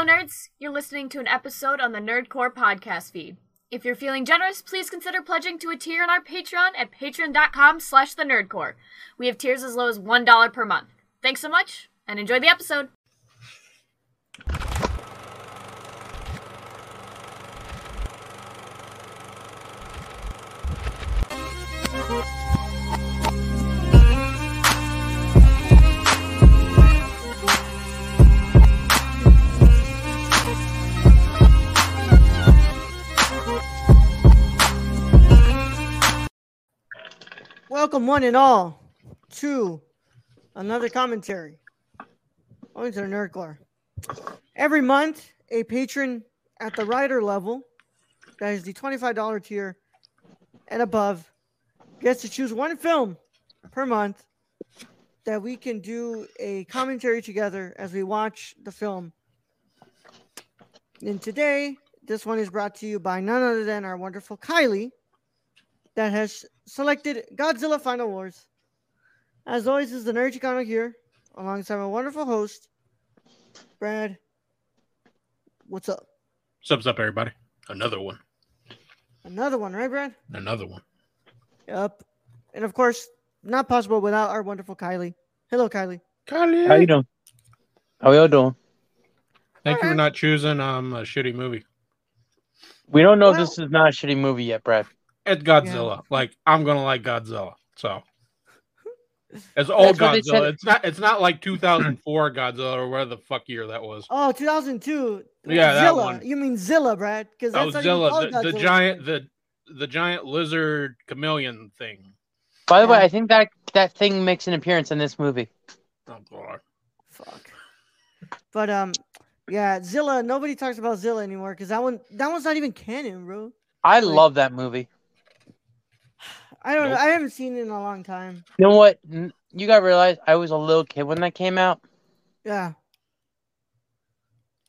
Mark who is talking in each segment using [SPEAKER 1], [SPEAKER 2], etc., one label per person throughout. [SPEAKER 1] nerds, you're listening to an episode on the Nerdcore podcast feed. If you're feeling generous, please consider pledging to a tier on our Patreon at patreon.com slash the nerdcore. We have tiers as low as $1 per month. Thanks so much, and enjoy the episode.
[SPEAKER 2] Welcome, one and all, to another commentary on the Nerdcore. Every month, a patron at the writer level, that is the $25 tier and above, gets to choose one film per month that we can do a commentary together as we watch the film. And today, this one is brought to you by none other than our wonderful Kylie that has selected Godzilla Final Wars. As always, this is the Nerd Chicano here, alongside my wonderful host, Brad. What's up?
[SPEAKER 3] Subs up, everybody. Another one.
[SPEAKER 2] Another one, right, Brad?
[SPEAKER 3] Another one.
[SPEAKER 2] Yep. And of course, not possible without our wonderful Kylie. Hello, Kylie.
[SPEAKER 3] Kylie.
[SPEAKER 4] How you doing? How y'all doing?
[SPEAKER 3] Thank you for not choosing um a shitty movie.
[SPEAKER 4] We don't know if
[SPEAKER 2] Well-
[SPEAKER 4] this is not a shitty movie yet, Brad.
[SPEAKER 3] It's Godzilla. Like I'm gonna like Godzilla. So it's old
[SPEAKER 4] That's what they said.
[SPEAKER 3] Godzilla. It's not it's not like 2004 Godzilla or where the fuck year that was.
[SPEAKER 2] Oh, 2002.
[SPEAKER 3] Yeah, that
[SPEAKER 2] Zilla.
[SPEAKER 3] one.
[SPEAKER 2] You mean Zilla, Brad? Because
[SPEAKER 3] Oh
[SPEAKER 2] that's not even
[SPEAKER 3] Zilla,
[SPEAKER 2] called
[SPEAKER 3] the, the
[SPEAKER 2] Godzilla.
[SPEAKER 3] giant the the giant lizard chameleon thing.
[SPEAKER 4] By the way,
[SPEAKER 2] Yeah.
[SPEAKER 4] I think that that thing makes an appearance in this movie.
[SPEAKER 3] Oh god.
[SPEAKER 2] Fuck. But um, yeah, Zilla. Nobody talks about Zilla anymore because that one, that one's not even canon, bro.
[SPEAKER 4] I
[SPEAKER 2] Like-
[SPEAKER 4] love that movie.
[SPEAKER 2] I don't know.
[SPEAKER 3] Nope.
[SPEAKER 2] I haven't seen it in a long time.
[SPEAKER 4] You know what? N- You gotta realize I was a little kid when that came out.
[SPEAKER 2] Yeah.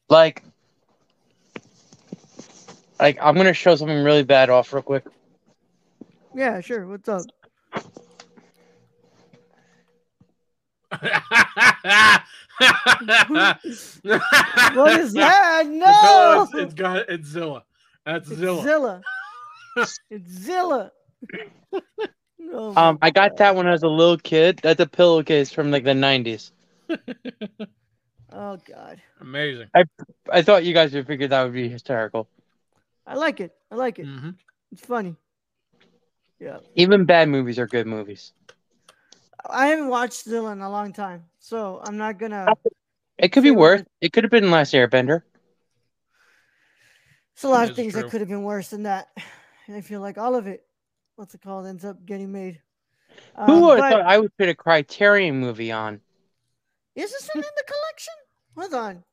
[SPEAKER 4] Like, like I'm gonna show something really bad off real quick.
[SPEAKER 2] Yeah. Sure. What's up? What is that? No.
[SPEAKER 3] it's, it's got it's Zilla. That's
[SPEAKER 2] It's
[SPEAKER 3] Zilla.
[SPEAKER 2] Zilla. it's Zilla. Oh my
[SPEAKER 4] Um, I got that when I was a little kid. That's a pillowcase from like the '90s.
[SPEAKER 2] Oh God,
[SPEAKER 3] Amazing.
[SPEAKER 4] I thought you guys would figure that would be hysterical.
[SPEAKER 2] I like it. I like it.
[SPEAKER 3] Mhm.
[SPEAKER 2] It's funny.
[SPEAKER 4] Even bad movies are good movies.
[SPEAKER 2] I haven't watched Zilla in a long time, so I'm not gonna.
[SPEAKER 4] It could be
[SPEAKER 2] Feel
[SPEAKER 4] worse. It could have been Last Airbender.
[SPEAKER 2] It's a lot of
[SPEAKER 3] That's
[SPEAKER 2] things that
[SPEAKER 3] true.
[SPEAKER 2] could have been worse than that. I feel like all of it, what's it called, ends up getting made.
[SPEAKER 4] Who
[SPEAKER 2] Um,
[SPEAKER 4] would have
[SPEAKER 2] but-
[SPEAKER 4] thought I would put a Criterion movie on?
[SPEAKER 2] Is this one in the collection? Hold on.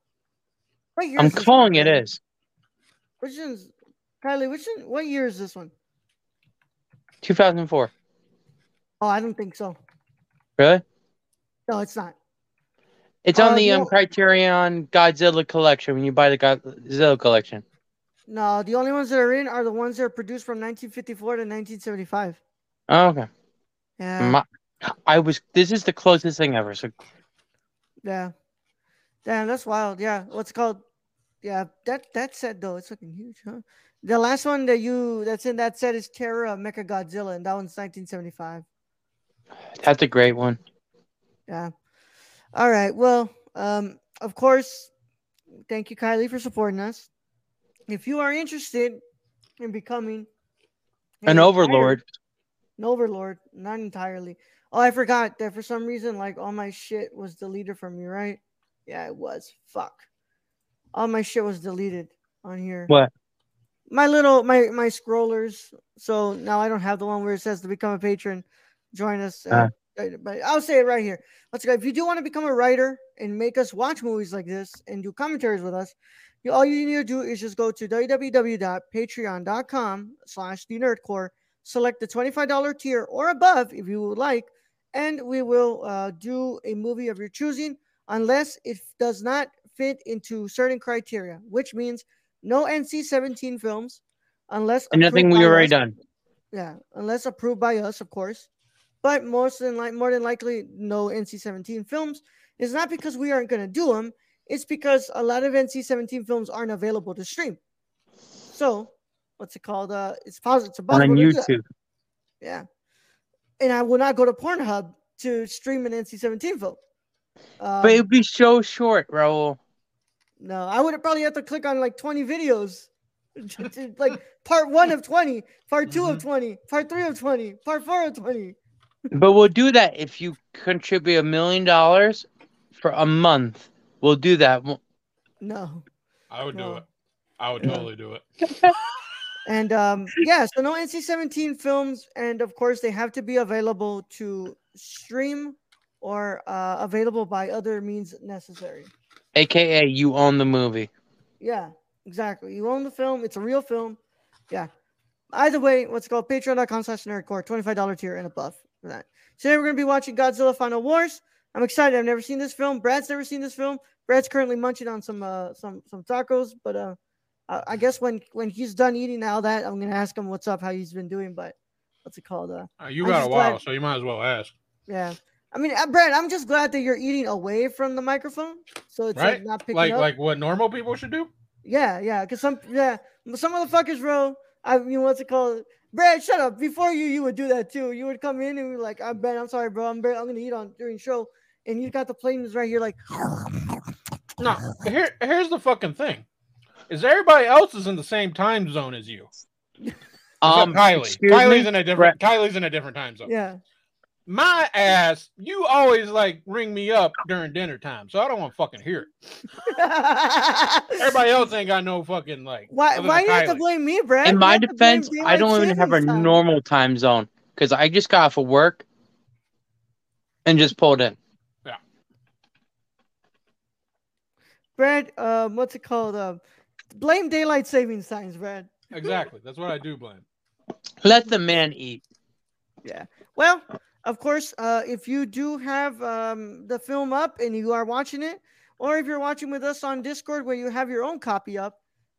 [SPEAKER 2] What year
[SPEAKER 4] I'm
[SPEAKER 2] is this
[SPEAKER 4] calling
[SPEAKER 2] one,
[SPEAKER 4] it
[SPEAKER 2] Kylie?
[SPEAKER 4] is.
[SPEAKER 2] Which one's Kylie? Which one? What year is this one?
[SPEAKER 4] 2004.
[SPEAKER 2] Oh, I don't think so.
[SPEAKER 4] Really?
[SPEAKER 2] No, it's not.
[SPEAKER 4] It's
[SPEAKER 2] Uh,
[SPEAKER 4] on the um,
[SPEAKER 2] no.
[SPEAKER 4] Criterion Godzilla collection when you buy the Godzilla collection.
[SPEAKER 2] No, the only ones that are in are the ones that are produced from 1954 to 1975.
[SPEAKER 4] Oh, okay.
[SPEAKER 2] Yeah,
[SPEAKER 4] My, I was. This is the closest thing ever. So
[SPEAKER 2] yeah. Damn, that's wild. Yeah, what's it called? Yeah, that that set though, it's fucking huge, huh? The last one that you that's in that set is Terror of Mecha Godzilla, and that one's 1975.
[SPEAKER 4] that's a great one.
[SPEAKER 2] Yeah. All right. Well, um, of course, thank you, Kylie, for supporting us. If you are interested in becoming
[SPEAKER 4] An
[SPEAKER 2] a-
[SPEAKER 4] Overlord.
[SPEAKER 2] an overlord, not entirely. Oh, I forgot that for some reason, like all my shit was deleted from me, right? Yeah, it was. Fuck. All my shit was deleted on here.
[SPEAKER 4] What?
[SPEAKER 2] My little my my scrollers. So now I don't have the one where it says to become a patron. Join us. uh,
[SPEAKER 4] Ah.
[SPEAKER 2] But I'll say it right here. Let's go. If you do want to become a writer and make us watch movies like this and do commentaries with us, you, all you need to do is just go to www.patreon.com slash the nerdcore select the $25 tier or above if you would like, and we will uh, do a movie of your choosing unless it does not fit into certain criteria, which means no NC 17 films, unless
[SPEAKER 4] And nothing
[SPEAKER 2] approved
[SPEAKER 4] we
[SPEAKER 2] by
[SPEAKER 4] already
[SPEAKER 2] us.
[SPEAKER 4] done.
[SPEAKER 2] Yeah, unless approved by us, of course. But most than like more than likely, no NC seventeen films. It's not because we aren't going to do them. It's because a lot of NC-17 films aren't available to stream. So, what's it called? Uh, it's positive. It's a
[SPEAKER 4] on
[SPEAKER 2] possible to do that.
[SPEAKER 4] YouTube.
[SPEAKER 2] Yeah. And I will not go to Pornhub to stream an NC-17 film. Um,
[SPEAKER 4] But it would be so short, Raul.
[SPEAKER 2] no, I would probably have to click on like 20 videos. to- to, like part one of 20, part 2
[SPEAKER 4] Mm-hmm.
[SPEAKER 2] of 20, part three of 20, part four of 20.
[SPEAKER 4] But we'll do that if you contribute a million dollars for a month. We'll do that. We'll-
[SPEAKER 2] No.
[SPEAKER 3] I would do
[SPEAKER 2] No.
[SPEAKER 3] it. I would
[SPEAKER 2] Yeah.
[SPEAKER 3] totally do it.
[SPEAKER 2] And um, yeah, so no NC 17 films. And of course, they have to be available to stream or uh, available by other means necessary.
[SPEAKER 4] AKA, you own the movie.
[SPEAKER 2] Yeah, exactly. You own the film, it's a real film. Yeah. Either way, what's it called patreon.com slash nerdcore, $25 tier and above for that. Today we're gonna be watching Godzilla Final Wars. I'm excited. I've never seen this film. Brad's never seen this film. Brad's currently munching on some uh some some tacos, but uh I, I guess when when he's done eating all that, I'm gonna ask him what's up, how he's been doing, but what's it called? Uh
[SPEAKER 3] Uh, you
[SPEAKER 2] I'm
[SPEAKER 3] got
[SPEAKER 2] just
[SPEAKER 3] a while,
[SPEAKER 2] glad-
[SPEAKER 3] so you might as well ask.
[SPEAKER 2] yeah. I mean, uh, Brad, I'm just glad that you're eating away from the microphone, so it's like
[SPEAKER 3] Right?
[SPEAKER 2] not picking
[SPEAKER 3] Like
[SPEAKER 2] up.
[SPEAKER 3] like what normal people should do.
[SPEAKER 2] Yeah, yeah, because some yeah, some motherfuckers, bro. I mean, what's it called? Brad, shut up. Before you, you would do that too. You would come in and be like, "I'm Ben. I'm sorry, bro. I'm Brad. I'm gonna eat on during show." And you got the planes right here, like,
[SPEAKER 3] No, here here's the fucking thing. Is everybody else is in the same time zone as you?
[SPEAKER 4] Um,
[SPEAKER 3] Except Kylie.
[SPEAKER 4] excuse
[SPEAKER 3] Kylie's
[SPEAKER 4] me?
[SPEAKER 3] in a different. Kylie's in a different time zone.
[SPEAKER 2] "Yeah,
[SPEAKER 3] My ass, you always like ring me up during dinner time, so I don't want to fucking hear it. Everybody else ain't got no fucking like.
[SPEAKER 2] why?
[SPEAKER 3] other
[SPEAKER 2] Why do
[SPEAKER 3] than
[SPEAKER 2] you have to
[SPEAKER 3] Kylie.
[SPEAKER 2] blame me, Brad?
[SPEAKER 4] In
[SPEAKER 2] You
[SPEAKER 4] my
[SPEAKER 2] have to blame
[SPEAKER 4] defense, I
[SPEAKER 2] daylight
[SPEAKER 4] don't even have a
[SPEAKER 2] savings time.
[SPEAKER 4] normal time zone because I just got off of work and just pulled in.
[SPEAKER 2] Brad, um, what's it called? Um, blame daylight savings times, Brad.
[SPEAKER 3] Exactly. That's what I do blame.
[SPEAKER 4] Let the man eat.
[SPEAKER 2] Well, of course, uh, if you do have um, the film up and you are watching it, or if you're watching with us on Discord where you have your own copy up,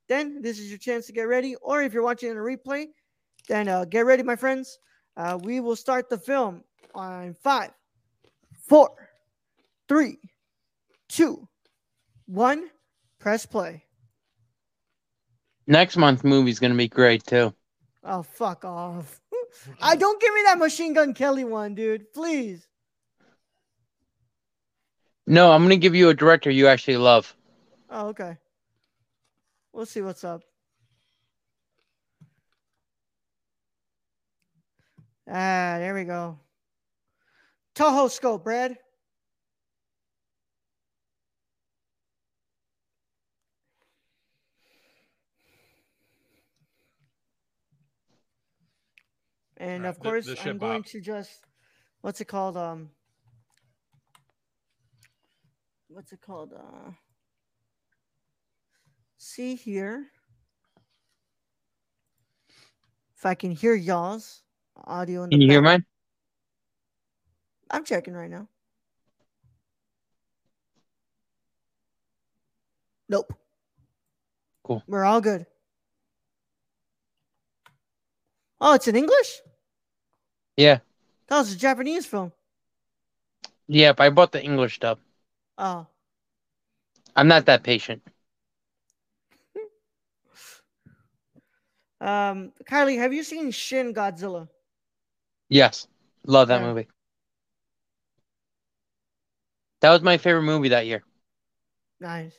[SPEAKER 2] then this is your chance to get ready. Or if you're watching in a replay, then uh, get ready, my friends. Uh, we will start the film on five, four, three, two, one. Press play.
[SPEAKER 4] Next month movie's gonna be great too.
[SPEAKER 2] Oh, fuck off. I don't give me that Machine Gun Kelly one, dude. Please.
[SPEAKER 4] No, I'm gonna give you a director you actually love.
[SPEAKER 2] Oh, okay. We'll see what's up. Ah, there we go. Toho scope, Brad. And
[SPEAKER 3] Alright,
[SPEAKER 2] of
[SPEAKER 3] the-
[SPEAKER 2] course,
[SPEAKER 3] the
[SPEAKER 2] I'm
[SPEAKER 3] ship
[SPEAKER 2] going
[SPEAKER 3] bop.
[SPEAKER 2] to just what's it called? Um, what's it called? Uh, see here. If I can hear y'all's audio in the
[SPEAKER 4] Can you hear
[SPEAKER 2] back-
[SPEAKER 4] mine?
[SPEAKER 2] I'm checking right now. Nope.
[SPEAKER 4] Cool.
[SPEAKER 2] We're all good. Oh, it's in English?
[SPEAKER 4] Yeah.
[SPEAKER 2] That was a Japanese film.
[SPEAKER 4] Yep, I bought the English dub.
[SPEAKER 2] Oh.
[SPEAKER 4] I'm not that patient.
[SPEAKER 2] Um, Kylie, have you seen Shin Godzilla?
[SPEAKER 4] Yes. Love that
[SPEAKER 2] Yeah.
[SPEAKER 4] movie. That was my favorite movie that year.
[SPEAKER 2] Nice.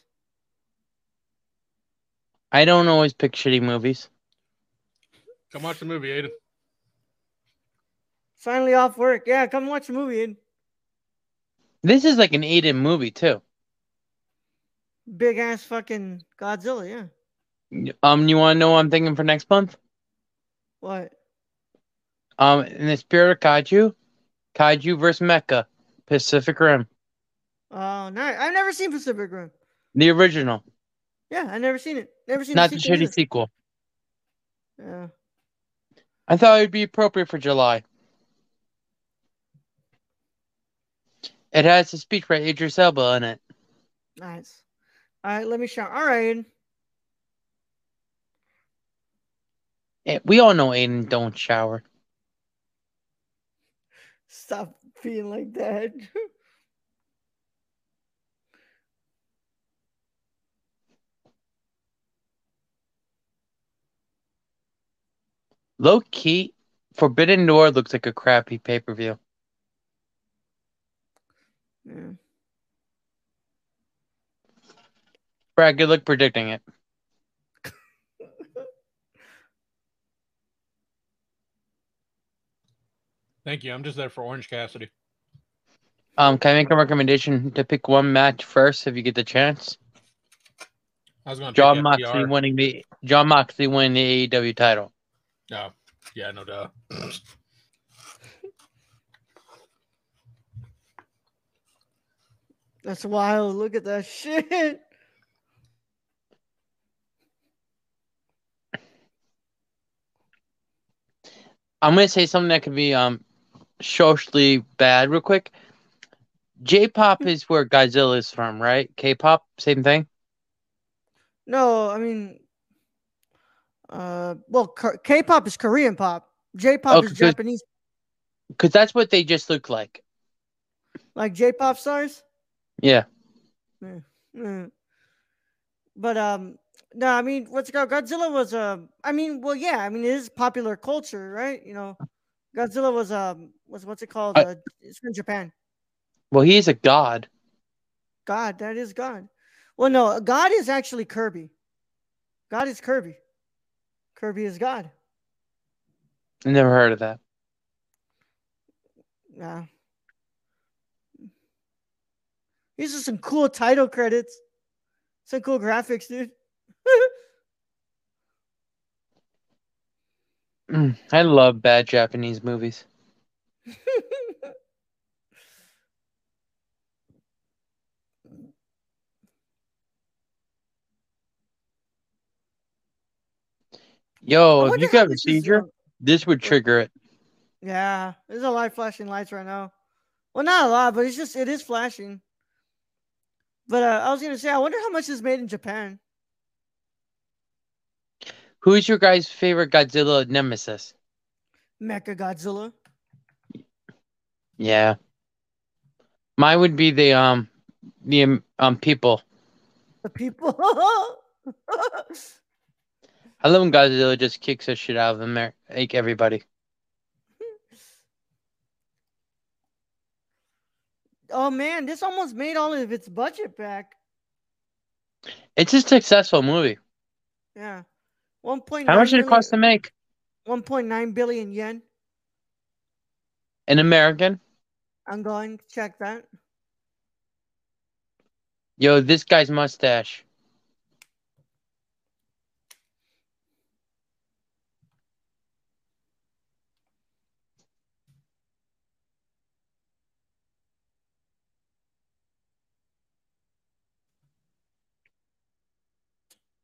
[SPEAKER 4] I don't always pick shitty movies.
[SPEAKER 3] Come watch the movie, Aiden.
[SPEAKER 2] Finally off work. Yeah, come watch the movie. Ed.
[SPEAKER 4] This is like an Aiden movie too.
[SPEAKER 2] Big ass fucking Godzilla. Yeah.
[SPEAKER 4] Um, you wanna know what I'm thinking for next month?
[SPEAKER 2] What?
[SPEAKER 4] Um, in the spirit of kaiju, kaiju versus mecha, Pacific Rim,
[SPEAKER 2] Oh, nice. I've never seen Pacific Rim.
[SPEAKER 4] the original,
[SPEAKER 2] Yeah, I've never seen it. Never seen
[SPEAKER 4] not the
[SPEAKER 2] the
[SPEAKER 4] shitty
[SPEAKER 2] sequel either. Oh,
[SPEAKER 4] sequel.
[SPEAKER 2] Yeah.
[SPEAKER 4] I thought it would be appropriate for July. It has a speech by Idris Elba in it.
[SPEAKER 2] Nice. All right, let me shout. All right. Ed.
[SPEAKER 4] Eh, We all know Aiden don't shower.
[SPEAKER 2] Stop being like that.
[SPEAKER 4] Low key, Forbidden Door looks like a crappy pay per view.
[SPEAKER 2] Yeah.
[SPEAKER 4] Brad, good luck predicting it.
[SPEAKER 3] Thank you. I'm just there for Orange Cassidy.
[SPEAKER 4] Um, can I make a recommendation to pick one match first if you get the chance?
[SPEAKER 3] I was going to
[SPEAKER 4] John Moxley winning the John Moxley winning the AEW title.
[SPEAKER 3] No. Yeah, no doubt.
[SPEAKER 2] That's wild. Look at that shit.
[SPEAKER 4] I'm gonna say something that could be um socially bad real quick. J pop is where Godzilla is from, right? K pop, same thing.
[SPEAKER 2] No, I mean, uh, well, K- K-pop is Korean pop. J-pop
[SPEAKER 4] Okay,
[SPEAKER 2] is
[SPEAKER 4] good.
[SPEAKER 2] Japanese,
[SPEAKER 4] Because that's what they just look like.
[SPEAKER 2] like J-pop stars.
[SPEAKER 4] Yeah.
[SPEAKER 2] Mm. But um, no, I mean, what's it called? Godzilla was um, I mean, well, yeah, I mean, it is popular culture, right? You know, Godzilla was um, was what's it called?
[SPEAKER 4] I-
[SPEAKER 2] uh, it's from Japan.
[SPEAKER 4] Well, he is a god.
[SPEAKER 2] God, that is God. Well, no, God is actually Kirby. God is Kirby. Kirby is God.
[SPEAKER 4] I never heard of that.
[SPEAKER 2] Yeah. These are some cool title credits. Some cool graphics, dude.
[SPEAKER 4] Mm, I love bad Japanese movies.
[SPEAKER 2] I
[SPEAKER 4] Yo, if
[SPEAKER 2] wonder
[SPEAKER 4] you
[SPEAKER 2] how
[SPEAKER 4] got a
[SPEAKER 2] this is,
[SPEAKER 4] procedure,
[SPEAKER 2] um,
[SPEAKER 4] this would trigger it.
[SPEAKER 2] Yeah, there's a lot of flashing lights right now. Well, not a lot, but it's just it is flashing. But uh, I was gonna say, I wonder how much is made in Japan.
[SPEAKER 4] Who is your guy's favorite Godzilla nemesis?
[SPEAKER 2] Mecha Godzilla.
[SPEAKER 4] Yeah. Mine would be the um the um people.
[SPEAKER 2] The people.
[SPEAKER 4] I love when Godzilla just kicks the shit out of them there, like everybody.
[SPEAKER 2] oh man, this almost made all of its budget back.
[SPEAKER 4] It's a successful movie.
[SPEAKER 2] Yeah, one point.
[SPEAKER 4] How much did it cost to make?
[SPEAKER 2] One point nine billion yen.
[SPEAKER 4] An American?
[SPEAKER 2] I'm going to check that.
[SPEAKER 4] Yo, this guy's mustache.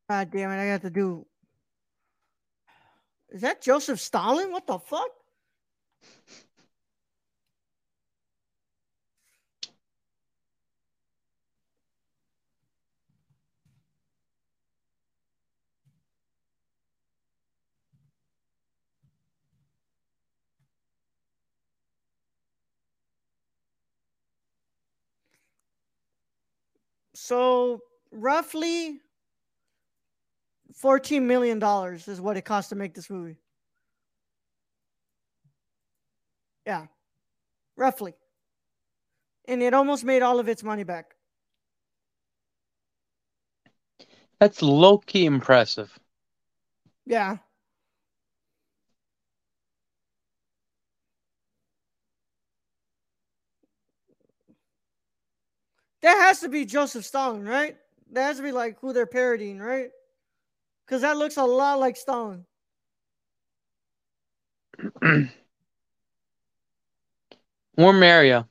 [SPEAKER 2] God damn it! I got to do. Is that Joseph Stalin? What the fuck? So roughly fourteen million dollars is what it cost to make this movie. Yeah, roughly, and it almost made all of its money back.
[SPEAKER 4] That's low key impressive.
[SPEAKER 2] Yeah. That has to be Joseph Stalin, right? That has to be like who they're parodying, right? Because that looks a lot like Stalin.
[SPEAKER 4] Or Mario.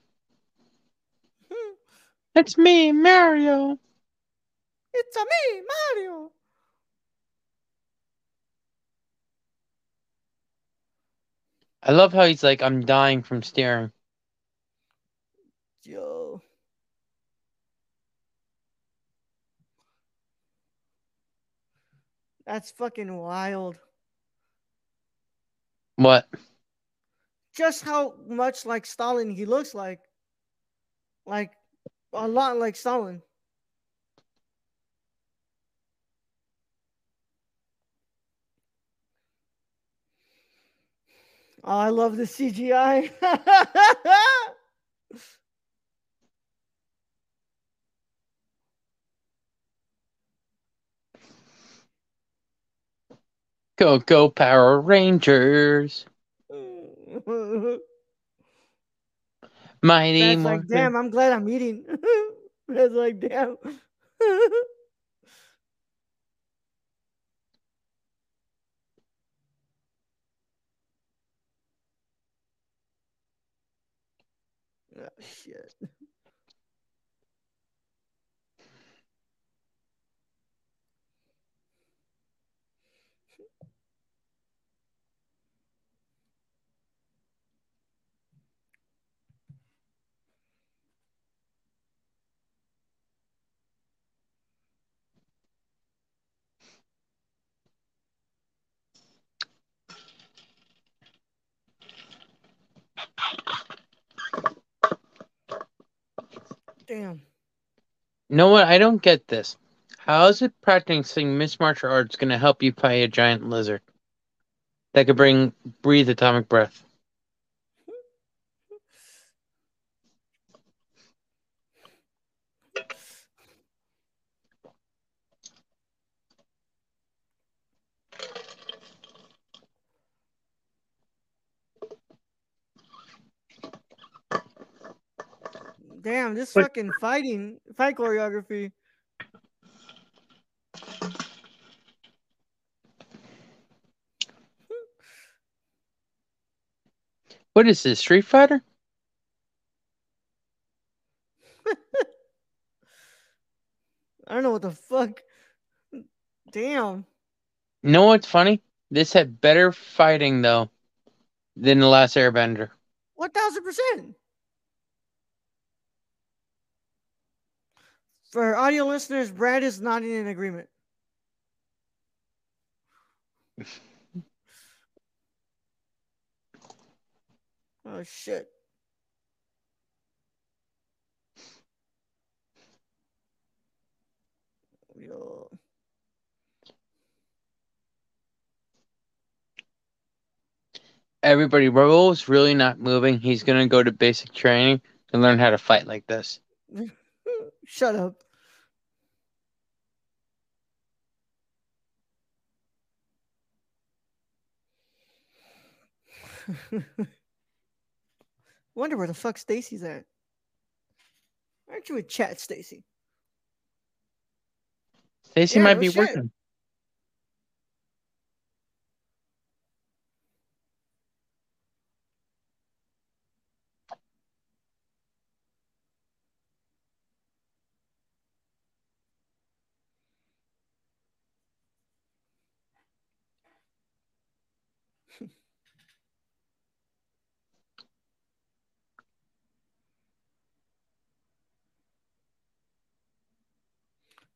[SPEAKER 4] It's me, Mario.
[SPEAKER 2] It's a me, Mario.
[SPEAKER 4] I love how he's like, I'm dying from staring.
[SPEAKER 2] Yo. That's fucking wild.
[SPEAKER 4] What?
[SPEAKER 2] just how much like Stalin he looks like. Like a lot like Stalin. Oh, I love the CGI.
[SPEAKER 4] Go, go, Power Rangers. Mighty
[SPEAKER 2] That's like,
[SPEAKER 4] Morphin.
[SPEAKER 2] damn, I'm glad I'm eating. That's like, damn. Oh, shit. Damn.
[SPEAKER 4] You know what? I don't get this. How is it practicing Miss Martial Arts going to help you fight a giant lizard that could bring breathe atomic breath?
[SPEAKER 2] Damn, this
[SPEAKER 3] But-
[SPEAKER 2] fucking fighting fight choreography.
[SPEAKER 4] What is this, Street Fighter?
[SPEAKER 2] I don't know what the fuck. Damn.
[SPEAKER 4] You know what's funny? This had better fighting, though, than The Last Airbender.
[SPEAKER 2] One thousand percent. For audio listeners, Brad is nodding in agreement. oh shit. Yo.
[SPEAKER 4] Everybody, Raul's really not moving. He's going to go to basic training and learn how to fight like this.
[SPEAKER 2] Shut up. Wonder where the fuck Stacy's at. Aren't you with chat, Stacy?
[SPEAKER 4] Stacy
[SPEAKER 2] Yeah,
[SPEAKER 4] might
[SPEAKER 2] no
[SPEAKER 4] be
[SPEAKER 2] shit.
[SPEAKER 4] working.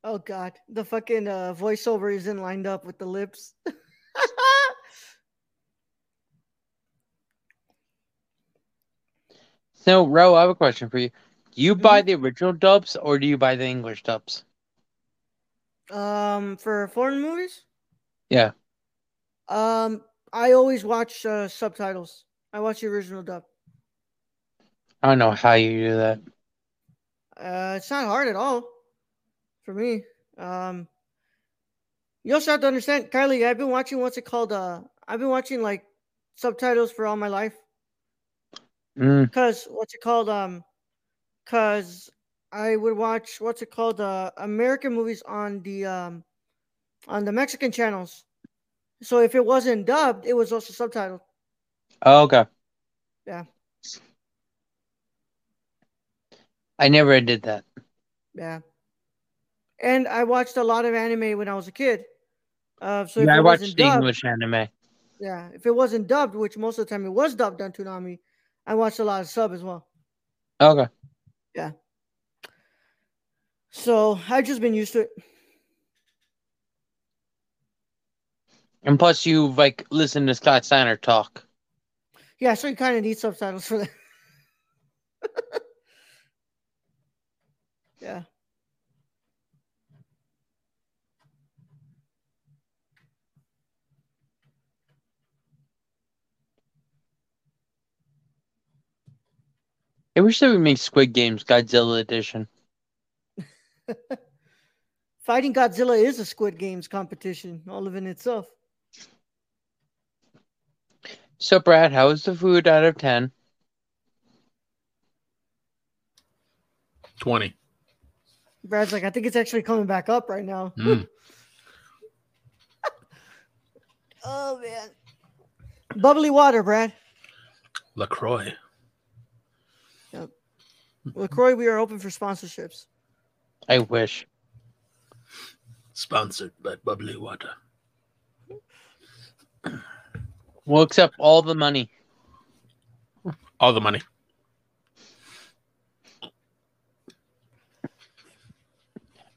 [SPEAKER 2] Oh god, the fucking uh, voiceover isn't lined up with the lips.
[SPEAKER 4] So, Ro, I have a question for you. Do you buy
[SPEAKER 2] Mm-hmm.
[SPEAKER 4] the original dubs or do you buy the English dubs?
[SPEAKER 2] um, for foreign movies,
[SPEAKER 4] Yeah.
[SPEAKER 2] um, I always watch uh, subtitles. I watch the original dub.
[SPEAKER 4] I don't know how you do that.
[SPEAKER 2] Uh, it's not hard at all for me. Um, you also have to understand, Kylie. I've been watching what's it called? Uh, I've been watching like subtitles for all my life
[SPEAKER 4] Mm,
[SPEAKER 2] because what's it called? Um, because I would watch what's it called? Uh, American movies on the um, on the Mexican channels. So if it wasn't dubbed, it was also subtitled.
[SPEAKER 4] Oh, okay.
[SPEAKER 2] Yeah.
[SPEAKER 4] I never did that.
[SPEAKER 2] Yeah. And I watched a lot of anime when I was a kid. Uh, so if
[SPEAKER 4] yeah, I
[SPEAKER 2] it
[SPEAKER 4] watched
[SPEAKER 2] wasn't
[SPEAKER 4] the
[SPEAKER 2] dubbed,
[SPEAKER 4] English anime.
[SPEAKER 2] Yeah, if it wasn't dubbed, which most of the time it was dubbed on Toonami, I watched a lot of sub as well.
[SPEAKER 4] Okay.
[SPEAKER 2] So I've just been used to it.
[SPEAKER 4] And plus, you like listen to Scott Steiner talk.
[SPEAKER 2] Yeah, so you kind of need subtitles for that. yeah.
[SPEAKER 4] I wish they would make Squid Games Godzilla edition.
[SPEAKER 2] Fighting Godzilla is a Squid Games competition, all of in itself.
[SPEAKER 4] So, Brad, how is the food out of 10?
[SPEAKER 3] 20.
[SPEAKER 2] Brad's like, I think it's actually coming back up right now.
[SPEAKER 3] Mm.
[SPEAKER 2] Oh man. Bubbly water, Brad.
[SPEAKER 3] LaCroix.
[SPEAKER 2] LaCroix, we are open for sponsorships.
[SPEAKER 4] I wish.
[SPEAKER 3] Sponsored by Bubbly Water.
[SPEAKER 4] We'll accept all the money.
[SPEAKER 3] All the money.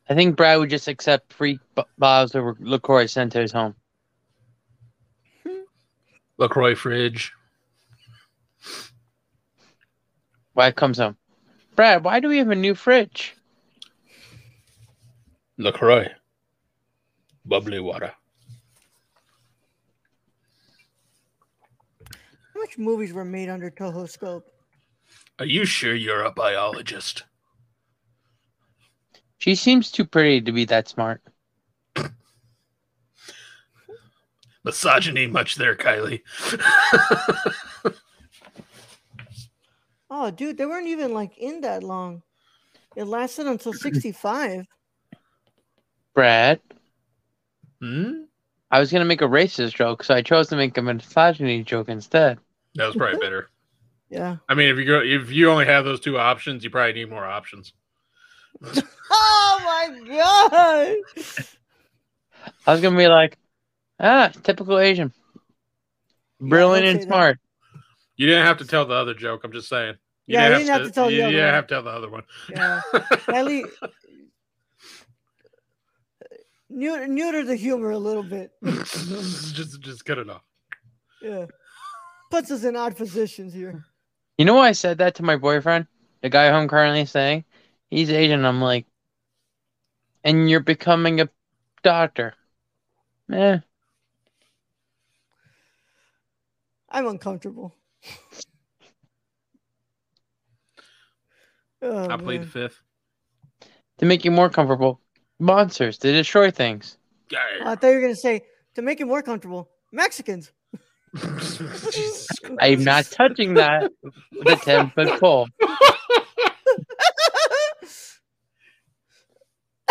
[SPEAKER 4] I think Brad would just accept free b- bottles of LaCroix sent to his home.
[SPEAKER 3] LaCroix fridge.
[SPEAKER 4] Why it comes home. Brad, why do we have a new fridge?
[SPEAKER 3] LaCroix. Bubbly water.
[SPEAKER 2] How much movies were made under Toho Scope?
[SPEAKER 3] Are you sure you're a biologist?
[SPEAKER 4] She seems too pretty to be that smart.
[SPEAKER 3] Misogyny much there, Kylie.
[SPEAKER 2] Oh, dude, they weren't even like in that long. It lasted until 65.
[SPEAKER 4] Brad,
[SPEAKER 3] hmm?
[SPEAKER 4] I was going to make a racist joke, so I chose to make a misogyny joke instead.
[SPEAKER 3] That was probably better.
[SPEAKER 2] Yeah.
[SPEAKER 3] I mean, if you go, if you only have those two options, you probably need more options.
[SPEAKER 2] Oh my god.
[SPEAKER 4] I was going to be like, ah, typical Asian. Brilliant
[SPEAKER 2] don't
[SPEAKER 4] and
[SPEAKER 2] say that.
[SPEAKER 4] smart.
[SPEAKER 3] You didn't have to tell the other joke. I'm just saying. You
[SPEAKER 2] Yeah, I didn't have to tell the
[SPEAKER 3] you,
[SPEAKER 2] other
[SPEAKER 3] you didn't
[SPEAKER 2] one.
[SPEAKER 3] have to tell the other one.
[SPEAKER 2] Yeah. uh, Kylie New, neuter the humor a little bit.
[SPEAKER 3] just, just cut it off.
[SPEAKER 2] Yeah. Puts us in odd positions here.
[SPEAKER 4] You know why I said that to my boyfriend? The guy who I'm currently saying? He's Asian. I'm like, and you're becoming a doctor. Eh.
[SPEAKER 2] I'm uncomfortable. Oh,
[SPEAKER 3] I plead the
[SPEAKER 2] man.
[SPEAKER 3] fifth.
[SPEAKER 4] to make you more comfortable. Monsters to destroy things.
[SPEAKER 2] Oh, I
[SPEAKER 3] Yeah.
[SPEAKER 2] thought you were gonna say to make it more comfortable, Mexicans.
[SPEAKER 3] Jesus Christ.
[SPEAKER 4] I'm not touching that with a 10 foot pole.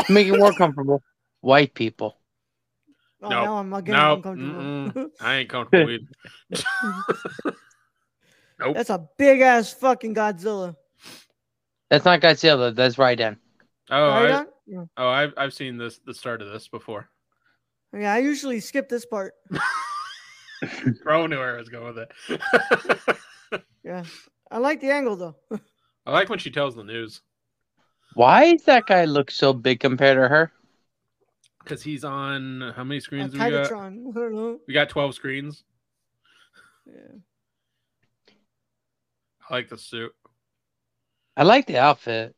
[SPEAKER 4] To make it more comfortable. White people.
[SPEAKER 2] Oh,
[SPEAKER 3] Nope.
[SPEAKER 2] now I'm again
[SPEAKER 3] Nope.
[SPEAKER 2] uncomfortable.
[SPEAKER 3] Mm-mm. I ain't comfortable with.
[SPEAKER 2] That's a big ass fucking Godzilla.
[SPEAKER 4] That's not Godzilla. That's Raiden.
[SPEAKER 3] Oh,
[SPEAKER 2] Right
[SPEAKER 3] I,
[SPEAKER 2] on? Yeah.
[SPEAKER 3] oh, I've I've seen this the start of this before.
[SPEAKER 2] Yeah, I usually skip this part.
[SPEAKER 3] Bro knew where I was going with it.
[SPEAKER 2] Yeah, I like the angle though.
[SPEAKER 3] I like when she tells the news
[SPEAKER 4] Why does that guy look so big compared to her?
[SPEAKER 3] because he's on how many
[SPEAKER 2] On
[SPEAKER 3] screens do we got?
[SPEAKER 2] Titatron. I don't know.
[SPEAKER 3] We got twelve screens.
[SPEAKER 2] Yeah.
[SPEAKER 3] I like the suit.
[SPEAKER 4] I like the outfit.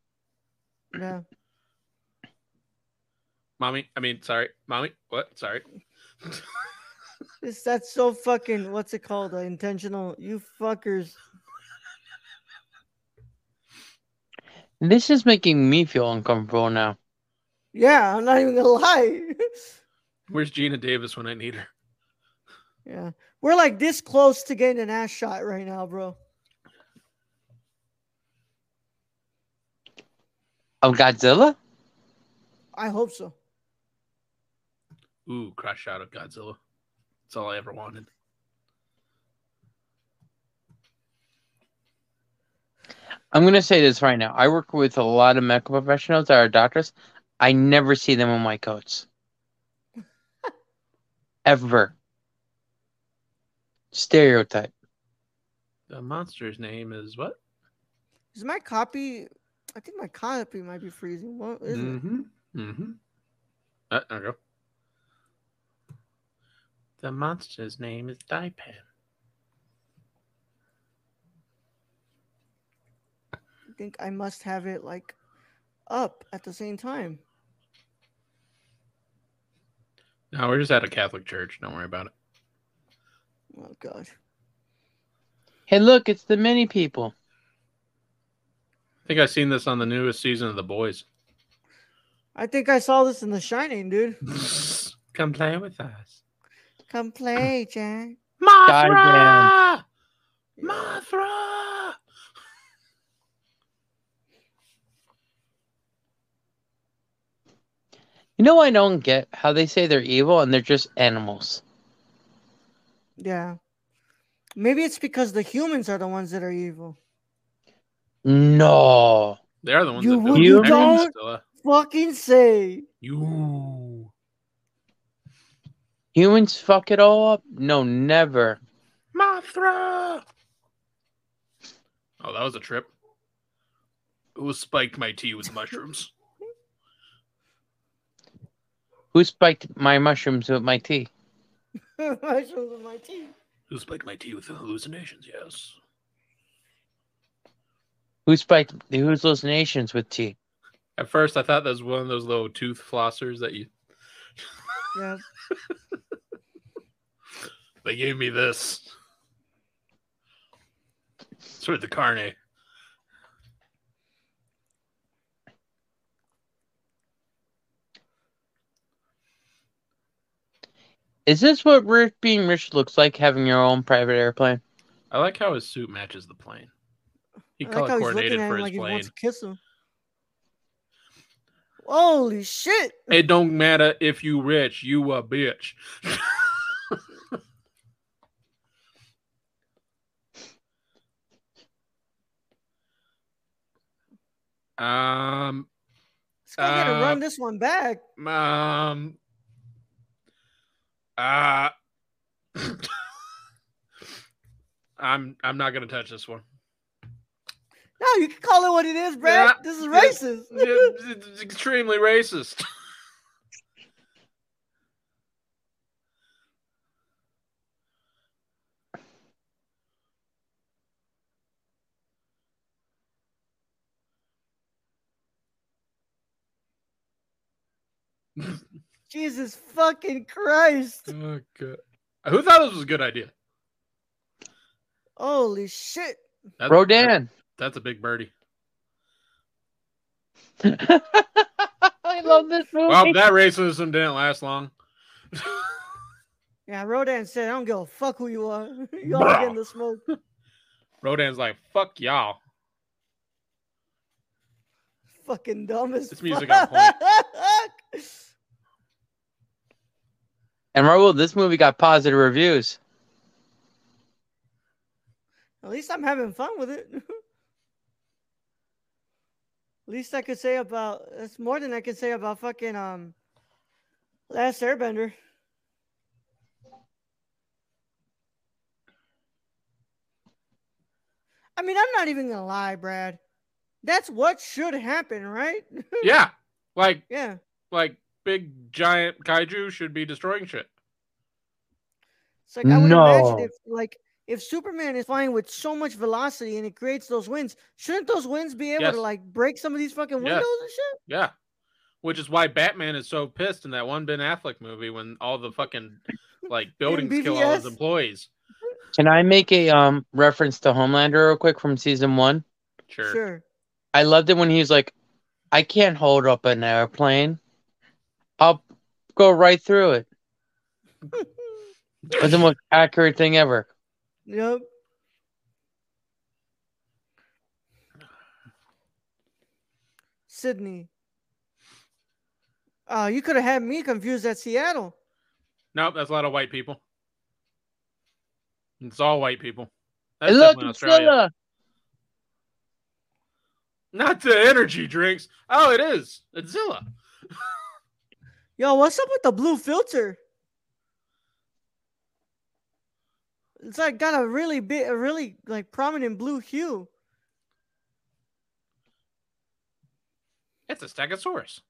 [SPEAKER 2] yeah.
[SPEAKER 3] Mommy, I mean, sorry, mommy. What? Sorry.
[SPEAKER 2] This, that's so fucking what's it called? Uh, intentional. You fuckers.
[SPEAKER 4] This is making me feel uncomfortable now.
[SPEAKER 2] Yeah, I'm not even gonna lie.
[SPEAKER 3] Where's Gina Davis when I need her?
[SPEAKER 2] yeah, we're like this close to getting an ass shot right now, bro.
[SPEAKER 4] Of Godzilla?
[SPEAKER 2] I hope so.
[SPEAKER 3] Ooh, crash shot of Godzilla. That's all I ever wanted.
[SPEAKER 4] I'm going to say this right now. I work with a lot of medical professionals that are doctors. I never see them in white coats. Ever. Stereotype.
[SPEAKER 3] The monster's name is what?
[SPEAKER 2] Is my copy? I think my copy might be freezing. What is it?
[SPEAKER 3] Mm-hmm. Mm-hmm. Uh, there we go. The monster's name is Daipan.
[SPEAKER 2] I think I must have it like up at the same time.
[SPEAKER 3] No, we're just at a Catholic church. Don't worry about it.
[SPEAKER 2] Oh god.
[SPEAKER 4] Hey, look, it's the mini people.
[SPEAKER 3] think I've seen this on the newest season of The Boys.
[SPEAKER 2] I think I saw this in The Shining, dude.
[SPEAKER 3] Come play with us.
[SPEAKER 2] Come play, Jack.
[SPEAKER 3] Mothra! Mothra!
[SPEAKER 4] You know, I don't get how they say they're evil and they're just animals.
[SPEAKER 2] Yeah. Maybe it's because the humans are the ones that are evil.
[SPEAKER 4] No.
[SPEAKER 3] They're the ones
[SPEAKER 2] You
[SPEAKER 3] that
[SPEAKER 2] would-
[SPEAKER 3] built
[SPEAKER 4] you
[SPEAKER 3] the
[SPEAKER 2] don't-
[SPEAKER 3] Peninsula.
[SPEAKER 2] Fucking say.
[SPEAKER 3] You.
[SPEAKER 4] Humans fuck it all up? No, never.
[SPEAKER 3] Mothra! Oh, that was a trip. Who spiked my tea with mushrooms?
[SPEAKER 4] Who spiked my mushrooms with my tea?
[SPEAKER 2] I showed my teeth.
[SPEAKER 3] Who spiked my tea with hallucinations? Yes.
[SPEAKER 4] Who spiked the hallucinations with tea?
[SPEAKER 3] At first, I thought that was one of those little tooth flossers that you.
[SPEAKER 2] Yeah.
[SPEAKER 3] They gave me this. Sort of the carne.
[SPEAKER 4] Is this what rich, being rich looks like, having your own private airplane?
[SPEAKER 3] I like how his suit matches the plane. He
[SPEAKER 2] I like
[SPEAKER 3] color
[SPEAKER 2] how he's
[SPEAKER 3] coordinated
[SPEAKER 2] looking at
[SPEAKER 3] for
[SPEAKER 2] him
[SPEAKER 3] his
[SPEAKER 2] like he
[SPEAKER 3] plane.
[SPEAKER 2] wants to kiss him. Holy shit.
[SPEAKER 3] It don't matter if you rich, you a bitch. um,
[SPEAKER 2] This guy gotta
[SPEAKER 3] Uh,
[SPEAKER 2] run this one back.
[SPEAKER 3] um, uh, I'm I'm not gonna touch this one.
[SPEAKER 2] No, you can call it what it is, Brad.
[SPEAKER 3] Yeah.
[SPEAKER 2] This is racist.
[SPEAKER 3] It's it's extremely racist.
[SPEAKER 2] Jesus fucking Christ.
[SPEAKER 3] Oh, God. Who thought this was a good idea?
[SPEAKER 2] Holy shit.
[SPEAKER 3] That's,
[SPEAKER 4] Rodan.
[SPEAKER 3] That's a big birdie.
[SPEAKER 4] I love this movie.
[SPEAKER 3] Well, that racism didn't last long.
[SPEAKER 2] Yeah, Rodan said, I don't give a fuck who you are. you all getting the smoke.
[SPEAKER 3] Rodan's like, fuck y'all.
[SPEAKER 2] Fucking dumb as
[SPEAKER 3] This music
[SPEAKER 2] fuck.
[SPEAKER 3] got point.
[SPEAKER 4] and Raul, this movie got positive reviews.
[SPEAKER 2] At least I'm having fun with it. At least I could say about it's more than I could say about fucking um last airbender. I mean, I'm not even gonna lie, Brad. That's what should happen, right?
[SPEAKER 3] Yeah. Like
[SPEAKER 2] yeah.
[SPEAKER 3] like big giant kaiju should be destroying shit.
[SPEAKER 2] It's like I would
[SPEAKER 4] No.
[SPEAKER 2] imagine if like if Superman is flying with so much velocity and it creates those winds, shouldn't those winds be able
[SPEAKER 3] Yes.
[SPEAKER 2] to like break some of these fucking windows
[SPEAKER 3] Yes.
[SPEAKER 2] and shit?
[SPEAKER 3] Yeah. Which is why Batman is so pissed in that one Ben Affleck movie when all the fucking like buildings kill all his
[SPEAKER 2] BVS?
[SPEAKER 3] employees.
[SPEAKER 4] Can I make a um reference to Homelander real quick from season one?
[SPEAKER 3] Sure.
[SPEAKER 2] Sure.
[SPEAKER 4] I loved it when he was like, I can't hold up an airplane. I'll go right through it. It was the most accurate thing ever.
[SPEAKER 2] Yep. Sydney. Uh, you could have had me confused at Seattle.
[SPEAKER 3] Nope, that's a lot of white people. It's all white people. That's
[SPEAKER 4] Hey, look,
[SPEAKER 3] definitely
[SPEAKER 4] it's
[SPEAKER 3] Australia.
[SPEAKER 4] Scylla.
[SPEAKER 3] Not the energy drinks. Oh, it is. It's Zilla.
[SPEAKER 2] Yo, what's up with the blue filter? It's like got a really big, a really like prominent blue hue.
[SPEAKER 3] It's a Stegosaurus.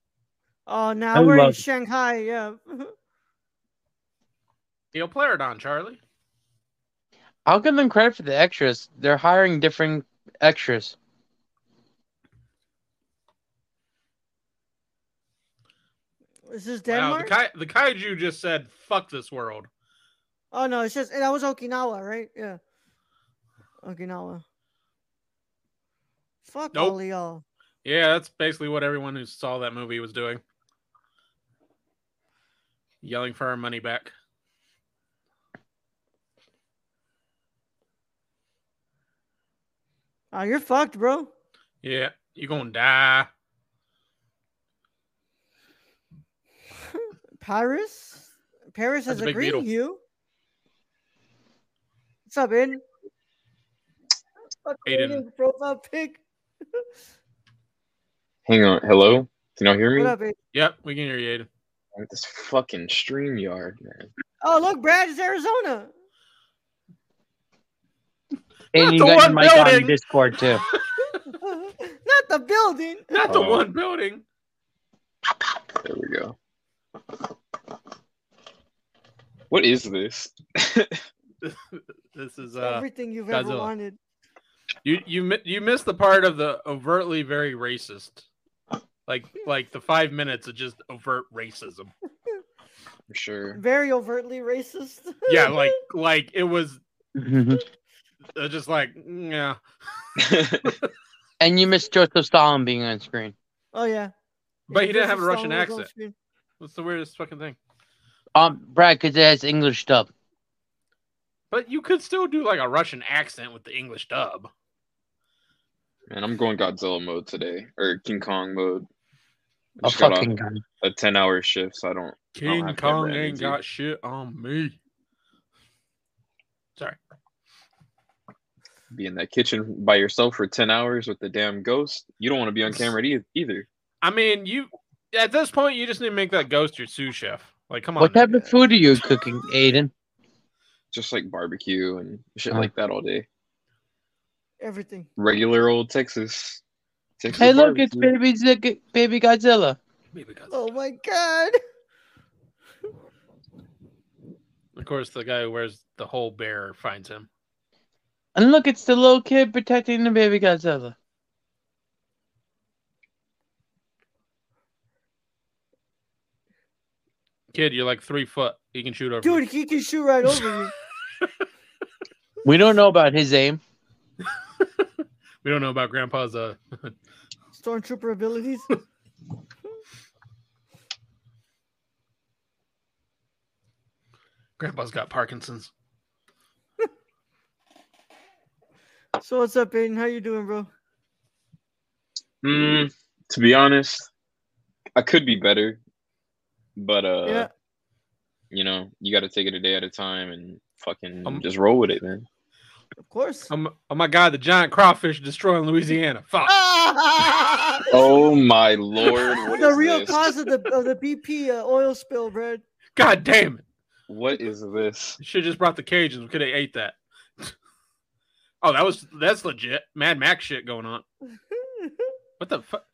[SPEAKER 2] Oh, now
[SPEAKER 4] I
[SPEAKER 2] we're in
[SPEAKER 4] love-
[SPEAKER 2] Shanghai. Yeah.
[SPEAKER 3] Neopleurodon, Charlie.
[SPEAKER 4] I'll give them credit for the extras. They're hiring different extras.
[SPEAKER 2] Is this
[SPEAKER 3] Wow, the,
[SPEAKER 2] Denmark?
[SPEAKER 3] kai- the kaiju just said, fuck this world.
[SPEAKER 2] Oh no, it's just that was Okinawa, right? Yeah. Okinawa. Fuck
[SPEAKER 3] Nope.
[SPEAKER 2] all of y'all.
[SPEAKER 3] Yeah, that's basically what everyone who saw that movie was doing. Yelling for our money back.
[SPEAKER 2] Oh, you're fucked, bro.
[SPEAKER 3] Yeah, you're gonna die.
[SPEAKER 2] Paris? Paris has
[SPEAKER 3] That's a big
[SPEAKER 2] agreed
[SPEAKER 3] beetle.
[SPEAKER 2] to you. What's up, Aiden? Fuck
[SPEAKER 3] Aiden.
[SPEAKER 2] Aiden's Profile pic.
[SPEAKER 5] Hang on. Hello? Can y'all hear me?
[SPEAKER 2] What up, Aiden?
[SPEAKER 3] Yep, we can hear you. Aiden.
[SPEAKER 5] Like This fucking stream yard, man.
[SPEAKER 2] Oh, look, Brad is Arizona.
[SPEAKER 4] And you
[SPEAKER 3] the
[SPEAKER 4] got your
[SPEAKER 3] one
[SPEAKER 4] mic on
[SPEAKER 3] building.
[SPEAKER 4] Discord too.
[SPEAKER 2] Not the building.
[SPEAKER 3] Not the
[SPEAKER 5] Oh.
[SPEAKER 3] one building.
[SPEAKER 5] There we go. What is this?
[SPEAKER 3] This is uh
[SPEAKER 2] Everything you've ever
[SPEAKER 3] Godzilla.
[SPEAKER 2] wanted.
[SPEAKER 3] you you mi- you missed the part of the overtly very racist. Like like the 5 minutes of just overt racism.
[SPEAKER 5] For sure.
[SPEAKER 2] Very overtly racist.
[SPEAKER 3] Yeah, like like it was uh, just like yeah.
[SPEAKER 4] and you missed Joseph Stalin being on screen.
[SPEAKER 2] Oh yeah.
[SPEAKER 3] But
[SPEAKER 2] Yeah,
[SPEAKER 3] he didn't have a
[SPEAKER 2] Joseph
[SPEAKER 3] Russian
[SPEAKER 2] Stalin was on
[SPEAKER 3] accent.
[SPEAKER 2] screen.
[SPEAKER 3] That's the weirdest fucking thing.
[SPEAKER 4] Um, Brad, because it has English dub.
[SPEAKER 3] But you could still do like a Russian accent with the English dub.
[SPEAKER 5] Man, I'm going Godzilla mode today or King Kong mode. I
[SPEAKER 4] A
[SPEAKER 5] just got
[SPEAKER 4] fucking
[SPEAKER 5] a,
[SPEAKER 4] gun.
[SPEAKER 5] a 10 hour shift, so I don't.
[SPEAKER 3] King
[SPEAKER 5] have
[SPEAKER 3] Kong
[SPEAKER 5] camera
[SPEAKER 3] ain't
[SPEAKER 5] energy.
[SPEAKER 3] got shit on me. Sorry.
[SPEAKER 5] be in that kitchen by yourself for 10 hours with the damn ghost. You don't want to be on camera e- either.
[SPEAKER 3] I mean, you at this point you just need to make that ghost your sous chef. Like, come on.
[SPEAKER 4] What
[SPEAKER 3] now.
[SPEAKER 4] type of food are you cooking, Aiden?
[SPEAKER 5] Just like barbecue and shit
[SPEAKER 4] Oh.
[SPEAKER 5] like that all day.
[SPEAKER 2] Everything.
[SPEAKER 5] Regular old Texas. Texas
[SPEAKER 4] Hey, look, it's
[SPEAKER 5] barbecue.
[SPEAKER 4] baby, Zig- baby Godzilla.
[SPEAKER 3] Maybe because-
[SPEAKER 2] Oh my god.
[SPEAKER 3] Of course, the guy who wears the whole bear finds him.
[SPEAKER 4] And look, it's the little kid protecting the baby Godzilla.
[SPEAKER 3] Kid, you're like three foot. You can shoot over. me.
[SPEAKER 2] Dude, he can shoot right over you.
[SPEAKER 4] We don't know about his aim.
[SPEAKER 3] we don't know about Grandpa's. Uh,
[SPEAKER 2] Stormtrooper abilities.
[SPEAKER 3] Grandpa's got Parkinson's.
[SPEAKER 2] So what's up, Aiden? How you doing, bro?
[SPEAKER 5] Mm, to be honest, I could be better, but uh,
[SPEAKER 2] Yeah.
[SPEAKER 5] you know, you got to take it a day at a time and fucking
[SPEAKER 3] Um,
[SPEAKER 5] just roll with it, man.
[SPEAKER 2] Of course.
[SPEAKER 3] Oh my, oh my God, the giant crawfish destroying Louisiana. Fuck.
[SPEAKER 2] Ah!
[SPEAKER 5] Oh my lord! What
[SPEAKER 2] the
[SPEAKER 5] is
[SPEAKER 2] real
[SPEAKER 5] this?
[SPEAKER 2] cause of the of the BP uh, oil spill, Brad.
[SPEAKER 3] God damn it.
[SPEAKER 5] What is this?
[SPEAKER 3] Should just brought the Cajuns. We could have ate that. oh, that was that's legit. Mad Max shit going on. What the fuck?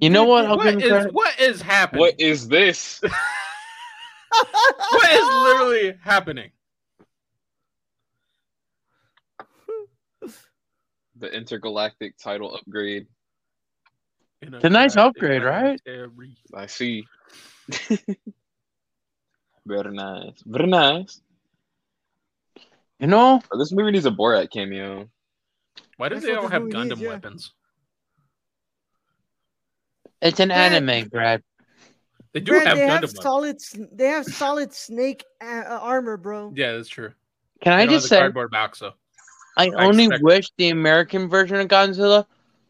[SPEAKER 4] You know what? I'll give
[SPEAKER 3] What
[SPEAKER 4] him
[SPEAKER 3] is
[SPEAKER 4] credit.
[SPEAKER 3] what is happening?
[SPEAKER 5] What is this?
[SPEAKER 3] what is literally happening?
[SPEAKER 5] The intergalactic title upgrade.
[SPEAKER 3] In a
[SPEAKER 4] It's a nice
[SPEAKER 3] crowded
[SPEAKER 4] upgrade, right?
[SPEAKER 3] planetary-
[SPEAKER 5] I see. Very nice. Very nice.
[SPEAKER 4] You know,
[SPEAKER 5] Oh, this movie needs a Borat cameo.
[SPEAKER 3] Why do
[SPEAKER 2] That's
[SPEAKER 3] they
[SPEAKER 2] what
[SPEAKER 3] all
[SPEAKER 2] this
[SPEAKER 3] have
[SPEAKER 2] movie
[SPEAKER 3] Gundam
[SPEAKER 2] needs, yeah.
[SPEAKER 3] weapons?
[SPEAKER 4] it's an
[SPEAKER 2] Brad-
[SPEAKER 4] anime, Brad.
[SPEAKER 3] They do
[SPEAKER 2] Brad,
[SPEAKER 3] have
[SPEAKER 2] they
[SPEAKER 3] Gundam
[SPEAKER 2] have
[SPEAKER 3] weapons.
[SPEAKER 2] solid. sn- They have solid snake a- uh, armor, bro.
[SPEAKER 3] Yeah, that's true.
[SPEAKER 4] Can
[SPEAKER 3] They
[SPEAKER 4] I
[SPEAKER 3] don't
[SPEAKER 4] just
[SPEAKER 3] have the
[SPEAKER 4] say,
[SPEAKER 3] cardboard box though.
[SPEAKER 4] I
[SPEAKER 3] I
[SPEAKER 4] only
[SPEAKER 3] expect-
[SPEAKER 4] wish the American version of Godzilla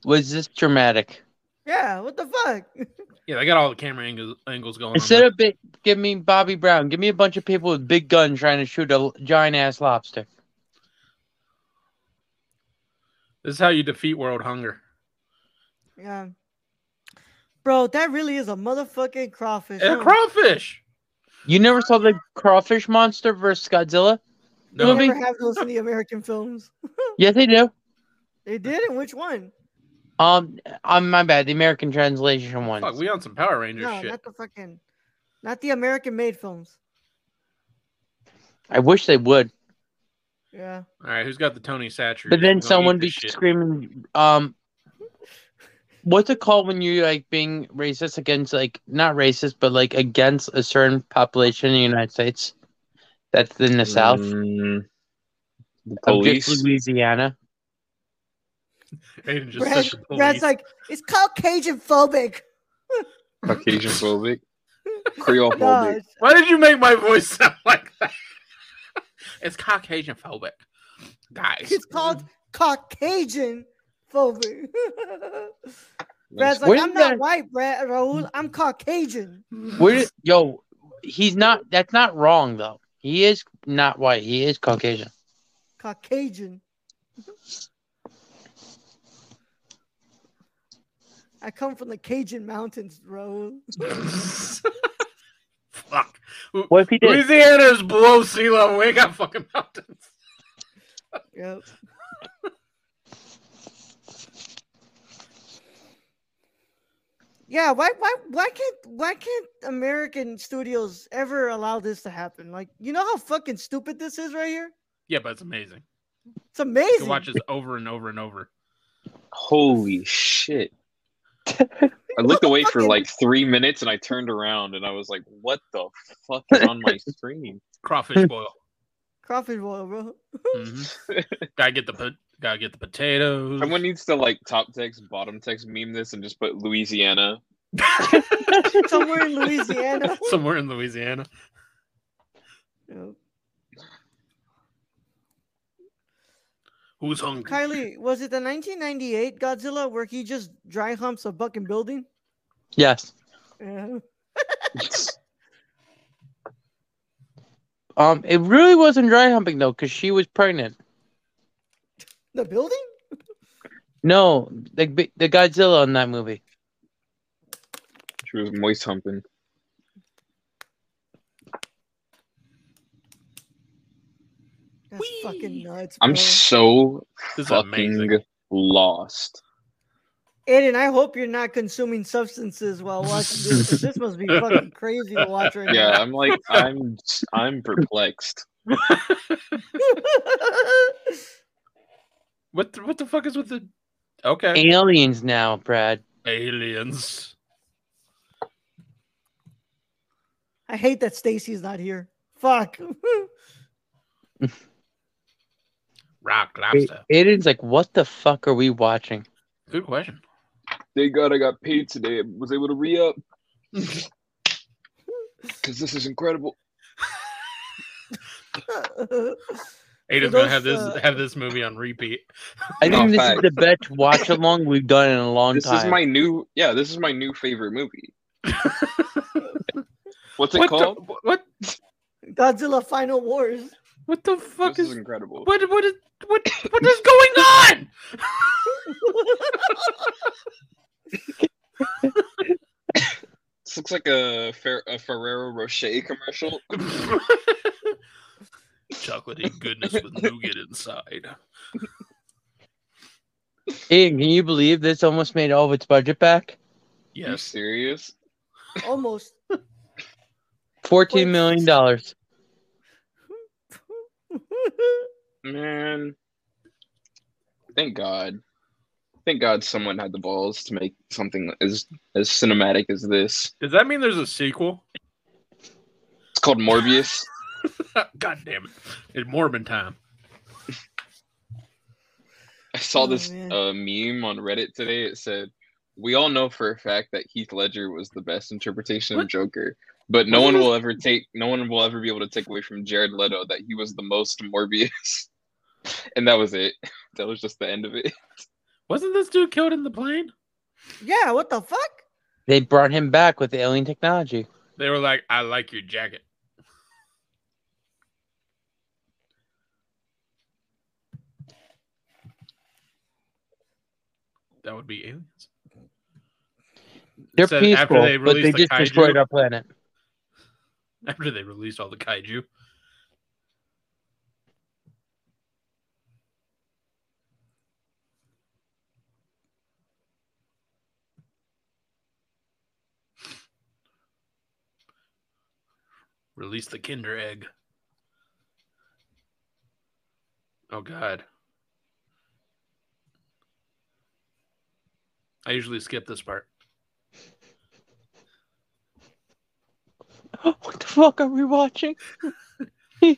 [SPEAKER 4] was this dramatic.
[SPEAKER 2] Yeah. What the fuck?
[SPEAKER 3] Yeah, they got all the camera angles, angles going.
[SPEAKER 4] Instead
[SPEAKER 3] on
[SPEAKER 4] of big, give me Bobby Brown, give me a bunch of people with big guns trying to shoot a giant ass lobster.
[SPEAKER 3] there. this is how you defeat world hunger.
[SPEAKER 2] Yeah. Bro, that really is a motherfucking crawfish.
[SPEAKER 3] And
[SPEAKER 2] huh?
[SPEAKER 3] a crawfish.
[SPEAKER 4] You never saw the crawfish monster versus Godzilla?
[SPEAKER 2] They
[SPEAKER 3] No,
[SPEAKER 4] Movie?
[SPEAKER 2] never have those in the American films.
[SPEAKER 4] Yes, they do.
[SPEAKER 2] They did, and which one?
[SPEAKER 4] Um, um, my bad. The American translation one.
[SPEAKER 3] fuck, we on some Power Rangers
[SPEAKER 2] No,
[SPEAKER 3] shit.
[SPEAKER 2] not the fucking, not the American-made films.
[SPEAKER 4] I wish they would,
[SPEAKER 2] Yeah.
[SPEAKER 3] All right, who's got the Tony Satcher?
[SPEAKER 4] but
[SPEAKER 3] Gonna
[SPEAKER 4] then
[SPEAKER 3] eat
[SPEAKER 4] someone be
[SPEAKER 3] this shit.
[SPEAKER 4] screaming, um, what's it called when you're like being racist against like not racist, but like against a certain population in the United States? That's in the South,
[SPEAKER 5] Mm, the
[SPEAKER 4] of just
[SPEAKER 5] police.
[SPEAKER 4] Louisiana.
[SPEAKER 3] Aiden just
[SPEAKER 2] Brad,
[SPEAKER 3] said the police.
[SPEAKER 2] Brad's like, it's called Cajun phobic.
[SPEAKER 5] Caucasian phobic, Creole
[SPEAKER 2] No,
[SPEAKER 5] phobic.
[SPEAKER 2] it's-
[SPEAKER 3] Why did you make my voice sound like that? it's Caucasian phobic, guys.
[SPEAKER 2] it's called Caucasian phobic. Brad's
[SPEAKER 5] That's-
[SPEAKER 2] like,
[SPEAKER 4] Where
[SPEAKER 2] I'm
[SPEAKER 4] did
[SPEAKER 2] not
[SPEAKER 4] that-
[SPEAKER 2] white, Brad Raul. I'm Caucasian.
[SPEAKER 4] Where yo, he's not. That's not wrong though. He is not white. He is Caucasian.
[SPEAKER 2] Caucasian. I come from the Cajun mountains, Raul.
[SPEAKER 3] Fuck.
[SPEAKER 4] What if he did?
[SPEAKER 3] Louisiana is below sea level. We ain't got fucking mountains.
[SPEAKER 2] Yep. Yeah, why why why can't why can't American studios ever allow this to happen? Like, you know how fucking stupid this is right here?
[SPEAKER 3] Yeah, but it's amazing.
[SPEAKER 2] It's
[SPEAKER 3] You
[SPEAKER 2] amazing.
[SPEAKER 3] can watch this over and over and over.
[SPEAKER 5] Holy shit. I looked away for like three minutes and I turned around and I was like, what the fuck is on my screen?
[SPEAKER 3] Crawfish boil.
[SPEAKER 2] Crawfish boil, bro.
[SPEAKER 3] hmm gotta get the po- gotta get the potatoes.
[SPEAKER 5] Someone needs to like top text, bottom text meme this and just put Louisiana.
[SPEAKER 2] Somewhere in Louisiana.
[SPEAKER 3] Somewhere in Louisiana.
[SPEAKER 2] Yep.
[SPEAKER 3] Who's hungry?
[SPEAKER 2] Kylie, was it the 1998 Godzilla where he just dry humps a fucking building?
[SPEAKER 4] Yes.
[SPEAKER 2] Yeah.
[SPEAKER 4] Um, it really wasn't dry humping though, because she was pregnant.
[SPEAKER 2] The building?
[SPEAKER 4] No, like the, the Godzilla in that movie.
[SPEAKER 5] She was moist humping.
[SPEAKER 2] That's fucking nuts. Bro.
[SPEAKER 5] I'm so
[SPEAKER 3] This is
[SPEAKER 5] fucking
[SPEAKER 3] amazing.
[SPEAKER 5] lost.
[SPEAKER 2] Aiden, I hope you're not consuming substances while watching this. 'cause This must be fucking crazy to watch right
[SPEAKER 5] Yeah, I'm like, I'm, I'm perplexed.
[SPEAKER 2] now.
[SPEAKER 3] What the, what the fuck is with the okay
[SPEAKER 4] Aliens now, Brad.
[SPEAKER 3] aliens?
[SPEAKER 2] I hate that Stacy's not here. Fuck.
[SPEAKER 3] Rock lobster.
[SPEAKER 4] Aiden's like, what the fuck are we watching?
[SPEAKER 3] Good question.
[SPEAKER 5] Thank God I got paid today. I was able to re up. Because this is incredible.
[SPEAKER 3] Aiden's
[SPEAKER 2] those,
[SPEAKER 3] gonna have this
[SPEAKER 2] uh,
[SPEAKER 3] have this movie on repeat.
[SPEAKER 4] I
[SPEAKER 5] No,
[SPEAKER 3] Oh,
[SPEAKER 4] think this
[SPEAKER 5] fact.
[SPEAKER 4] is the best watch along we've done in a long
[SPEAKER 5] This
[SPEAKER 4] time.
[SPEAKER 5] is my new, yeah, this is my new favorite movie. What's it
[SPEAKER 3] what
[SPEAKER 5] called?
[SPEAKER 3] the, what
[SPEAKER 2] Godzilla Final Wars.
[SPEAKER 3] what the fuck
[SPEAKER 5] this
[SPEAKER 3] is
[SPEAKER 5] is incredible.
[SPEAKER 3] what what is what what is going on?
[SPEAKER 5] This looks like a, Fer- a Ferrero Rocher commercial.
[SPEAKER 3] Chocolatey goodness with nougat inside.
[SPEAKER 4] Aiden, can you believe this almost made all of its budget back?
[SPEAKER 5] You
[SPEAKER 3] Yes,
[SPEAKER 5] serious?
[SPEAKER 2] Almost.
[SPEAKER 4] Fourteen million dollars.
[SPEAKER 5] Man. Thank God. Thank God someone had the balls to make something as as cinematic as this.
[SPEAKER 3] does that mean there's a sequel?
[SPEAKER 5] It's called Morbius.
[SPEAKER 3] God damn it! It's Mormon time.
[SPEAKER 5] I saw
[SPEAKER 2] Oh,
[SPEAKER 5] this
[SPEAKER 2] man.
[SPEAKER 5] uh, meme on Reddit today. It said, "We all know for a fact that Heath Ledger was the best interpretation of
[SPEAKER 3] What?
[SPEAKER 5] Joker, but no
[SPEAKER 3] Wasn't
[SPEAKER 5] one will ever take no one will ever be able to take away from Jared Leto that he was the most Morbius." and that was it. That was just the end of it.
[SPEAKER 3] Wasn't this dude killed in the plane?
[SPEAKER 2] Yeah, what the fuck?
[SPEAKER 4] They brought him back with alien technology.
[SPEAKER 3] They were like, "I like your jacket." That would be aliens.
[SPEAKER 4] They're
[SPEAKER 3] Said after
[SPEAKER 4] peaceful,
[SPEAKER 3] they
[SPEAKER 4] but they
[SPEAKER 3] released the
[SPEAKER 4] just destroyed
[SPEAKER 3] kaiju.
[SPEAKER 4] our planet.
[SPEAKER 3] After they released all the kaiju, release the Kinder Egg. Oh God! I usually skip this part.
[SPEAKER 4] What the fuck are we watching?
[SPEAKER 3] I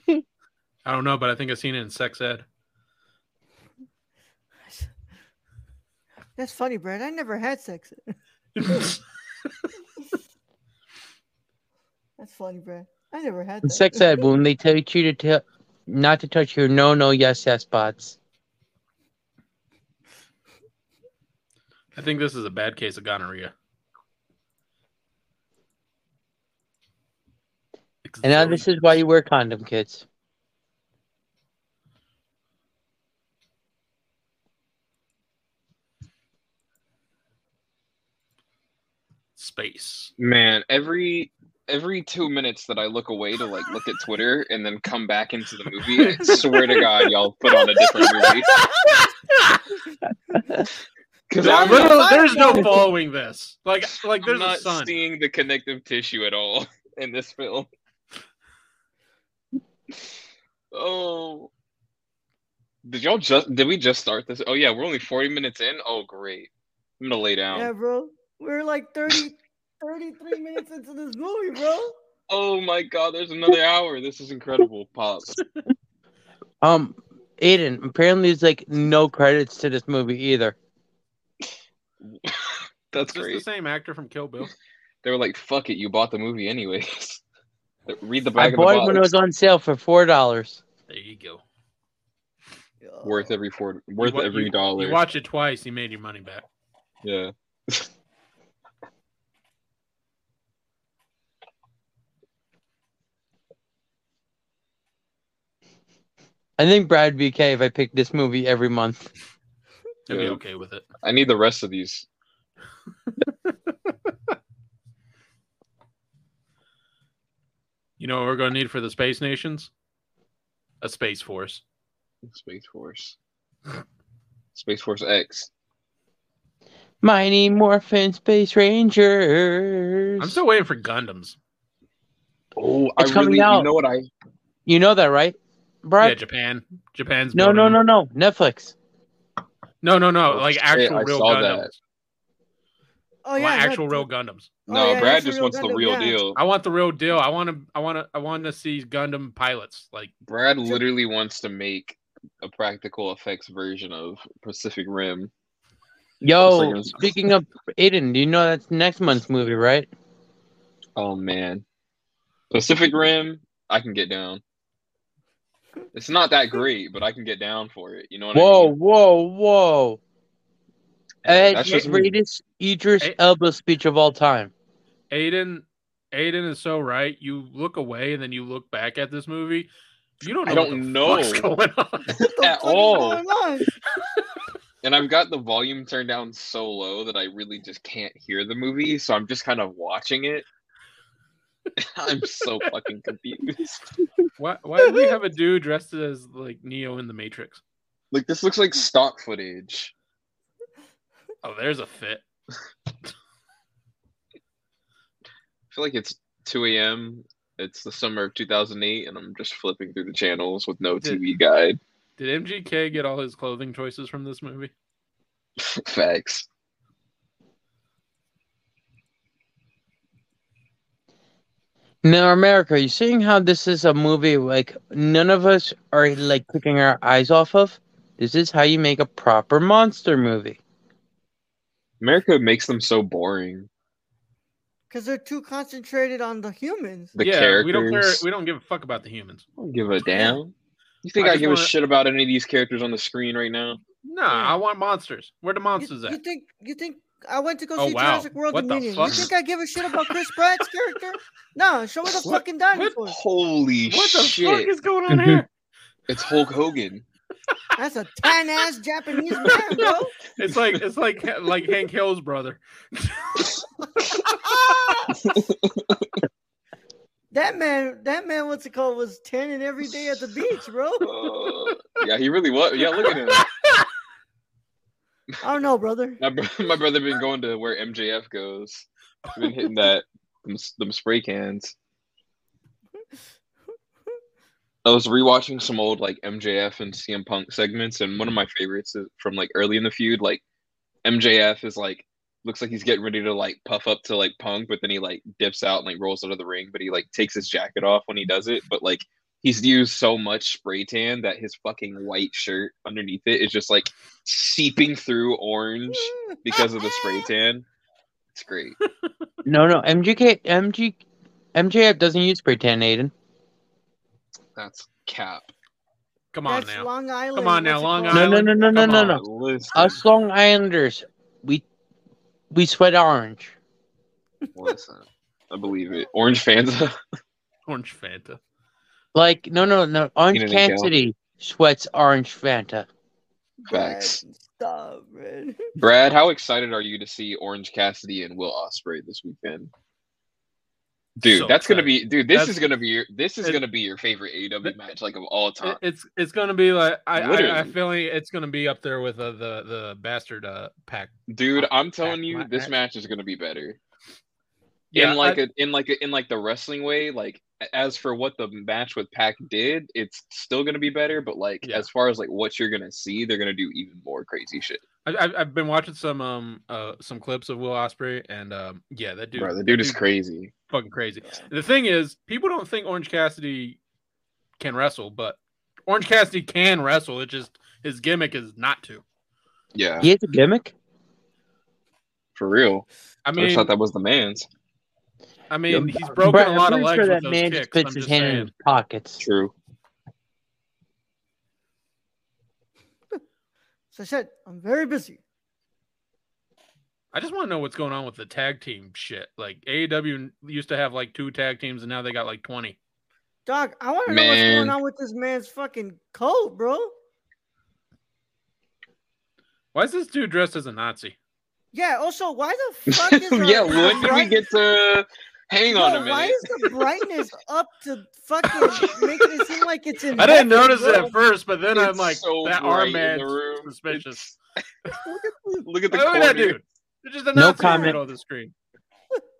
[SPEAKER 3] don't know, but I think I've seen it in sex ed.
[SPEAKER 2] That's funny, Brad. I never had sex. That's funny, Brad. I never had
[SPEAKER 4] In
[SPEAKER 2] that.
[SPEAKER 4] sex ed, when they tell you to tell, not to touch your no, no, yes, yes spots.
[SPEAKER 3] I think this is a bad case of gonorrhea.
[SPEAKER 4] And now this is why you wear condom, kids.
[SPEAKER 3] space.
[SPEAKER 5] Man, every every two minutes that I look away to like look at Twitter and then come back into the movie, I swear to God, y'all put on a different movie. Because
[SPEAKER 3] There-
[SPEAKER 5] I'm,
[SPEAKER 3] there-
[SPEAKER 5] not,
[SPEAKER 3] there's no following this. Like, like
[SPEAKER 5] I'm
[SPEAKER 3] there's a
[SPEAKER 5] not
[SPEAKER 3] sun.
[SPEAKER 5] seeing the connective tissue at all in this film. Oh, did y'all just did we just start this? Oh yeah, we're only forty minutes in. Oh great, I'm gonna lay down.
[SPEAKER 2] Yeah, bro. We're like 30, 33 minutes into this movie, bro.
[SPEAKER 5] Oh my God, there's another hour. This is incredible, Pop.
[SPEAKER 4] Um, Aiden, apparently there's like no credits to this movie either.
[SPEAKER 5] That's
[SPEAKER 3] Just
[SPEAKER 5] great.
[SPEAKER 3] the same actor from Kill Bill.
[SPEAKER 5] They were like, "Fuck it, you bought the movie anyways." Read the
[SPEAKER 4] I
[SPEAKER 5] back of the
[SPEAKER 4] bought it
[SPEAKER 5] box.
[SPEAKER 4] when it was on sale for four dollars.
[SPEAKER 3] There you go.
[SPEAKER 5] worth every four, worth
[SPEAKER 3] wa-
[SPEAKER 5] every dollar.
[SPEAKER 3] You watch it twice, you made your money back.
[SPEAKER 5] yeah.
[SPEAKER 4] I think Brad would be okay if I picked this movie every month.
[SPEAKER 3] You'll
[SPEAKER 5] Yeah.
[SPEAKER 3] be okay with it.
[SPEAKER 5] I need the rest of these.
[SPEAKER 3] You know what we're gonna need for the space nations? A space force.
[SPEAKER 5] Space Force. Space Force X.
[SPEAKER 4] Mighty Morphin Space Rangers.
[SPEAKER 3] I'm still waiting for Gundams.
[SPEAKER 5] Oh,
[SPEAKER 4] It's
[SPEAKER 5] I
[SPEAKER 4] coming
[SPEAKER 5] really. You
[SPEAKER 4] out.
[SPEAKER 5] know what I?
[SPEAKER 2] Oh,
[SPEAKER 4] You know that, right, Brad?
[SPEAKER 3] Yeah, Japan. Japan's
[SPEAKER 4] no, no,
[SPEAKER 3] building
[SPEAKER 4] no, no. Netflix.
[SPEAKER 3] No, no, no.
[SPEAKER 5] Oh,
[SPEAKER 3] like
[SPEAKER 5] shit,
[SPEAKER 3] actual
[SPEAKER 5] I
[SPEAKER 3] real
[SPEAKER 5] saw
[SPEAKER 3] Gundams.
[SPEAKER 5] that.
[SPEAKER 2] Oh
[SPEAKER 3] I
[SPEAKER 2] yeah,
[SPEAKER 3] want
[SPEAKER 2] that-
[SPEAKER 3] actual real Gundams.
[SPEAKER 2] Oh,
[SPEAKER 5] No,
[SPEAKER 2] yeah,
[SPEAKER 5] Brad
[SPEAKER 2] that's a
[SPEAKER 5] just
[SPEAKER 2] real
[SPEAKER 5] wants the
[SPEAKER 2] Gundam,
[SPEAKER 5] real
[SPEAKER 2] yeah.
[SPEAKER 5] deal.
[SPEAKER 3] I want the real deal. I want to. I want to. I want to see Gundam pilots. Like
[SPEAKER 5] Brad literally wants to make a practical effects version of Pacific Rim.
[SPEAKER 4] Yo,
[SPEAKER 5] Just like-
[SPEAKER 4] speaking of Aiden, do you know that's next month's movie, right?
[SPEAKER 5] Oh man, Pacific Rim. I can get down. It's not that great, but I can get down for it. You know what I
[SPEAKER 4] Whoa,
[SPEAKER 5] mean?
[SPEAKER 4] whoa, whoa. That's
[SPEAKER 5] And that's
[SPEAKER 4] the
[SPEAKER 5] just me.
[SPEAKER 4] greatest Idris
[SPEAKER 3] Hey.
[SPEAKER 4] Elba speech of all time.
[SPEAKER 3] Aiden. Aiden is so right. You look away and then you look back at this movie. You don't know.
[SPEAKER 5] I don't
[SPEAKER 3] what the
[SPEAKER 5] know.
[SPEAKER 3] Fuck's going on.
[SPEAKER 2] What the
[SPEAKER 5] at
[SPEAKER 2] fuck is
[SPEAKER 5] all.
[SPEAKER 2] going on?
[SPEAKER 5] and I've got the volume turned down so low that I really just can't hear the movie, so I'm just kind of watching it. I'm so fucking confused.
[SPEAKER 3] Why? Why do we have a dude dressed as like Neo in the Matrix?
[SPEAKER 5] Like this looks like stock footage.
[SPEAKER 3] Oh, there's a fit.
[SPEAKER 5] I feel like it's 2 a.m. It's the summer of 2008, and I'm just flipping through the channels with no
[SPEAKER 3] Did-
[SPEAKER 5] TV guide.
[SPEAKER 3] Did MGK get all his clothing choices from this movie?
[SPEAKER 5] Facts.
[SPEAKER 4] Now, America, are you seeing how this is a movie like none of us are like picking our eyes off of? This is how you make a proper monster movie.
[SPEAKER 5] America makes them so boring.
[SPEAKER 2] Because they're too concentrated on the humans.
[SPEAKER 5] The
[SPEAKER 3] yeah,
[SPEAKER 5] characters.
[SPEAKER 3] we don't care. We don't give a fuck about the humans.
[SPEAKER 5] I don't give a damn. You think
[SPEAKER 3] I
[SPEAKER 5] I,
[SPEAKER 3] just
[SPEAKER 5] give
[SPEAKER 3] wanna-
[SPEAKER 5] a shit about any of these characters on the screen right now?
[SPEAKER 3] Nah, I want monsters. Where the
[SPEAKER 2] You,
[SPEAKER 3] monsters
[SPEAKER 2] you
[SPEAKER 3] at?
[SPEAKER 2] think you think I went to go
[SPEAKER 3] Oh,
[SPEAKER 2] see
[SPEAKER 3] wow.
[SPEAKER 2] Jurassic World
[SPEAKER 3] What the
[SPEAKER 2] Dominion? You
[SPEAKER 3] fuck?
[SPEAKER 2] think I give a shit about Chris Pratt's character? No, show me the
[SPEAKER 3] What-
[SPEAKER 2] fucking dinosaurs.
[SPEAKER 5] Holy
[SPEAKER 3] What the
[SPEAKER 5] shit!
[SPEAKER 3] fuck is going on here?
[SPEAKER 5] It's Hulk Hogan.
[SPEAKER 2] That's a tan ass Japanese man, bro.
[SPEAKER 3] It's like it's like like Hank Hill's brother.
[SPEAKER 2] That man, that man, what's it called, was tanning every day at the beach, bro.
[SPEAKER 5] Uh, yeah, he really was. Yeah, look at him.
[SPEAKER 2] I don't know, brother.
[SPEAKER 5] My, bro- my brother been going to where MJF goes. He Been hitting that them, them spray cans. I was rewatching some old like MJF and CM Punk segments, and one of my favorites is from like early in the feud. Like MJF is like looks like he's getting ready to like puff up to like Punk, but then he like dips out and like rolls out of the ring. But he like takes his jacket off when he does it. But like he's used so much spray tan that his fucking white shirt underneath it is just like seeping through orange because of the spray tan. It's great.
[SPEAKER 4] No, no, MGK, MG, MJF doesn't use spray tan, Aiden.
[SPEAKER 5] That's cap.
[SPEAKER 3] Come on
[SPEAKER 2] That's
[SPEAKER 3] now.
[SPEAKER 2] Long Island.
[SPEAKER 3] on now,
[SPEAKER 2] what's it
[SPEAKER 3] Long
[SPEAKER 2] called?
[SPEAKER 4] No, no, no, no, no,
[SPEAKER 3] Come
[SPEAKER 4] no,
[SPEAKER 3] on.
[SPEAKER 4] no.
[SPEAKER 5] Listen,
[SPEAKER 4] Us Long Islanders, we we sweat orange.
[SPEAKER 5] listen. I believe it. Orange Fanta.
[SPEAKER 3] Orange Fanta.
[SPEAKER 4] Like no, no, no. Orange
[SPEAKER 5] Peanut and
[SPEAKER 4] Kansas
[SPEAKER 5] Gal.
[SPEAKER 4] City sweats orange Fanta.
[SPEAKER 5] Facts.
[SPEAKER 2] Brad, Stop, man.
[SPEAKER 5] Brad, how excited are you to see Orange Cassidy and Will Osprey this weekend? Dude,
[SPEAKER 3] So
[SPEAKER 5] that's gonna
[SPEAKER 3] excited.
[SPEAKER 5] be dude. This
[SPEAKER 3] That's-
[SPEAKER 5] is gonna be your this is
[SPEAKER 3] it-
[SPEAKER 5] gonna be your favorite AEW match like of all time.
[SPEAKER 3] It- it's it's gonna be like I I, I
[SPEAKER 5] Literally.
[SPEAKER 3] feel like it's gonna be up there with uh, the the bastard uh, pack.
[SPEAKER 5] Dude, I'm telling you,
[SPEAKER 3] my-
[SPEAKER 5] this
[SPEAKER 3] I-
[SPEAKER 5] match is gonna be better.
[SPEAKER 3] Yeah,
[SPEAKER 5] in like a in like a, in like the wrestling way. Like as for what the match with Pac did, it's still gonna be better. But like
[SPEAKER 3] Yeah.
[SPEAKER 5] as far as like what you're gonna see, they're gonna do even more crazy shit.
[SPEAKER 3] I, I, I've been watching some um uh some clips of Will Osprey and um yeah that dude
[SPEAKER 5] Bro, the
[SPEAKER 3] that
[SPEAKER 5] dude is crazy.
[SPEAKER 3] fucking crazy. The thing is, people don't think Orange Cassidy can wrestle, but Orange Cassidy can wrestle. It just his gimmick is not to.
[SPEAKER 5] Yeah,
[SPEAKER 4] He has a gimmick.
[SPEAKER 5] for real.
[SPEAKER 3] I
[SPEAKER 5] I,
[SPEAKER 3] mean,
[SPEAKER 5] just thought that was the man's.
[SPEAKER 3] I mean,
[SPEAKER 5] Yeah.
[SPEAKER 3] he's broken
[SPEAKER 4] Brad,
[SPEAKER 3] a
[SPEAKER 4] I'm
[SPEAKER 3] lot of
[SPEAKER 4] pretty
[SPEAKER 3] legs
[SPEAKER 4] sure
[SPEAKER 3] with
[SPEAKER 4] that
[SPEAKER 3] those
[SPEAKER 4] man
[SPEAKER 3] kicks.
[SPEAKER 4] just puts
[SPEAKER 3] I'm
[SPEAKER 4] his
[SPEAKER 3] just
[SPEAKER 4] hand in
[SPEAKER 3] saying.
[SPEAKER 4] his pockets.
[SPEAKER 5] True.
[SPEAKER 2] So I said, I'm very busy.
[SPEAKER 3] I just want to know what's going on with the tag team shit. Like AEW used to have like two tag teams, and now they got like twenty.
[SPEAKER 2] Doc, I want to know what's
[SPEAKER 5] Man.
[SPEAKER 2] going on with this man's fucking coat, bro.
[SPEAKER 3] Why is this dude dressed as a Nazi?
[SPEAKER 2] Yeah. Also, why the fuck is there
[SPEAKER 5] yeah,
[SPEAKER 2] a
[SPEAKER 5] when do we
[SPEAKER 2] bright-
[SPEAKER 5] get to hang on
[SPEAKER 2] Yo,
[SPEAKER 5] a
[SPEAKER 2] Why
[SPEAKER 5] minute?
[SPEAKER 2] is the brightness up to fucking making it seem like it's in?
[SPEAKER 3] I didn't
[SPEAKER 2] heaven,
[SPEAKER 3] notice it
[SPEAKER 2] bro?
[SPEAKER 3] at first, but then I'm
[SPEAKER 5] It's
[SPEAKER 3] like,
[SPEAKER 5] so
[SPEAKER 3] that
[SPEAKER 5] bright
[SPEAKER 3] arm
[SPEAKER 5] in
[SPEAKER 3] man's
[SPEAKER 5] the room.
[SPEAKER 3] suspicious.
[SPEAKER 5] It's- Look at, the- look at the
[SPEAKER 3] Look at that
[SPEAKER 5] corner.
[SPEAKER 3] dude. They're just a
[SPEAKER 4] No
[SPEAKER 3] Nazi in the
[SPEAKER 4] comment.
[SPEAKER 3] middle of the screen.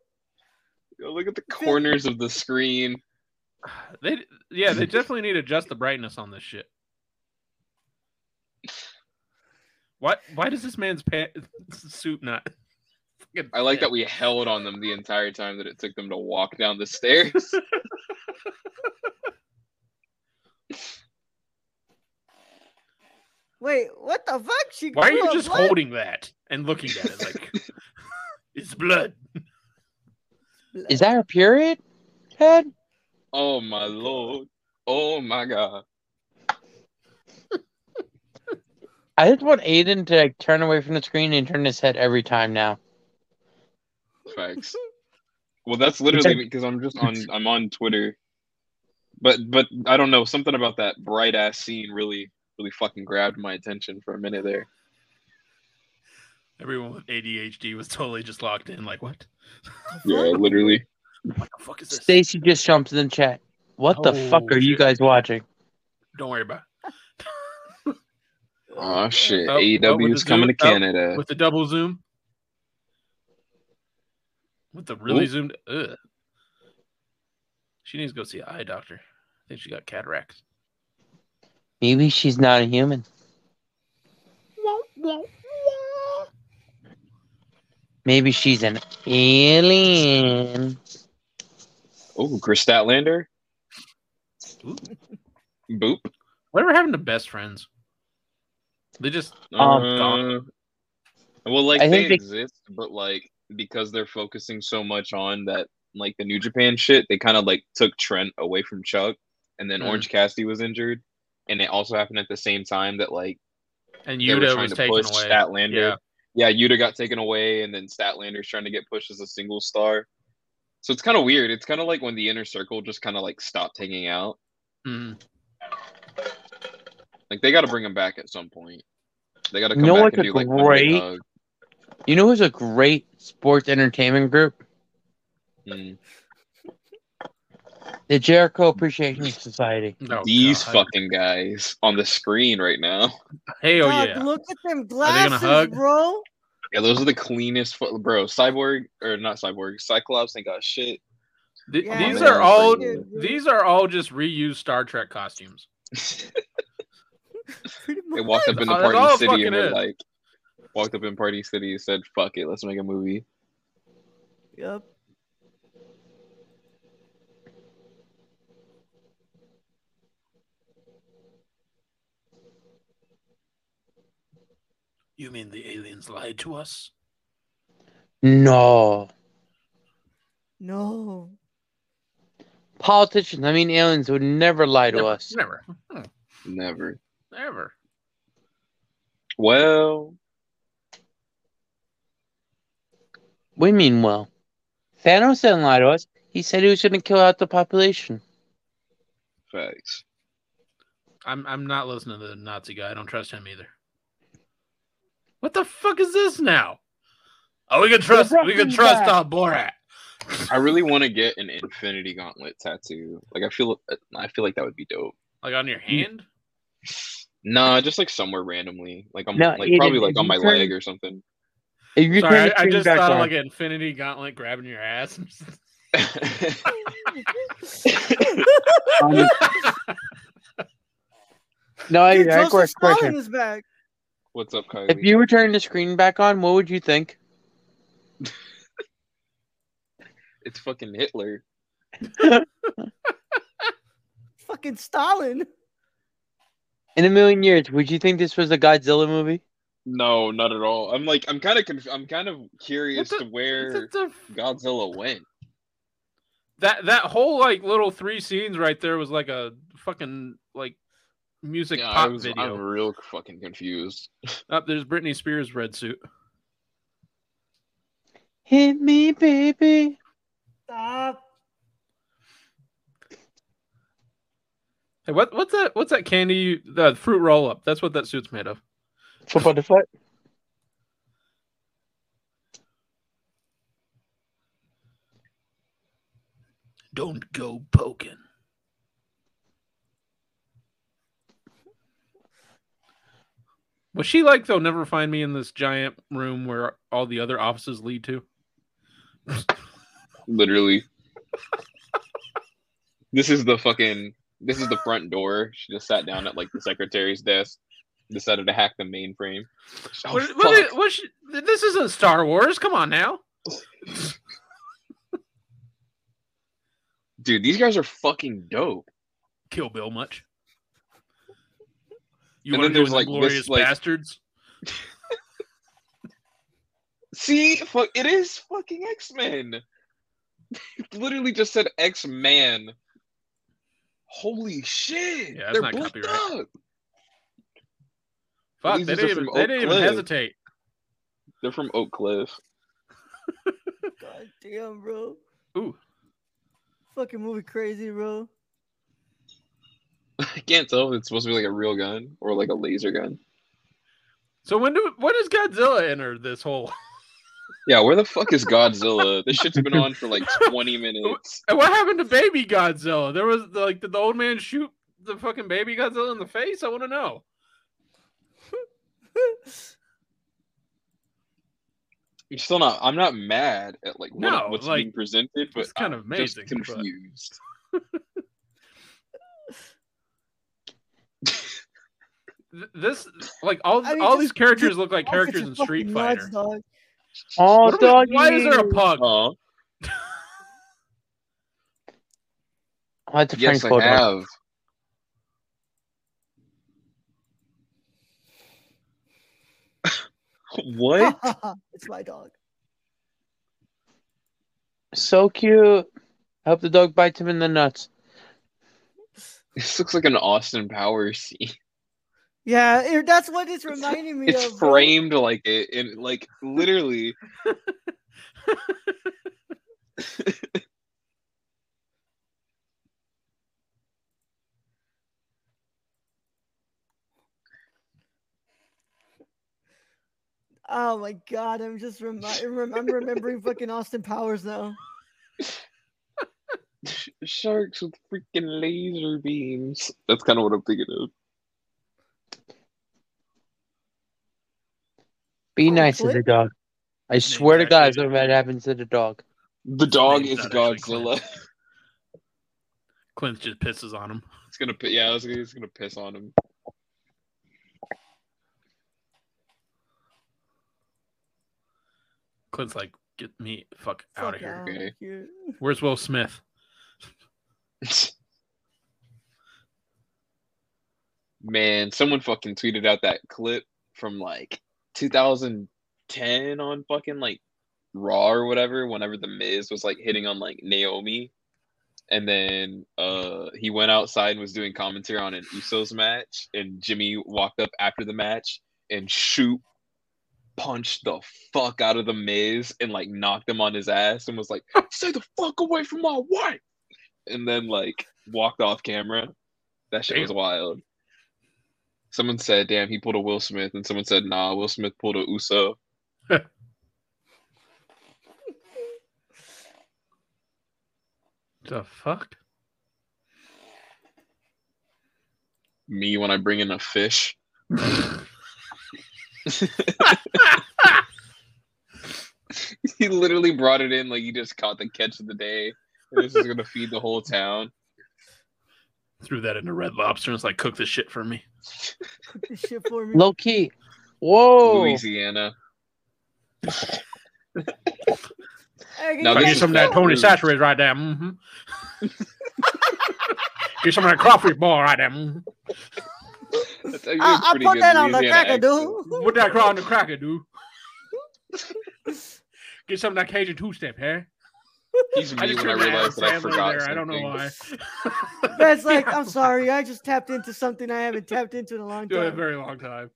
[SPEAKER 5] Yo, Look at the corners of the screen.
[SPEAKER 3] They yeah, they definitely need to adjust the brightness on this shit. Why why does this man's pant suit not? fucking
[SPEAKER 5] I like
[SPEAKER 3] fit?
[SPEAKER 5] that we held on them the entire time that it took them to walk down the stairs.
[SPEAKER 2] Wait, what the fuck? She
[SPEAKER 3] Why are
[SPEAKER 2] grew
[SPEAKER 3] you
[SPEAKER 2] a
[SPEAKER 3] just
[SPEAKER 2] blood?
[SPEAKER 3] holding that and looking at it like it's blood?
[SPEAKER 4] Is that a period? Ted?
[SPEAKER 5] Oh my lord. Oh my god.
[SPEAKER 4] I just want Aiden to like, turn away from the screen and turn his head every time now.
[SPEAKER 5] Facts. Well, that's literally because I'm just on I'm on Twitter. But but I don't know, something about that bright ass scene really really fucking grabbed my attention for a minute there.
[SPEAKER 3] Everyone with ADHD was totally just locked in, like what?
[SPEAKER 5] Yeah, literally.
[SPEAKER 3] What the fuck is this?
[SPEAKER 4] Stacy just jumps in the chat. What the
[SPEAKER 3] Oh,
[SPEAKER 4] fuck are you
[SPEAKER 3] shit.
[SPEAKER 4] guys watching?
[SPEAKER 3] Don't worry about
[SPEAKER 5] Oh shit.
[SPEAKER 3] Oh, oh, with
[SPEAKER 5] AEW's
[SPEAKER 3] the
[SPEAKER 5] coming to
[SPEAKER 3] zoom- oh,
[SPEAKER 5] Canada.
[SPEAKER 3] it. With the double zoom. With the really
[SPEAKER 5] Oop.
[SPEAKER 3] zoomed ugh. She needs to go see an eye doctor. I think she got cataracts.
[SPEAKER 4] Maybe she's not a human. Maybe she's an alien.
[SPEAKER 5] Oh, Chris Statlander.
[SPEAKER 3] Ooh.
[SPEAKER 5] Boop.
[SPEAKER 3] Whatever happened to best friends? They just
[SPEAKER 4] Um,
[SPEAKER 5] Uh, well, like
[SPEAKER 4] I
[SPEAKER 5] they,
[SPEAKER 4] think they-
[SPEAKER 5] exist, but like because they're focusing so much on that, like the New Japan shit, they kind of like took Trent away from Chuck, and then
[SPEAKER 4] Hmm.
[SPEAKER 3] Mm.
[SPEAKER 5] Orange Cassidy was injured, and it also happened at the same time that like
[SPEAKER 3] and
[SPEAKER 5] they were
[SPEAKER 3] Yuta
[SPEAKER 5] trying
[SPEAKER 3] was
[SPEAKER 5] to
[SPEAKER 3] taken away.
[SPEAKER 5] push Statlander. Yeah. Yuta got taken away, and then Statlander's trying to get pushed as a single star. So it's kind of weird. It's kind of like when the inner circle just kind of like stopped hanging out.
[SPEAKER 3] Mhm.
[SPEAKER 5] Like they got to bring them back at some point. They got to
[SPEAKER 4] You
[SPEAKER 5] come
[SPEAKER 4] know
[SPEAKER 5] back
[SPEAKER 4] what's
[SPEAKER 5] and
[SPEAKER 4] a
[SPEAKER 5] do like
[SPEAKER 4] great-
[SPEAKER 5] Hug.
[SPEAKER 4] You know who's a great sports entertainment group?
[SPEAKER 5] Mm.
[SPEAKER 4] The Jericho Appreciation Society.
[SPEAKER 3] Oh,
[SPEAKER 5] These
[SPEAKER 3] God.
[SPEAKER 5] fucking guys on the screen right now.
[SPEAKER 3] Hell
[SPEAKER 2] Doc,
[SPEAKER 3] yeah.
[SPEAKER 2] Look at them
[SPEAKER 3] they gonna
[SPEAKER 2] glasses,
[SPEAKER 3] hug?
[SPEAKER 2] bro.
[SPEAKER 5] Yeah, those are the cleanest foot, bro. Cyborg or not Cyborg, Cyclops ain't got shit.
[SPEAKER 3] Th-
[SPEAKER 2] Yeah,
[SPEAKER 3] these
[SPEAKER 5] man,
[SPEAKER 3] are all
[SPEAKER 5] dude.
[SPEAKER 3] these are all just reused Star Trek costumes.
[SPEAKER 2] Pretty
[SPEAKER 5] they
[SPEAKER 2] much.
[SPEAKER 5] walked up in the
[SPEAKER 3] That's all- that's all
[SPEAKER 5] party
[SPEAKER 3] it
[SPEAKER 5] city
[SPEAKER 3] fucking
[SPEAKER 5] and they're
[SPEAKER 3] is.
[SPEAKER 5] like, walked up in party city and said, "Fuck it, let's make a movie."
[SPEAKER 2] Yep.
[SPEAKER 3] You mean the aliens lied to us?
[SPEAKER 4] No.
[SPEAKER 2] No.
[SPEAKER 4] Politicians, I mean aliens, would never lie to
[SPEAKER 3] never,
[SPEAKER 4] us.
[SPEAKER 3] Never. Hmm,
[SPEAKER 5] Never.
[SPEAKER 3] Never.
[SPEAKER 5] Well,
[SPEAKER 4] We mean well. Thanos didn't lie to us. He said he was going to kill out the population.
[SPEAKER 5] facts.
[SPEAKER 3] I'm I'm not listening to the Nazi guy. I don't trust him either. What the fuck is this now? Oh, we could trust we could
[SPEAKER 4] Russian
[SPEAKER 3] trust
[SPEAKER 4] guy.
[SPEAKER 3] uh, Borat.
[SPEAKER 5] I really want to get an Infinity Gauntlet tattoo. Like I feel, I feel like that would be dope.
[SPEAKER 3] Like on your hand?
[SPEAKER 5] Nah, just like somewhere randomly. Like I'm
[SPEAKER 4] No,
[SPEAKER 5] like
[SPEAKER 4] Aiden,
[SPEAKER 5] probably like
[SPEAKER 4] if
[SPEAKER 5] on
[SPEAKER 4] you
[SPEAKER 5] my
[SPEAKER 4] turn-
[SPEAKER 5] leg or something.
[SPEAKER 4] If you turn
[SPEAKER 3] Sorry, I,
[SPEAKER 4] the
[SPEAKER 3] I
[SPEAKER 4] screen
[SPEAKER 3] just
[SPEAKER 4] back
[SPEAKER 3] thought of
[SPEAKER 4] on-
[SPEAKER 3] like an infinity gauntlet grabbing your ass.
[SPEAKER 4] on the- no, I,
[SPEAKER 2] Dude,
[SPEAKER 4] I
[SPEAKER 2] Joseph
[SPEAKER 4] question.
[SPEAKER 2] Stalin is back.
[SPEAKER 5] What's up, Kylie?
[SPEAKER 4] If you were turning the screen back on, what would you think?
[SPEAKER 5] It's fucking Hitler.
[SPEAKER 2] Fucking Stalin.
[SPEAKER 4] In a million years, would you think this was a Godzilla movie?
[SPEAKER 5] No, not at all. I'm like I'm kind of conf- I'm kind of curious
[SPEAKER 3] What the-
[SPEAKER 5] to where
[SPEAKER 3] It's a-
[SPEAKER 5] Godzilla went.
[SPEAKER 3] that that whole like little three scenes right there was like a fucking like music
[SPEAKER 5] Yeah, I
[SPEAKER 3] pop
[SPEAKER 5] was, I'm
[SPEAKER 3] video.
[SPEAKER 5] real fucking confused.
[SPEAKER 3] Up there's Britney Spears red suit.
[SPEAKER 4] Hit me, baby.
[SPEAKER 2] Stop.
[SPEAKER 3] Hey, what what's that? What's that candy? you- The fruit roll up. That's what that suit's made of.
[SPEAKER 4] Football to foot.
[SPEAKER 3] Don't go poking. Was she like they'll never find me in this giant room where all the other offices lead to?
[SPEAKER 5] Literally. this is the fucking this is the front door. She just sat down at like the secretary's desk, decided to hack the mainframe. Oh,
[SPEAKER 3] What- what
[SPEAKER 5] fuck.
[SPEAKER 3] is- what she- this isn't Star Wars. Come on now.
[SPEAKER 5] Dude, these guys are fucking dope.
[SPEAKER 3] Kill Bill much. You
[SPEAKER 5] And
[SPEAKER 3] want
[SPEAKER 5] then
[SPEAKER 3] to do
[SPEAKER 5] there's,
[SPEAKER 3] like
[SPEAKER 5] like, this,
[SPEAKER 3] glorious
[SPEAKER 5] like-
[SPEAKER 3] bastards?
[SPEAKER 5] See, fuck it is fucking X-Men. Literally just said X-Man. Holy shit.
[SPEAKER 3] Yeah, that's
[SPEAKER 5] They're
[SPEAKER 3] not
[SPEAKER 5] blacked
[SPEAKER 3] copyright.
[SPEAKER 5] up.
[SPEAKER 3] Fuck,
[SPEAKER 5] these
[SPEAKER 3] they
[SPEAKER 5] are
[SPEAKER 3] didn't,
[SPEAKER 5] from
[SPEAKER 3] even, they
[SPEAKER 5] Oak
[SPEAKER 3] didn't even
[SPEAKER 5] Cliff.
[SPEAKER 3] hesitate.
[SPEAKER 5] They're from Oak Cliff.
[SPEAKER 2] God damn, bro.
[SPEAKER 3] Ooh,
[SPEAKER 2] Fucking movie crazy, bro.
[SPEAKER 5] I can't tell if it's supposed to be like a real gun or like a laser gun.
[SPEAKER 3] so when do when does Godzilla enter this whole?
[SPEAKER 5] Yeah, where the fuck is Godzilla? this shit's been on for like 20 minutes.
[SPEAKER 3] And what happened to Baby Godzilla? There was like did the old man shoot the fucking Baby Godzilla in the face? I want to know.
[SPEAKER 5] I'm still not. I'm not mad at like what,
[SPEAKER 3] No,
[SPEAKER 5] what's
[SPEAKER 3] like,
[SPEAKER 5] being presented, but
[SPEAKER 3] It's kind of
[SPEAKER 5] I'm just
[SPEAKER 3] amazing. but-
[SPEAKER 5] confused.
[SPEAKER 3] Th- This like all
[SPEAKER 2] I mean,
[SPEAKER 3] all
[SPEAKER 2] just-
[SPEAKER 3] these characters
[SPEAKER 2] just
[SPEAKER 3] look like
[SPEAKER 2] Outfits
[SPEAKER 3] characters
[SPEAKER 2] are
[SPEAKER 3] in Street
[SPEAKER 2] fucking nuts,
[SPEAKER 3] Fighter.
[SPEAKER 2] dog.
[SPEAKER 4] Oh,
[SPEAKER 3] What are we- why is there a
[SPEAKER 4] doggy.
[SPEAKER 3] pug?
[SPEAKER 5] Aw.
[SPEAKER 4] Oh, that's a
[SPEAKER 5] yes,
[SPEAKER 4] Frank
[SPEAKER 5] I
[SPEAKER 4] Fodor.
[SPEAKER 5] have. what?
[SPEAKER 2] it's my dog.
[SPEAKER 4] So cute. I hope the dog bites him in the nuts.
[SPEAKER 5] This looks like an Austin Powers scene.
[SPEAKER 2] Yeah, it, that's what it's reminding me
[SPEAKER 5] It's
[SPEAKER 2] of. bro.
[SPEAKER 5] framed like it, and like literally,
[SPEAKER 2] Oh my god, I'm just remi- rem- I'm remembering fucking Austin Powers now.
[SPEAKER 5] sharks with freaking laser beams. That's kind of what I'm thinking of.
[SPEAKER 4] Be
[SPEAKER 2] Oh,
[SPEAKER 4] nice to
[SPEAKER 2] Clint?
[SPEAKER 4] the dog. I swear to God,
[SPEAKER 3] actually-
[SPEAKER 4] if something bad happens to the dog.
[SPEAKER 5] The dog
[SPEAKER 3] name's
[SPEAKER 5] is
[SPEAKER 3] not actually Clint.
[SPEAKER 5] Godzilla.
[SPEAKER 3] Clint just pisses on him.
[SPEAKER 5] It's gonna, pi- yeah, I was gonna, it's gonna piss on him.
[SPEAKER 3] Clint's like, get me fuck out
[SPEAKER 2] Fuck
[SPEAKER 3] of here.
[SPEAKER 2] outta
[SPEAKER 5] okay.
[SPEAKER 2] here.
[SPEAKER 3] Where's Will Smith?
[SPEAKER 5] Man, someone fucking tweeted out that clip from like 2010 on fucking like Raw or whatever. Whenever the Miz was like hitting on like Naomi, and then uh he went outside and was doing commentary on an Usos match, and Jimmy walked up after the match and shoot punched the fuck out of the Miz and like knocked him on his ass and was like, "Stay the fuck away from my wife," and then like walked off camera. That shit was
[SPEAKER 3] Damn.
[SPEAKER 5] wild. Someone said, "Damn, he pulled a Will Smith," and someone said, "Nah, Will Smith pulled a Uso."
[SPEAKER 3] The fuck?
[SPEAKER 5] Me when I bring in a fish. he literally brought it in like he just caught the catch of the day. And this is gonna feed the whole town.
[SPEAKER 3] Threw that into Red Lobster and it's like, cook this shit for me.
[SPEAKER 2] Cook this shit for me.
[SPEAKER 4] Low key.
[SPEAKER 5] Oh.
[SPEAKER 4] Whoa.
[SPEAKER 5] Louisiana.
[SPEAKER 2] Hey,
[SPEAKER 5] Now
[SPEAKER 2] you
[SPEAKER 3] If I get
[SPEAKER 5] this is
[SPEAKER 2] guys
[SPEAKER 3] some of that
[SPEAKER 5] so
[SPEAKER 2] know-
[SPEAKER 3] Tony
[SPEAKER 5] rude.
[SPEAKER 3] Saturated right there. Mm-hmm. get some of that crawfish ball right there. mhm.
[SPEAKER 5] That's actually a
[SPEAKER 2] I, I
[SPEAKER 5] pretty
[SPEAKER 2] put
[SPEAKER 5] good
[SPEAKER 2] that on the
[SPEAKER 5] Louisiana
[SPEAKER 2] cracker,
[SPEAKER 5] accent.
[SPEAKER 2] dude.
[SPEAKER 3] Put that craw on the cracker, dude. Get some of that Cajun two step, huh?
[SPEAKER 5] He's me when I
[SPEAKER 3] turned my
[SPEAKER 5] realized that I
[SPEAKER 3] accent
[SPEAKER 5] forgot
[SPEAKER 3] there.
[SPEAKER 5] something.
[SPEAKER 3] I don't know why.
[SPEAKER 2] That's like, I'm sorry, I just tapped into something I haven't tapped into in a long
[SPEAKER 3] Do it a
[SPEAKER 2] time.
[SPEAKER 3] very long time.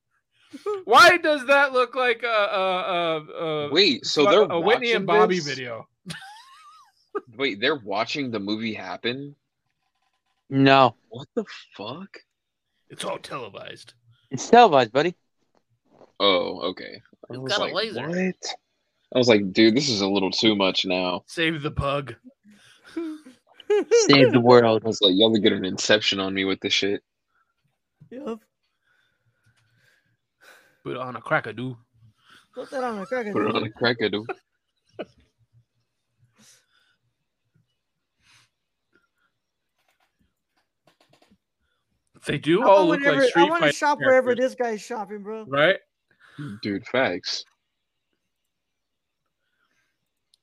[SPEAKER 3] Why does that look like a uh uh uh
[SPEAKER 5] Wait, so
[SPEAKER 3] a-
[SPEAKER 5] they're
[SPEAKER 3] a Whitney and
[SPEAKER 5] watching
[SPEAKER 3] Bobby
[SPEAKER 5] this?
[SPEAKER 3] video?
[SPEAKER 5] Wait, they're watching the movie happen.
[SPEAKER 4] No.
[SPEAKER 5] What the fuck?
[SPEAKER 3] It's all televised.
[SPEAKER 4] It's televised, buddy.
[SPEAKER 5] Oh, okay. I was
[SPEAKER 3] got a
[SPEAKER 5] like,
[SPEAKER 3] laser?
[SPEAKER 5] What? I was like, dude, this is a little too much now.
[SPEAKER 3] Save the pug.
[SPEAKER 4] Save the world.
[SPEAKER 5] I was like, y'all are getting an inception on me with this shit.
[SPEAKER 2] Yep.
[SPEAKER 3] Put it on a cracker, dude.
[SPEAKER 2] Put that on the cracker,
[SPEAKER 5] Put it on
[SPEAKER 2] dude.
[SPEAKER 5] a cracker, dude.
[SPEAKER 3] They do
[SPEAKER 2] I
[SPEAKER 3] all
[SPEAKER 2] want
[SPEAKER 3] look
[SPEAKER 2] whenever-
[SPEAKER 3] like
[SPEAKER 2] I
[SPEAKER 3] Street
[SPEAKER 2] want
[SPEAKER 3] Fighter
[SPEAKER 2] to shop wherever
[SPEAKER 3] characters,
[SPEAKER 2] this guy's shopping, bro.
[SPEAKER 3] right?
[SPEAKER 5] Dude, facts.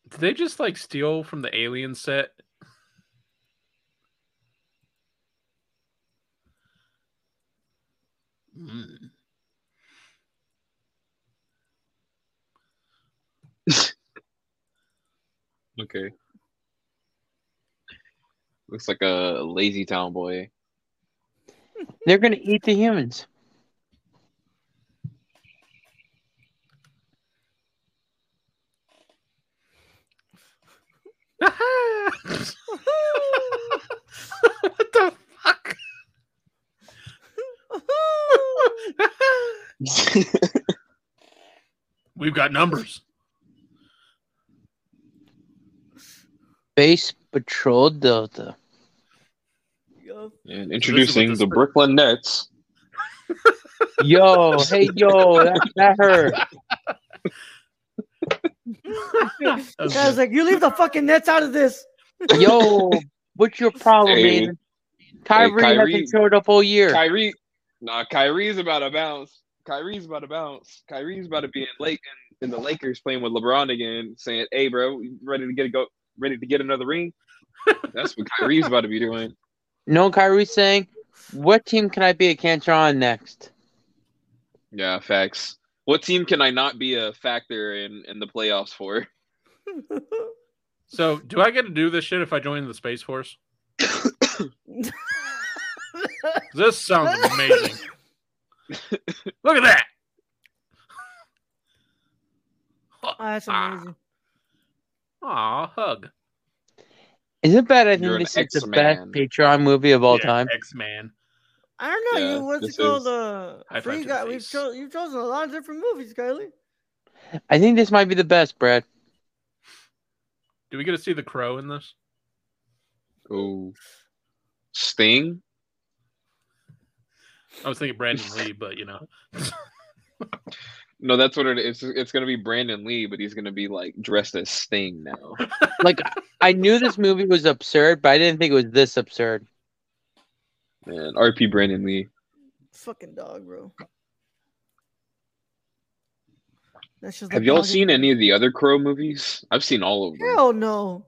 [SPEAKER 3] Did they just like steal from the Alien set? Mm.
[SPEAKER 5] Okay. Looks like a lazy town boy.
[SPEAKER 4] They're gonna eat the humans.
[SPEAKER 3] what the fuck? We've got numbers.
[SPEAKER 4] Base patrol delta.
[SPEAKER 2] Yup.
[SPEAKER 5] And introducing
[SPEAKER 3] this
[SPEAKER 5] the
[SPEAKER 3] per-
[SPEAKER 5] Brooklyn Nets.
[SPEAKER 4] Yo, hey yo, that, that hurt.
[SPEAKER 3] That was
[SPEAKER 2] I was
[SPEAKER 3] good.
[SPEAKER 2] like, you leave the fucking nets out of this.
[SPEAKER 4] Yo, what's your problem,
[SPEAKER 5] Hey.
[SPEAKER 4] Aiden? Kyrie,
[SPEAKER 5] Kyrie-
[SPEAKER 4] hasn't showed up all year.
[SPEAKER 5] Kyrie, nah, Kyrie's about to bounce. Kyrie's about to bounce. Kyrie's about to be in late in, in the Lakers playing with LeBron again, saying, "Hey, bro, you ready to get a go? Ready to get another ring?" That's what Kyrie's about to be doing.
[SPEAKER 4] No, Kyrie's saying, "What team can I be a cancer on next?"
[SPEAKER 5] Yeah, facts. What team can I not be a factor in in the playoffs for?
[SPEAKER 2] Oh,
[SPEAKER 3] so, do I get to do this shit if I join the Space Force? This sounds amazing. Look at that.
[SPEAKER 2] Oh, that's
[SPEAKER 3] Ah,
[SPEAKER 2] amazing.
[SPEAKER 3] Aw, hug.
[SPEAKER 4] Isn't bad. I think
[SPEAKER 5] You're an
[SPEAKER 4] this is the best
[SPEAKER 5] X-Man.
[SPEAKER 4] Patreon movie of all time.
[SPEAKER 3] X Man.
[SPEAKER 2] I don't know.
[SPEAKER 5] Yeah,
[SPEAKER 2] you, what's
[SPEAKER 5] this
[SPEAKER 2] it called?
[SPEAKER 5] is-
[SPEAKER 3] High
[SPEAKER 2] Uh,
[SPEAKER 3] five
[SPEAKER 2] free
[SPEAKER 3] to the
[SPEAKER 2] guy. We've
[SPEAKER 3] face.
[SPEAKER 2] cho- you've chosen a lot of different movies, Kylie.
[SPEAKER 4] I think this might be the best, Brad.
[SPEAKER 3] Do we get to see the crow in this?
[SPEAKER 5] Oh, Sting.
[SPEAKER 3] I was thinking Brandon Lee, but you know,
[SPEAKER 5] No, that's what it is. It's, it's gonna be Brandon Lee, but he's gonna be like dressed as Sting now.
[SPEAKER 4] Like, I knew this movie was absurd, but I didn't think it was this absurd.
[SPEAKER 5] Man, RP Brandon Lee.
[SPEAKER 2] Fucking dog, bro. That's just
[SPEAKER 5] Have
[SPEAKER 2] the
[SPEAKER 5] y'all
[SPEAKER 2] dog-
[SPEAKER 5] seen any of the other Crow movies? I've seen all of them.
[SPEAKER 2] Hell no.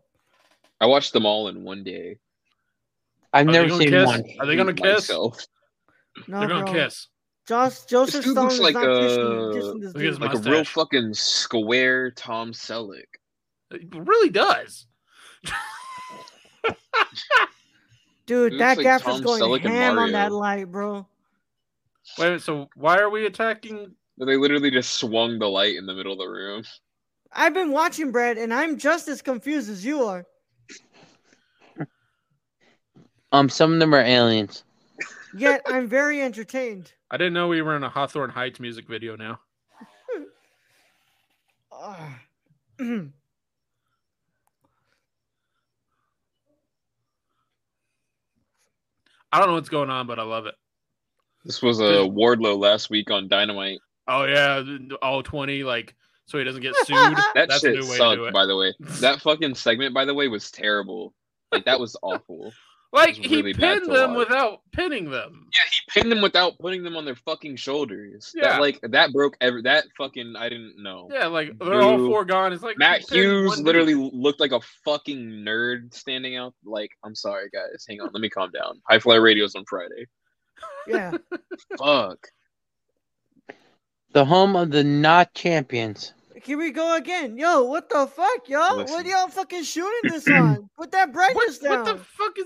[SPEAKER 5] I watched them all in one day.
[SPEAKER 4] I've
[SPEAKER 3] Are they
[SPEAKER 4] never
[SPEAKER 3] gonna
[SPEAKER 4] seen
[SPEAKER 3] kiss?
[SPEAKER 4] one.
[SPEAKER 3] Are they gonna
[SPEAKER 5] Hate
[SPEAKER 3] kiss?
[SPEAKER 5] myself.
[SPEAKER 2] No,
[SPEAKER 3] they're gonna
[SPEAKER 2] bro.
[SPEAKER 3] kiss.
[SPEAKER 2] Josh Joseph
[SPEAKER 5] dude
[SPEAKER 2] Stone
[SPEAKER 5] looks
[SPEAKER 2] is
[SPEAKER 5] like uh,
[SPEAKER 2] not
[SPEAKER 5] a-
[SPEAKER 2] dissing, dissing this
[SPEAKER 3] Look at his
[SPEAKER 2] dude.
[SPEAKER 5] Like a real
[SPEAKER 3] Mustache.
[SPEAKER 5] fucking square Tom Selleck.
[SPEAKER 3] It really does.
[SPEAKER 5] He
[SPEAKER 2] Dude, that
[SPEAKER 5] looks like
[SPEAKER 2] gaffer's
[SPEAKER 5] Tom
[SPEAKER 2] going
[SPEAKER 5] Selleck and
[SPEAKER 2] ham on
[SPEAKER 5] Mario.
[SPEAKER 2] that light, bro.
[SPEAKER 3] Wait, a minute, so why are we attacking?
[SPEAKER 5] They literally just swung the light in the middle of the room.
[SPEAKER 2] I've been watching Brad, and I'm just as confused as you are.
[SPEAKER 4] Um, some of them are aliens.
[SPEAKER 2] Yet I'm very entertained.
[SPEAKER 3] I didn't know we were in a Hawthorne Heights music video. Now
[SPEAKER 2] Ah.
[SPEAKER 3] I don't know what's going on, but I love it.
[SPEAKER 5] This was a uh, Wardlow last week on Dynamite.
[SPEAKER 3] Oh yeah, all twenty like so he doesn't get sued.
[SPEAKER 5] That
[SPEAKER 3] That's a
[SPEAKER 5] shit
[SPEAKER 3] new way to do
[SPEAKER 5] sucked,
[SPEAKER 3] it.
[SPEAKER 5] by the way. That fucking segment, by the way, was terrible. Like that was awful.
[SPEAKER 3] Like
[SPEAKER 5] was
[SPEAKER 3] he
[SPEAKER 5] really bad
[SPEAKER 3] pinned
[SPEAKER 5] to
[SPEAKER 3] them
[SPEAKER 5] watch.
[SPEAKER 3] without pinning them.
[SPEAKER 5] Yeah, he pinned them without putting them on their fucking shoulders.
[SPEAKER 3] Yeah.
[SPEAKER 5] That like that broke every that fucking I didn't know.
[SPEAKER 3] Yeah, like they're all
[SPEAKER 5] Boo.
[SPEAKER 3] four gone. It's like
[SPEAKER 5] Matt
[SPEAKER 3] he pinned one
[SPEAKER 5] Hughes
[SPEAKER 3] dude.
[SPEAKER 5] literally looked like a fucking nerd standing out. Like, I'm sorry guys, hang on, let me calm down. High Fly Radio's on Friday.
[SPEAKER 2] yeah.
[SPEAKER 5] Fuck.
[SPEAKER 4] The home of the not champions.
[SPEAKER 2] Here we go again. Yo, what the fuck, y'all? What
[SPEAKER 5] Listen.
[SPEAKER 2] y'all fucking shooting this on? Put that
[SPEAKER 3] What,
[SPEAKER 2] brightness down.
[SPEAKER 3] what the fuck is?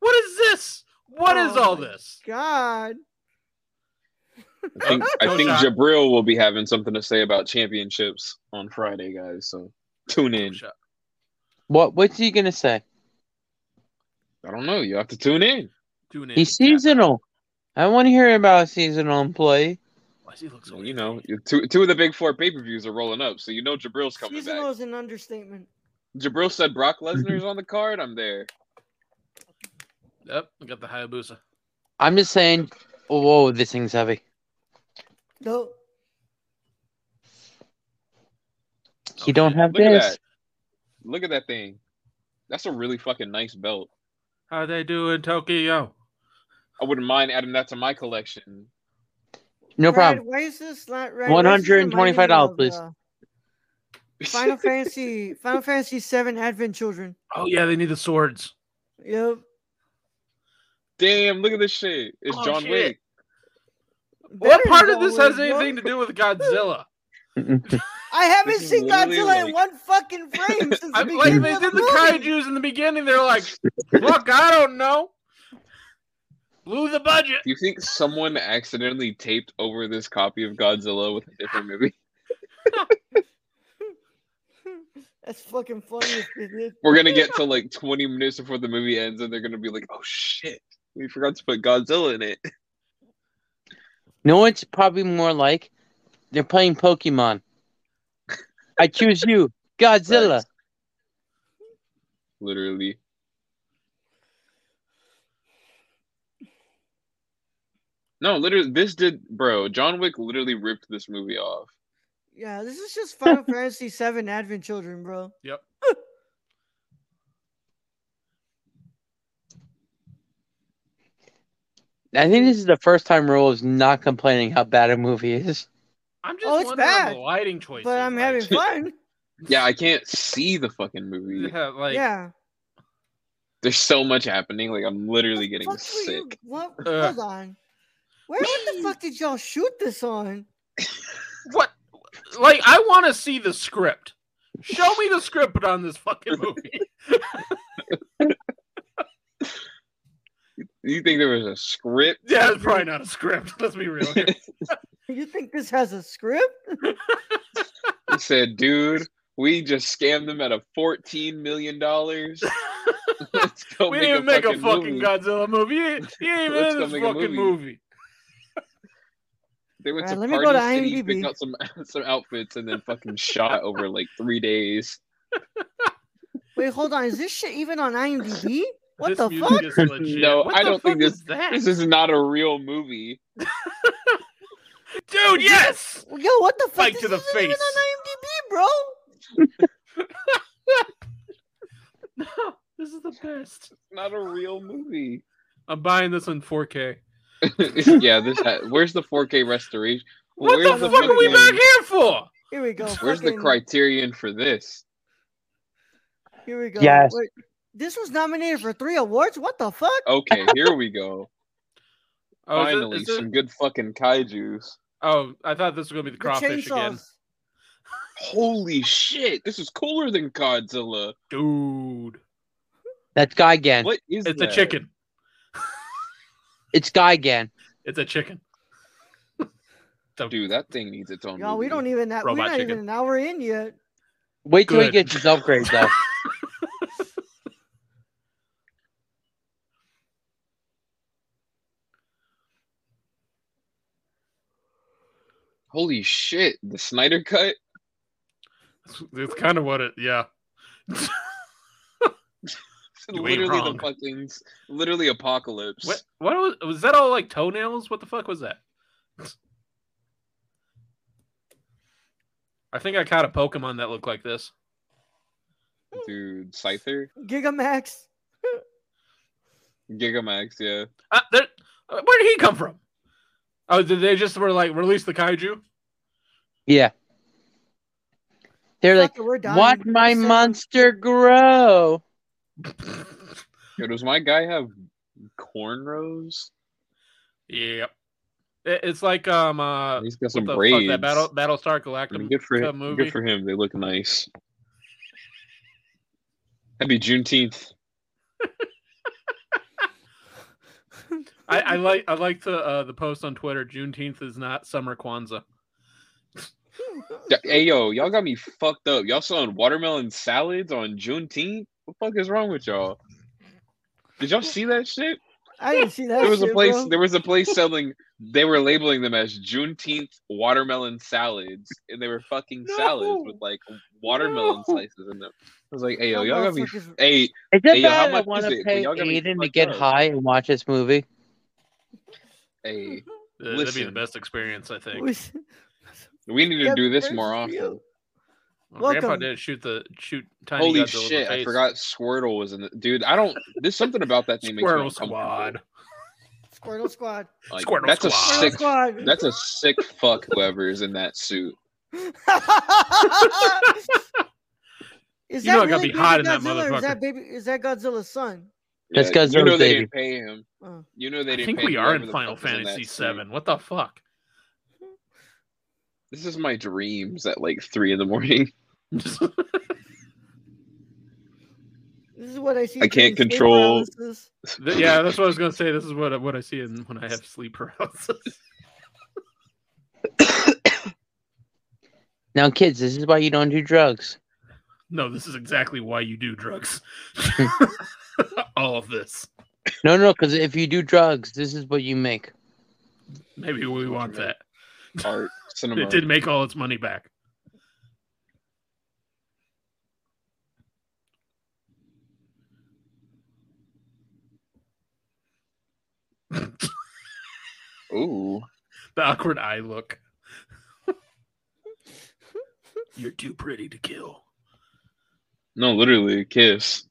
[SPEAKER 3] What is this? What is
[SPEAKER 2] Oh
[SPEAKER 3] all
[SPEAKER 2] my
[SPEAKER 3] this?
[SPEAKER 2] God.
[SPEAKER 5] I think, I
[SPEAKER 3] Go
[SPEAKER 5] think
[SPEAKER 3] shot.
[SPEAKER 5] Jabril will be having something to say about championships on Friday, guys. So tune in.
[SPEAKER 4] What What's he gonna say?
[SPEAKER 5] I don't know. You have to tune in.
[SPEAKER 3] Tune in.
[SPEAKER 4] He's seasonal. I want to hear about a seasonal employee.
[SPEAKER 3] Why does he look so?
[SPEAKER 5] So, you know, you- two two of the big four pay per views are rolling up, so you know Jabril's coming
[SPEAKER 2] Seasonal is an understatement.
[SPEAKER 5] back. Jabril said Brock Lesnar's on the card. I'm there.
[SPEAKER 3] Yep, we got the Hayabusa.
[SPEAKER 4] I'm just saying. Whoa, this thing's heavy.
[SPEAKER 2] No.
[SPEAKER 4] He don't have
[SPEAKER 5] Look at
[SPEAKER 4] this.
[SPEAKER 5] that. Look at that thing. That's a really fucking nice belt.
[SPEAKER 3] How they do in Tokyo?
[SPEAKER 5] I wouldn't mind adding that to my collection.
[SPEAKER 4] No
[SPEAKER 2] Brad,
[SPEAKER 4] problem.
[SPEAKER 2] Why is this not right?
[SPEAKER 4] $125, please.
[SPEAKER 2] uh, Final Fantasy, Final Fantasy Seven Advent Children.
[SPEAKER 3] Oh yeah, they need the swords.
[SPEAKER 2] Yep.
[SPEAKER 5] Damn, look at this shit. It's
[SPEAKER 3] Oh,
[SPEAKER 5] John
[SPEAKER 3] shit.
[SPEAKER 5] Wick.
[SPEAKER 2] Better
[SPEAKER 3] what part
[SPEAKER 2] than
[SPEAKER 3] of this
[SPEAKER 2] John
[SPEAKER 3] has
[SPEAKER 2] Wick, yo.
[SPEAKER 3] anything to do with Godzilla?
[SPEAKER 2] I haven't
[SPEAKER 5] This is
[SPEAKER 2] seen
[SPEAKER 5] literally
[SPEAKER 2] Godzilla in
[SPEAKER 5] like-
[SPEAKER 2] one fucking frame since the
[SPEAKER 3] I mean,
[SPEAKER 2] beginning
[SPEAKER 3] like they
[SPEAKER 2] of
[SPEAKER 3] did the
[SPEAKER 2] movie.
[SPEAKER 3] kaiju's in the beginning. They're like, look, I don't know. Blew the budget.
[SPEAKER 5] Do you think someone accidentally taped over this copy of Godzilla with a different movie?
[SPEAKER 2] That's fucking funny. as shit, dude.
[SPEAKER 5] We're gonna get to like 20 minutes before the movie ends, and they're gonna be like, "Oh shit, we forgot to put Godzilla in it."
[SPEAKER 4] No, it's probably more like they're playing Pokemon. I choose you, Godzilla.
[SPEAKER 5] Facts. Literally, no, literally, this did, bro. John Wick literally ripped this movie off.
[SPEAKER 2] Yeah, this is just Final Fantasy Seven Advent Children, bro.
[SPEAKER 3] Yep.
[SPEAKER 4] I think this is the first time Roll is not complaining how bad a movie is.
[SPEAKER 3] I'm just
[SPEAKER 2] Oh, it's
[SPEAKER 3] wondering on
[SPEAKER 2] bad.
[SPEAKER 3] the lighting choices.
[SPEAKER 2] But I'm
[SPEAKER 3] like-
[SPEAKER 2] having fun.
[SPEAKER 5] Yeah, I can't see the fucking movie.
[SPEAKER 3] Yeah, like
[SPEAKER 2] yeah.
[SPEAKER 5] There's so much happening. Like I'm literally getting
[SPEAKER 2] What the fuck were you-
[SPEAKER 5] sick.
[SPEAKER 2] What?
[SPEAKER 3] Ugh.
[SPEAKER 2] Hold on. Where what the fuck did y'all shoot this on?
[SPEAKER 3] what? Like I want to see the script. Show me the script on this fucking movie.
[SPEAKER 5] You think there was a script?
[SPEAKER 3] yeah, it's probably not a script. Let's be real. Here.
[SPEAKER 2] You think this has a script?
[SPEAKER 5] He said, "Dude, we just scammed them out of 14 million dollars. Let's go
[SPEAKER 3] we
[SPEAKER 5] make
[SPEAKER 3] didn't
[SPEAKER 5] a
[SPEAKER 3] make
[SPEAKER 5] fucking
[SPEAKER 3] a fucking
[SPEAKER 5] movie.
[SPEAKER 3] Godzilla movie. He ain't, he ain't even
[SPEAKER 5] Let's
[SPEAKER 3] in
[SPEAKER 5] go
[SPEAKER 3] this
[SPEAKER 5] make a
[SPEAKER 3] fucking
[SPEAKER 5] movie.
[SPEAKER 3] movie.
[SPEAKER 5] They went
[SPEAKER 2] Alright,
[SPEAKER 5] to
[SPEAKER 2] let me
[SPEAKER 5] Party
[SPEAKER 2] go to
[SPEAKER 5] City,
[SPEAKER 2] IMDb.
[SPEAKER 5] picked out some some outfits, and then fucking shot over like three days.
[SPEAKER 2] Wait, hold on. Is this shit even on IMDb? What
[SPEAKER 3] This
[SPEAKER 2] the
[SPEAKER 3] music
[SPEAKER 2] fuck?
[SPEAKER 3] is legit.
[SPEAKER 5] No,
[SPEAKER 3] What
[SPEAKER 5] I
[SPEAKER 3] the
[SPEAKER 5] don't think
[SPEAKER 3] fuck
[SPEAKER 5] this-
[SPEAKER 3] is that?
[SPEAKER 5] This is not a real movie.
[SPEAKER 3] Dude, yes.
[SPEAKER 2] Yo, what the fuck?
[SPEAKER 3] Spike
[SPEAKER 2] this
[SPEAKER 3] to the
[SPEAKER 2] isn't even
[SPEAKER 3] face.
[SPEAKER 2] on IMDb, bro.
[SPEAKER 3] No, this is the best.
[SPEAKER 5] It's not a real movie.
[SPEAKER 3] I'm buying this in 4K.
[SPEAKER 5] yeah, this. Ha- where's the 4K restoration?
[SPEAKER 3] What
[SPEAKER 5] Where's
[SPEAKER 3] the,
[SPEAKER 2] the
[SPEAKER 3] fuck are we
[SPEAKER 2] fucking-
[SPEAKER 3] back here for?
[SPEAKER 2] Here we go.
[SPEAKER 5] Where's the
[SPEAKER 2] fucking-
[SPEAKER 5] criterion for this?
[SPEAKER 2] Here we go.
[SPEAKER 4] Yes.
[SPEAKER 2] Wait, this was nominated for three awards. What the fuck?
[SPEAKER 5] Okay, here we go.
[SPEAKER 3] Oh, is it-
[SPEAKER 5] Finally,
[SPEAKER 3] is it-
[SPEAKER 5] some good fucking kaiju's.
[SPEAKER 3] oh, I thought this was gonna be the
[SPEAKER 2] The
[SPEAKER 3] crawfish again.
[SPEAKER 2] chainsaws.
[SPEAKER 5] Holy shit! This is cooler than Godzilla.
[SPEAKER 3] Dude,
[SPEAKER 4] That's Gigan.
[SPEAKER 5] What is
[SPEAKER 3] it's
[SPEAKER 5] that?
[SPEAKER 3] a chicken.
[SPEAKER 4] It's Gigan.
[SPEAKER 3] It's a chicken. So-
[SPEAKER 5] Dude, that thing needs its own.
[SPEAKER 2] Y'all, we
[SPEAKER 5] movie.
[SPEAKER 2] don't even that. We're
[SPEAKER 3] Robot
[SPEAKER 2] not even
[SPEAKER 3] chicken.
[SPEAKER 2] an hour in yet.
[SPEAKER 4] Wait till he
[SPEAKER 3] Good.
[SPEAKER 4] gets his upgrade though.
[SPEAKER 2] e-
[SPEAKER 5] Holy shit! The Snyder cut.
[SPEAKER 3] It's, kind of what it. Yeah. You ain't
[SPEAKER 5] literally
[SPEAKER 3] wrong.
[SPEAKER 5] the fucking. Literally apocalypse.
[SPEAKER 3] What? What was? Was that all like toenails? What the fuck was that? I think I caught a Pokemon that looked like this.
[SPEAKER 5] Dude, Scyther,
[SPEAKER 2] Gigamax.
[SPEAKER 5] Gigamax. Yeah.
[SPEAKER 3] Uh, there, uh, where did he come from? Oh, did they just were like release the kaiju?
[SPEAKER 4] yeah. They're like,
[SPEAKER 2] Fuck it, we're dying.
[SPEAKER 4] watch my
[SPEAKER 2] So-
[SPEAKER 4] monster grow.
[SPEAKER 5] Yo, does my guy have cornrows?
[SPEAKER 3] yep. It, it's like um uh
[SPEAKER 5] At least got some
[SPEAKER 3] what the
[SPEAKER 5] braids.
[SPEAKER 3] fuck that battle Battlestar
[SPEAKER 5] I
[SPEAKER 3] Galactica
[SPEAKER 5] mean, good for him.
[SPEAKER 3] movie.
[SPEAKER 5] Good for him. They look nice. Happy Juneteenth.
[SPEAKER 3] I, I like I like the uh, the post on Twitter. Juneteenth is not summer Kwanzaa. Uh,
[SPEAKER 5] Y- Hey yo, y'all got me fucked up. Y'all selling watermelon salads on Juneteenth? What the fuck is wrong with y'all? Did y'all see that shit?
[SPEAKER 2] I didn't see that.
[SPEAKER 5] There was a
[SPEAKER 2] shit,
[SPEAKER 5] place.
[SPEAKER 2] bro.
[SPEAKER 5] There was a place selling. They were labeling them as Juneteenth watermelon salads, and they were fucking salads with
[SPEAKER 3] No.
[SPEAKER 5] like watermelon
[SPEAKER 3] No.
[SPEAKER 5] slices in them. I was like, hey yo,
[SPEAKER 2] Y'all
[SPEAKER 5] y'all got me.
[SPEAKER 2] motherfuckers-
[SPEAKER 5] Hey,
[SPEAKER 4] Is
[SPEAKER 5] Hey,
[SPEAKER 4] it
[SPEAKER 5] yo, how
[SPEAKER 4] bad I
[SPEAKER 5] much
[SPEAKER 4] want
[SPEAKER 5] is
[SPEAKER 4] to
[SPEAKER 5] it? Well,
[SPEAKER 4] pay
[SPEAKER 5] y'all got me
[SPEAKER 4] Aiden to
[SPEAKER 5] fucked
[SPEAKER 4] get
[SPEAKER 5] up.
[SPEAKER 4] high and watch this movie?
[SPEAKER 5] hey,
[SPEAKER 2] Mm-hmm.
[SPEAKER 3] Uh, That'd be the
[SPEAKER 5] Listen.
[SPEAKER 3] best experience, I think.
[SPEAKER 2] was-
[SPEAKER 5] we need to
[SPEAKER 2] That
[SPEAKER 5] do this
[SPEAKER 2] first
[SPEAKER 5] more
[SPEAKER 2] reel.
[SPEAKER 5] often.
[SPEAKER 3] Well, Grandpa
[SPEAKER 2] Welcome.
[SPEAKER 3] did shoot the shoot tiny
[SPEAKER 5] Holy
[SPEAKER 3] Godzilla in the
[SPEAKER 5] shit! I
[SPEAKER 3] face.
[SPEAKER 5] forgot Squirtle was in the dude. I don't. There's something about that thing. makes me
[SPEAKER 3] Squirtle
[SPEAKER 5] uncomfortable.
[SPEAKER 3] Squad.
[SPEAKER 2] Squirtle Squad.
[SPEAKER 5] Like,
[SPEAKER 3] Squirtle
[SPEAKER 5] that's
[SPEAKER 3] Squad.
[SPEAKER 5] a
[SPEAKER 2] Squirtle
[SPEAKER 5] sick.
[SPEAKER 2] Squad.
[SPEAKER 5] That's a sick fuck. Whoever is in that suit.
[SPEAKER 2] is
[SPEAKER 3] You know I gotta be
[SPEAKER 2] baby
[SPEAKER 3] hot in that
[SPEAKER 2] Godzilla, or Is
[SPEAKER 3] motherfucker.
[SPEAKER 2] that baby? Is that Godzilla's son?
[SPEAKER 4] That's
[SPEAKER 5] Yeah, you
[SPEAKER 4] Godzilla's
[SPEAKER 5] know they
[SPEAKER 4] baby.
[SPEAKER 5] didn't pay him.
[SPEAKER 2] Oh.
[SPEAKER 5] You know they
[SPEAKER 3] I
[SPEAKER 5] didn't.
[SPEAKER 3] think
[SPEAKER 5] pay
[SPEAKER 3] we are
[SPEAKER 5] whoever
[SPEAKER 3] in
[SPEAKER 5] the
[SPEAKER 3] Final
[SPEAKER 5] fuck was in that
[SPEAKER 3] Fantasy
[SPEAKER 5] suit.
[SPEAKER 3] VII. What the fuck?
[SPEAKER 5] This is my dreams at like three in the morning.
[SPEAKER 2] This is what I see.
[SPEAKER 5] I
[SPEAKER 2] during
[SPEAKER 5] can't
[SPEAKER 2] sleep
[SPEAKER 5] control-
[SPEAKER 2] paralysis.
[SPEAKER 3] Th- yeah, that's what I was gonna say. This is what I- what I see in, when I have sleep paralysis.
[SPEAKER 4] Now, kids, this is why you don't do drugs.
[SPEAKER 3] No, this is exactly why you do drugs. All of this.
[SPEAKER 4] No, no, because if you do drugs, this is what you make.
[SPEAKER 3] Maybe we want that.
[SPEAKER 5] Art, cinema.
[SPEAKER 3] It did make all its money back.
[SPEAKER 5] Ooh,
[SPEAKER 3] The awkward eye look. You're too pretty to kill.
[SPEAKER 5] no, literally a kiss.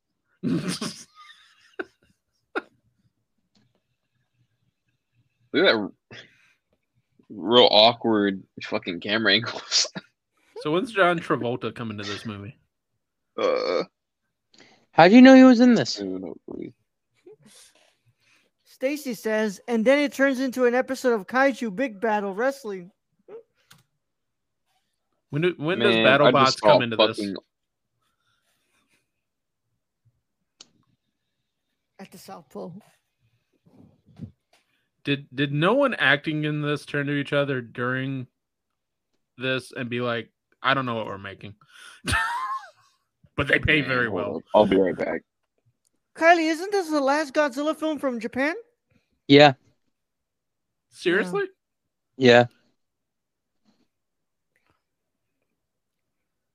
[SPEAKER 5] Look at that. r- Real awkward fucking camera angles.
[SPEAKER 3] so when's John Travolta coming to this movie?
[SPEAKER 5] Uh,
[SPEAKER 4] How do you know he was in this?
[SPEAKER 5] soon, hopefully.
[SPEAKER 2] Stacy says, and then it turns into an episode of Kaiju Big Battle Wrestling.
[SPEAKER 3] When do, when
[SPEAKER 5] Man,
[SPEAKER 3] does
[SPEAKER 5] I
[SPEAKER 3] BattleBots
[SPEAKER 5] just saw
[SPEAKER 3] come into
[SPEAKER 5] fucking-
[SPEAKER 3] this?
[SPEAKER 2] At the South Pole.
[SPEAKER 3] Did did no one acting in this turn to each other during this and be like, I don't know what we're making, but they pay
[SPEAKER 5] Man,
[SPEAKER 3] very
[SPEAKER 5] hold
[SPEAKER 3] well.
[SPEAKER 5] up. I'll be right back.
[SPEAKER 2] Kylie, isn't this the last Godzilla film from Japan?
[SPEAKER 4] Yeah,
[SPEAKER 3] Seriously?
[SPEAKER 4] yeah.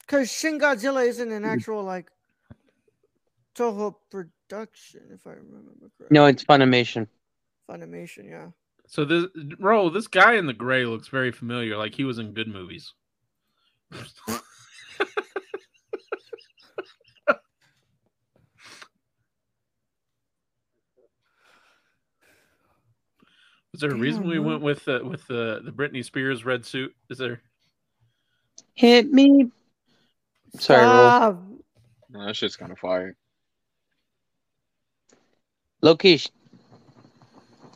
[SPEAKER 2] Because Shin Godzilla isn't an actual like Toho production, if I remember correctly.
[SPEAKER 4] No, it's Funimation.
[SPEAKER 2] Funimation, yeah.
[SPEAKER 3] So this bro, this guy in the gray looks very familiar. Like he was in good movies. Was there a reason
[SPEAKER 2] Damn,
[SPEAKER 3] we
[SPEAKER 2] huh?
[SPEAKER 3] went with the with the the Britney Spears red suit? Is there?
[SPEAKER 4] Hit me. Sorry, Raoul.
[SPEAKER 2] Stop.
[SPEAKER 5] No, that shit's kind of fire.
[SPEAKER 4] Lokesh.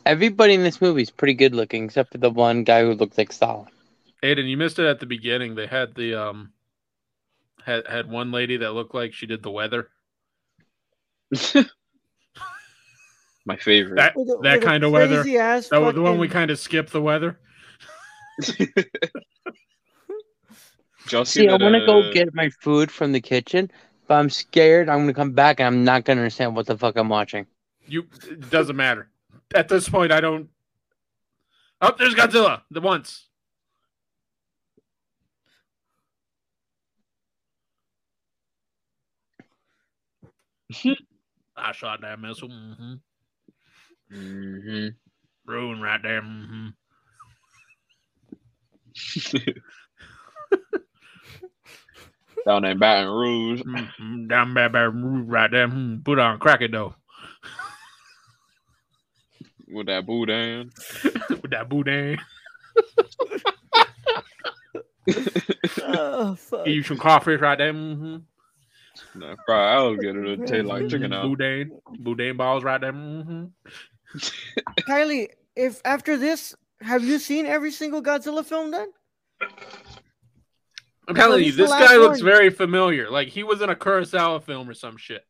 [SPEAKER 4] Everybody in this movie is pretty good looking, except for the one guy who looked like Stalin.
[SPEAKER 3] Aiden, you missed it at the beginning. They had the um had had one lady that looked like she did the weather.
[SPEAKER 5] My favorite.
[SPEAKER 3] That
[SPEAKER 2] With a-
[SPEAKER 3] that
[SPEAKER 2] with a
[SPEAKER 3] kind of weather.
[SPEAKER 2] crazy ass
[SPEAKER 3] That was the one we
[SPEAKER 2] fucking-
[SPEAKER 3] kind of skipped the weather.
[SPEAKER 5] Did y'all see
[SPEAKER 4] See, I
[SPEAKER 5] that,
[SPEAKER 4] want to go
[SPEAKER 5] uh,
[SPEAKER 4] get my food from the kitchen, but I'm scared I'm going to come back and I'm not going to understand what the fuck I'm watching.
[SPEAKER 3] You it doesn't matter. At this point, I don't. Oh, there's Godzilla. The once. I shot that missile. Mm-hmm.
[SPEAKER 5] Mhm.
[SPEAKER 3] Ruin right there. Mm-hmm.
[SPEAKER 5] down in Baton Rouge.
[SPEAKER 3] Mm-hmm. Down bad, bad ruin right there. Mm, Put on crack it though.
[SPEAKER 5] with that boudin.
[SPEAKER 3] With that boudin.
[SPEAKER 2] Oh, fuck.
[SPEAKER 3] Eat you some crawfish right there. Mm-hmm.
[SPEAKER 5] Nah, fried alligator it'll taste like chicken out.
[SPEAKER 3] Boudin. Boudin balls right there. Mm-hmm.
[SPEAKER 2] Kylie, if after this, have you seen every single Godzilla film then? So
[SPEAKER 3] I'm telling you,
[SPEAKER 2] he's the
[SPEAKER 3] this
[SPEAKER 2] last
[SPEAKER 3] guy looks
[SPEAKER 2] one.
[SPEAKER 3] very familiar. Like he was in a Kurosawa film or some shit.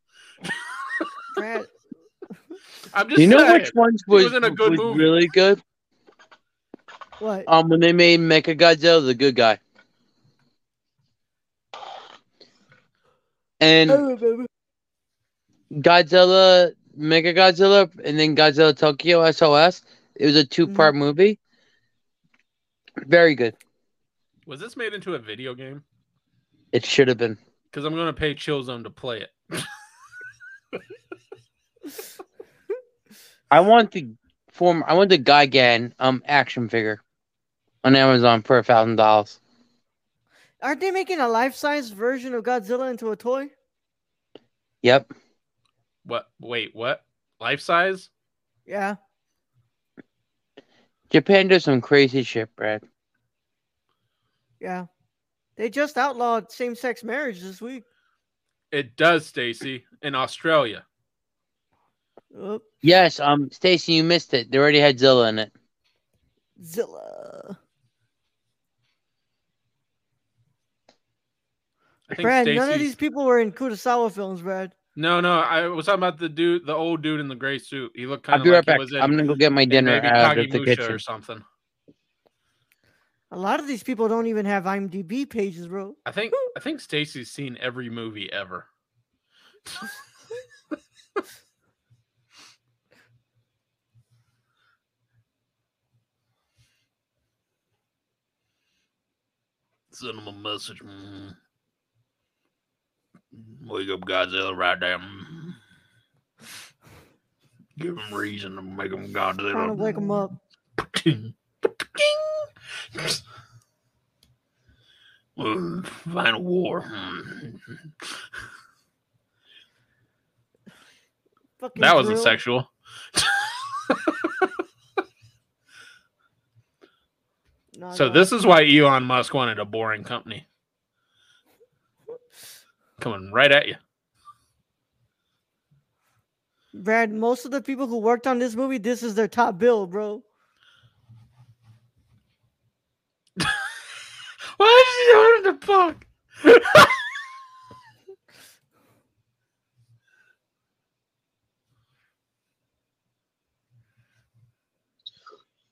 [SPEAKER 2] Brad,
[SPEAKER 3] I'm just
[SPEAKER 4] You know
[SPEAKER 3] saying.
[SPEAKER 4] which ones
[SPEAKER 3] was
[SPEAKER 4] was,
[SPEAKER 3] in a good
[SPEAKER 4] was
[SPEAKER 3] movie.
[SPEAKER 4] really good?
[SPEAKER 2] what?
[SPEAKER 4] Um, when they made Mechagodzilla the good guy. And
[SPEAKER 2] I remember.
[SPEAKER 4] Godzilla, Mega Godzilla, and then Godzilla Tokyo SOS. It was a two part movie. Very good.
[SPEAKER 3] Was this made into a video game?
[SPEAKER 4] It should have been.
[SPEAKER 3] Because I'm gonna pay Chillzone to play it.
[SPEAKER 4] I want the form. I want the Gigan um action figure on Amazon for a thousand dollars.
[SPEAKER 2] Aren't they making a life-size version of Godzilla into a toy?
[SPEAKER 4] Yep.
[SPEAKER 3] What? Wait, what? Life size?
[SPEAKER 2] Yeah.
[SPEAKER 4] Japan does some crazy shit, Brad.
[SPEAKER 2] Yeah. They just outlawed same sex marriage this week.
[SPEAKER 3] It does, Stacy. In Australia,
[SPEAKER 2] Oh,
[SPEAKER 4] Yes. Um, Stacy, you missed it. They already had Zilla in it.
[SPEAKER 2] Zilla.
[SPEAKER 3] I think
[SPEAKER 2] Brad, none of
[SPEAKER 3] Stacy's-
[SPEAKER 2] these people were in Kurosawa films, Brad.
[SPEAKER 3] No, no. I was talking about the dude, the old dude in the gray suit. He looked kind
[SPEAKER 4] I'll
[SPEAKER 3] of
[SPEAKER 4] be
[SPEAKER 3] like he
[SPEAKER 4] right back.
[SPEAKER 3] was in,
[SPEAKER 4] I'm gonna go get my
[SPEAKER 3] in
[SPEAKER 4] dinner
[SPEAKER 3] maybe
[SPEAKER 4] out of the
[SPEAKER 3] Kagemusha
[SPEAKER 4] kitchen.
[SPEAKER 3] or something.
[SPEAKER 2] A lot of these people don't even have IMDb pages, bro.
[SPEAKER 3] I think I think Stacy's seen every movie ever. Send him a message. mm. Wake up Godzilla right there. mm. Give him reason to make him
[SPEAKER 2] Trying to
[SPEAKER 3] Godzilla.
[SPEAKER 2] wake them up.
[SPEAKER 3] Ding. Mm, Final war. Mm.
[SPEAKER 2] Fucking
[SPEAKER 3] That wasn't
[SPEAKER 2] grill.
[SPEAKER 3] sexual.
[SPEAKER 2] No,
[SPEAKER 3] So
[SPEAKER 2] no.
[SPEAKER 3] this is why Elon Musk wanted a boring company. Coming right at you.
[SPEAKER 2] Brad, most of the people who worked on this movie, this is their top bill, bro.
[SPEAKER 3] Why is he doing the fuck?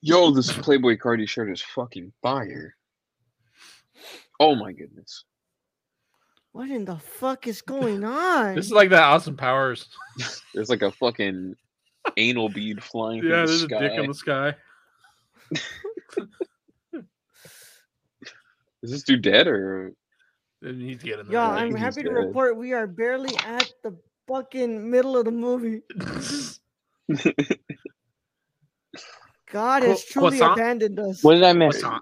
[SPEAKER 5] Yo, this Playboy Cardi shirt is fucking fire. Oh my goodness.
[SPEAKER 2] What in the fuck is going on?
[SPEAKER 3] This is like that Austin Powers.
[SPEAKER 5] There's like a fucking anal bead flying
[SPEAKER 3] Yeah,
[SPEAKER 5] through the
[SPEAKER 3] there's a
[SPEAKER 5] sky.
[SPEAKER 3] dick in the sky.
[SPEAKER 5] Is this dude dead or
[SPEAKER 3] It needs to get in
[SPEAKER 2] Y'all,
[SPEAKER 5] I
[SPEAKER 2] I'm
[SPEAKER 5] think
[SPEAKER 3] there.
[SPEAKER 5] he's
[SPEAKER 2] happy to
[SPEAKER 5] dead.
[SPEAKER 2] report we are barely at the fucking middle of the movie. God has
[SPEAKER 3] Cro-
[SPEAKER 2] truly
[SPEAKER 3] croissant?
[SPEAKER 2] abandoned us.
[SPEAKER 4] What did I miss?
[SPEAKER 3] What's on?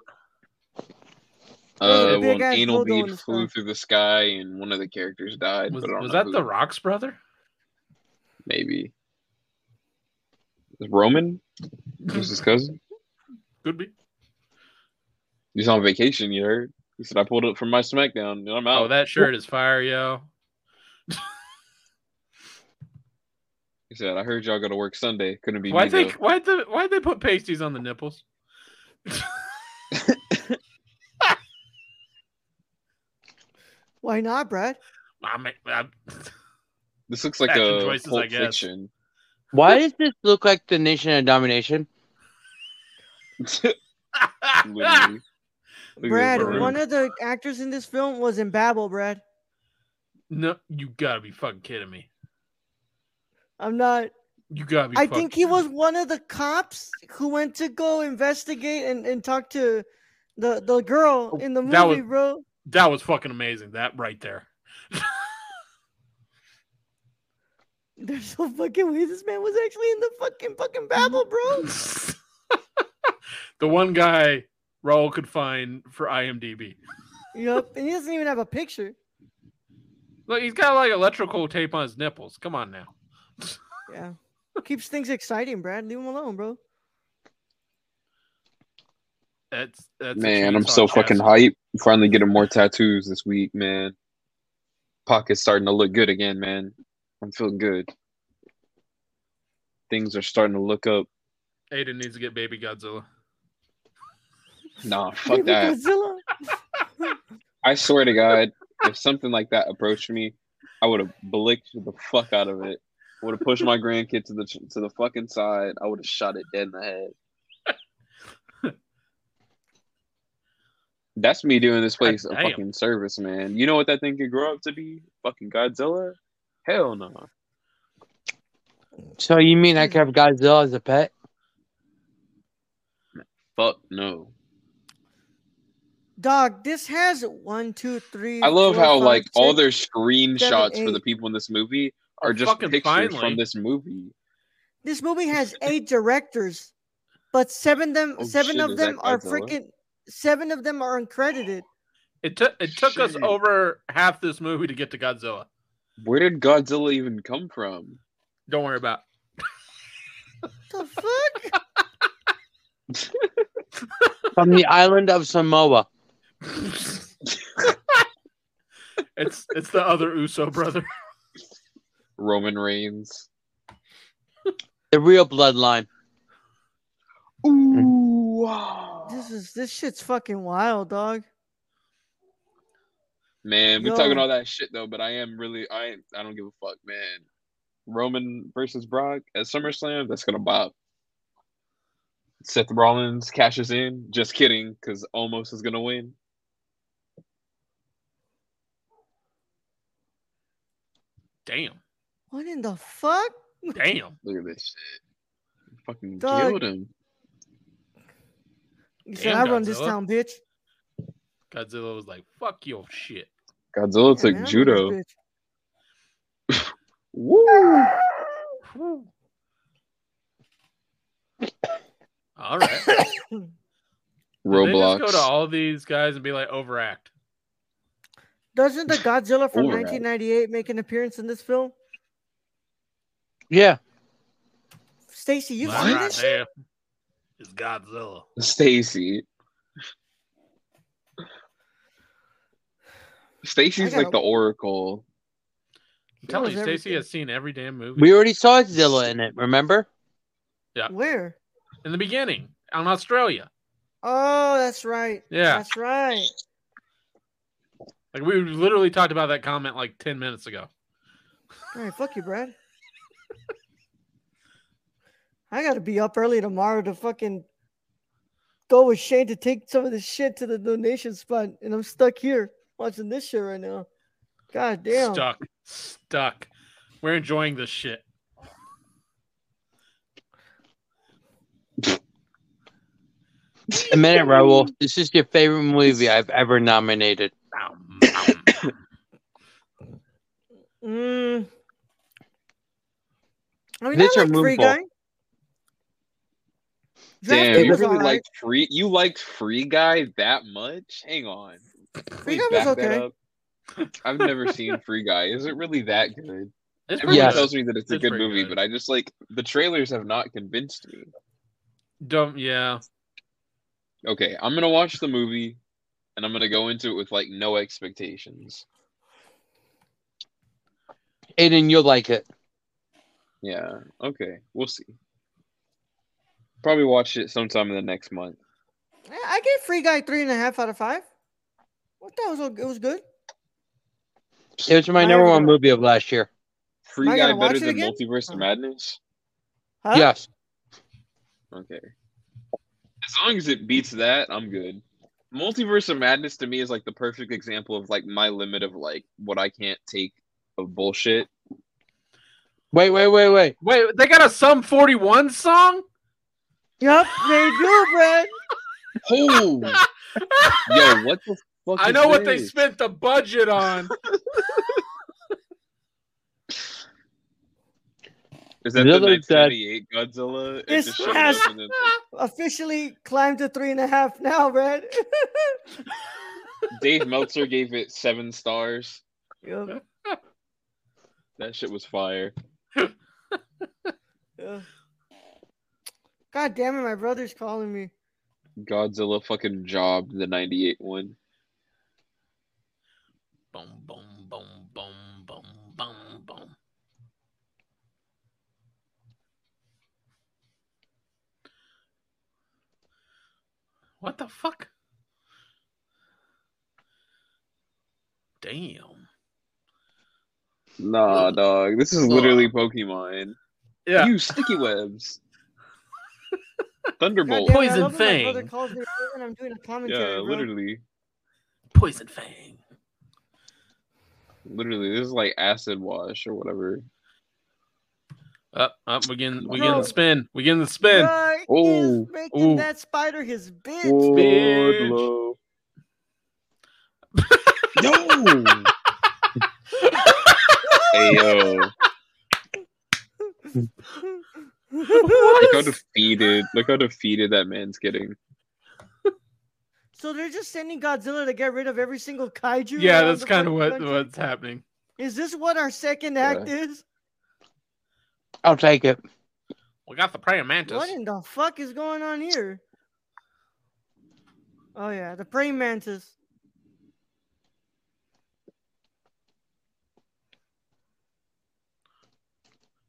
[SPEAKER 2] There's a
[SPEAKER 5] uh, well, an
[SPEAKER 2] big-ass
[SPEAKER 5] anal
[SPEAKER 2] dildo in
[SPEAKER 5] bead
[SPEAKER 2] the
[SPEAKER 5] flew
[SPEAKER 2] sky.
[SPEAKER 5] through the sky and one of the characters died?
[SPEAKER 3] Was,
[SPEAKER 5] but I don't
[SPEAKER 3] was
[SPEAKER 5] know
[SPEAKER 3] that
[SPEAKER 5] who.
[SPEAKER 3] the Rocks brother?
[SPEAKER 5] maybe Roman? He was his cousin.
[SPEAKER 3] Could be.
[SPEAKER 5] He's on vacation. You heard? He said I pulled up from my SmackDown and I'm out.
[SPEAKER 3] Oh, that shirt is fire, yo.
[SPEAKER 5] He said, "I heard y'all go to work Sunday. Couldn't be
[SPEAKER 3] Why
[SPEAKER 5] me
[SPEAKER 3] they
[SPEAKER 5] though."
[SPEAKER 3] why the why they put pasties on the nipples?
[SPEAKER 2] Why not, Brad?
[SPEAKER 3] I mean, I-
[SPEAKER 5] This looks like
[SPEAKER 3] Action
[SPEAKER 5] a
[SPEAKER 3] choices, I
[SPEAKER 5] Pulp
[SPEAKER 3] guess.
[SPEAKER 5] Fiction.
[SPEAKER 4] Why does this look like the Nation of Domination?
[SPEAKER 5] Literally. Look at this
[SPEAKER 2] Brad,
[SPEAKER 5] maroon.
[SPEAKER 2] one of the actors in this film was in Babel, Brad.
[SPEAKER 3] no, you gotta be fucking kidding me.
[SPEAKER 2] I'm not.
[SPEAKER 3] You gotta be.
[SPEAKER 2] I
[SPEAKER 3] fucking-
[SPEAKER 2] think he was one of the cops who went to go investigate and, and talk to the, the
[SPEAKER 5] Oh,
[SPEAKER 2] girl in the
[SPEAKER 3] That
[SPEAKER 2] movie,
[SPEAKER 3] was-
[SPEAKER 2] bro.
[SPEAKER 3] That was fucking amazing. That right there.
[SPEAKER 2] There's no fucking way this man was actually in the fucking fucking Babel, bro.
[SPEAKER 3] the one guy Raul could find for IMDb.
[SPEAKER 2] yep, and he doesn't even have a picture.
[SPEAKER 3] Look, he's got like electrical tape on his nipples. Come on now.
[SPEAKER 2] Yeah, keeps things exciting, Brad. Leave him alone, bro.
[SPEAKER 3] That's that's a
[SPEAKER 5] Man, I'm
[SPEAKER 3] chainsaw
[SPEAKER 5] so
[SPEAKER 3] chest.
[SPEAKER 5] fucking hype. Finally getting more tattoos this week, man. Pocket's starting to look good again, man. I'm feeling good. Things are starting to look up.
[SPEAKER 3] Aiden needs to get baby Godzilla.
[SPEAKER 5] Nah, fuck
[SPEAKER 2] Baby
[SPEAKER 5] that.
[SPEAKER 2] Godzilla.
[SPEAKER 5] I swear to God, if something like that approached me, I would have blicked the fuck out of it. Would have pushed my grandkid to the to the fucking side. I would have shot it dead in the head. That's me doing this place a
[SPEAKER 3] God damn.
[SPEAKER 5] fucking service, man. You know what that thing could grow up to be? Fucking Godzilla? Hell no.
[SPEAKER 4] So you mean I could have Godzilla as a pet?
[SPEAKER 5] Fuck no.
[SPEAKER 2] Dog, this has one, two, three.
[SPEAKER 5] I love
[SPEAKER 2] four,
[SPEAKER 5] how
[SPEAKER 2] five,
[SPEAKER 5] like
[SPEAKER 2] six-
[SPEAKER 5] all their screenshots for the
[SPEAKER 2] eight.
[SPEAKER 5] people in this movie are
[SPEAKER 3] Oh,
[SPEAKER 5] just
[SPEAKER 3] fucking
[SPEAKER 5] pictures
[SPEAKER 3] finally.
[SPEAKER 5] from this movie.
[SPEAKER 2] This movie has eight directors, but seven them,
[SPEAKER 5] Oh,
[SPEAKER 2] seven
[SPEAKER 5] shit,
[SPEAKER 2] of
[SPEAKER 5] is that
[SPEAKER 2] them are
[SPEAKER 5] Godzilla?
[SPEAKER 2] freaking. Seven of them are uncredited.
[SPEAKER 3] It took it took us
[SPEAKER 5] Shit.
[SPEAKER 3] over half this movie to get to Godzilla.
[SPEAKER 5] Where did Godzilla even come from?
[SPEAKER 3] Don't worry about. it.
[SPEAKER 2] What the fuck?
[SPEAKER 4] From the island of Samoa.
[SPEAKER 3] it's it's the other Uso brother.
[SPEAKER 5] Roman Reigns.
[SPEAKER 4] The real bloodline.
[SPEAKER 5] Ooh.
[SPEAKER 2] this is this shit's fucking wild, dog.
[SPEAKER 5] Man, we're
[SPEAKER 2] Yo.
[SPEAKER 5] talking all that shit though, but I am really I ain't- I don't give a fuck, man. Roman versus Brock at SummerSlam, that's gonna bop. Seth Rollins cashes in. Just kidding, because almost is gonna win.
[SPEAKER 3] Damn,
[SPEAKER 2] What in the fuck?
[SPEAKER 3] damn.
[SPEAKER 5] Look at this shit. Fucking
[SPEAKER 2] Dog.
[SPEAKER 5] killed him.
[SPEAKER 2] You said
[SPEAKER 3] Damn,
[SPEAKER 2] I run this
[SPEAKER 3] Godzilla.
[SPEAKER 2] town, bitch.
[SPEAKER 3] Godzilla was like, "Fuck your shit."
[SPEAKER 5] Godzilla
[SPEAKER 2] Yeah, man,
[SPEAKER 5] took
[SPEAKER 2] I run this
[SPEAKER 5] judo.
[SPEAKER 2] bitch.
[SPEAKER 5] Woo!
[SPEAKER 3] Whew. All right. Did They just go to
[SPEAKER 5] Roblox.
[SPEAKER 3] all these guys and be like, "Overact."
[SPEAKER 2] Doesn't the Godzilla from
[SPEAKER 5] All right.
[SPEAKER 2] 1998 make an appearance in this film?
[SPEAKER 4] Yeah.
[SPEAKER 2] Stacy, you've
[SPEAKER 3] Well,
[SPEAKER 2] seen
[SPEAKER 3] right
[SPEAKER 2] this shit?
[SPEAKER 3] there is Godzilla.
[SPEAKER 5] Stacy. Stacy's
[SPEAKER 2] I
[SPEAKER 5] like
[SPEAKER 2] gotta-
[SPEAKER 5] the oracle.
[SPEAKER 3] I'm telling
[SPEAKER 2] was
[SPEAKER 3] you, Stacy
[SPEAKER 2] everything.
[SPEAKER 3] has seen every damn movie
[SPEAKER 4] We already saw Zilla in it, remember?
[SPEAKER 2] Where?
[SPEAKER 3] in the beginning on Australia.
[SPEAKER 2] Oh, that's right.
[SPEAKER 3] Yeah,
[SPEAKER 2] That's right.
[SPEAKER 3] like we literally talked about that comment like ten minutes ago.
[SPEAKER 2] All right, fuck you, Brad. I gotta be up early tomorrow to fucking go with Shane to take some of this shit to the donation spot, and I'm stuck here watching this shit right now. God damn.
[SPEAKER 3] Stuck, stuck. We're enjoying this shit.
[SPEAKER 4] A minute, Raul. This is your favorite movie I've ever nominated.
[SPEAKER 3] Um, um.
[SPEAKER 2] Mm. I mean,
[SPEAKER 4] This
[SPEAKER 2] I
[SPEAKER 4] or
[SPEAKER 2] like Free
[SPEAKER 4] Moonfall?
[SPEAKER 2] Guy. Draft
[SPEAKER 5] Damn,
[SPEAKER 2] Day
[SPEAKER 5] you
[SPEAKER 2] was
[SPEAKER 5] really
[SPEAKER 2] alright.
[SPEAKER 5] liked free. You liked Free Guy that much? Hang on. Let
[SPEAKER 2] Free
[SPEAKER 5] me
[SPEAKER 2] Guy was
[SPEAKER 5] back that
[SPEAKER 2] okay.
[SPEAKER 5] up. I've never seen Free Guy. Is it really that good?
[SPEAKER 3] It's
[SPEAKER 5] Everyone
[SPEAKER 3] pretty
[SPEAKER 4] Yes.
[SPEAKER 5] tells me that it's a
[SPEAKER 3] It's
[SPEAKER 5] good
[SPEAKER 3] pretty
[SPEAKER 5] movie,
[SPEAKER 3] good.
[SPEAKER 5] but I just like the trailers have not convinced me.
[SPEAKER 3] Dumb, yeah.
[SPEAKER 5] Okay, I'm gonna watch the movie, and I'm gonna go into it with like no expectations.
[SPEAKER 4] Aiden, you'll like it.
[SPEAKER 5] Yeah. Okay. We'll see. Probably watch it sometime in the next month.
[SPEAKER 2] I, I gave Free Guy three and a half out of five. What that was it was good.
[SPEAKER 4] It was my
[SPEAKER 2] I
[SPEAKER 4] number
[SPEAKER 2] haven't-
[SPEAKER 4] one movie of last year.
[SPEAKER 5] Free
[SPEAKER 2] I
[SPEAKER 5] Guy
[SPEAKER 2] gonna watch
[SPEAKER 5] better
[SPEAKER 2] it
[SPEAKER 5] than
[SPEAKER 2] again?
[SPEAKER 5] Multiverse
[SPEAKER 2] Oh.
[SPEAKER 5] of Madness.
[SPEAKER 2] Huh?
[SPEAKER 4] Yes.
[SPEAKER 5] Okay. As long as it beats that, I'm good. Multiverse of Madness to me is like the perfect example of like my limit of like what I can't take of bullshit.
[SPEAKER 4] Wait, wait, wait, wait.
[SPEAKER 3] Wait, they got a Sum 41 song?
[SPEAKER 2] Yep, they do, Brad.
[SPEAKER 5] Oh, yo, what the fuck?
[SPEAKER 3] I
[SPEAKER 5] is
[SPEAKER 3] know what they
[SPEAKER 5] this?
[SPEAKER 3] spent the budget on.
[SPEAKER 5] Is that the
[SPEAKER 4] Another dead-
[SPEAKER 5] 1998 Godzilla? It
[SPEAKER 2] This
[SPEAKER 5] just showed
[SPEAKER 2] has-
[SPEAKER 5] up and it's-
[SPEAKER 2] Officially climbed to three and a half now, Brad.
[SPEAKER 5] Dave Meltzer gave it seven stars.
[SPEAKER 2] Yep,
[SPEAKER 5] That shit was fire.
[SPEAKER 2] yep. God damn it, my brother's calling me.
[SPEAKER 5] Godzilla fucking job the 98 one.
[SPEAKER 3] boom, boom, boom, boom, boom, boom, boom. What the fuck? Damn.
[SPEAKER 5] Nah,
[SPEAKER 3] Ugh.
[SPEAKER 5] dog. This is
[SPEAKER 3] Ugh.
[SPEAKER 5] literally Pokemon.
[SPEAKER 3] Yeah.
[SPEAKER 5] You sticky webs. Thunderbolt.
[SPEAKER 2] God damn it, I
[SPEAKER 3] Poison
[SPEAKER 2] love when My brother
[SPEAKER 3] thing.
[SPEAKER 2] calls me and I'm doing a commentary.
[SPEAKER 5] Yeah,
[SPEAKER 2] bro.
[SPEAKER 5] literally.
[SPEAKER 3] Poison Fang.
[SPEAKER 5] Literally, this is like acid wash or whatever.
[SPEAKER 3] Up, up, Uh, we getting we
[SPEAKER 5] Bro.
[SPEAKER 3] getting the spin. We getting the spin.
[SPEAKER 2] Bruh, he
[SPEAKER 5] Oh,
[SPEAKER 2] is making
[SPEAKER 3] oh.
[SPEAKER 2] that spider his bitch.
[SPEAKER 3] bitch.
[SPEAKER 5] Wardlow. no. hey yo, look how defeated. Look how defeated that man's getting.
[SPEAKER 2] so they're just sending Godzilla to get rid of every single kaiju.
[SPEAKER 3] Yeah,
[SPEAKER 2] around
[SPEAKER 3] that's
[SPEAKER 2] the
[SPEAKER 3] kind of
[SPEAKER 2] fucking
[SPEAKER 3] what
[SPEAKER 2] country?
[SPEAKER 3] what's happening.
[SPEAKER 2] Is this what our second act is?
[SPEAKER 4] I'll take it.
[SPEAKER 3] We got the praying mantis.
[SPEAKER 2] What in the fuck is going on here? Oh yeah, the praying mantis.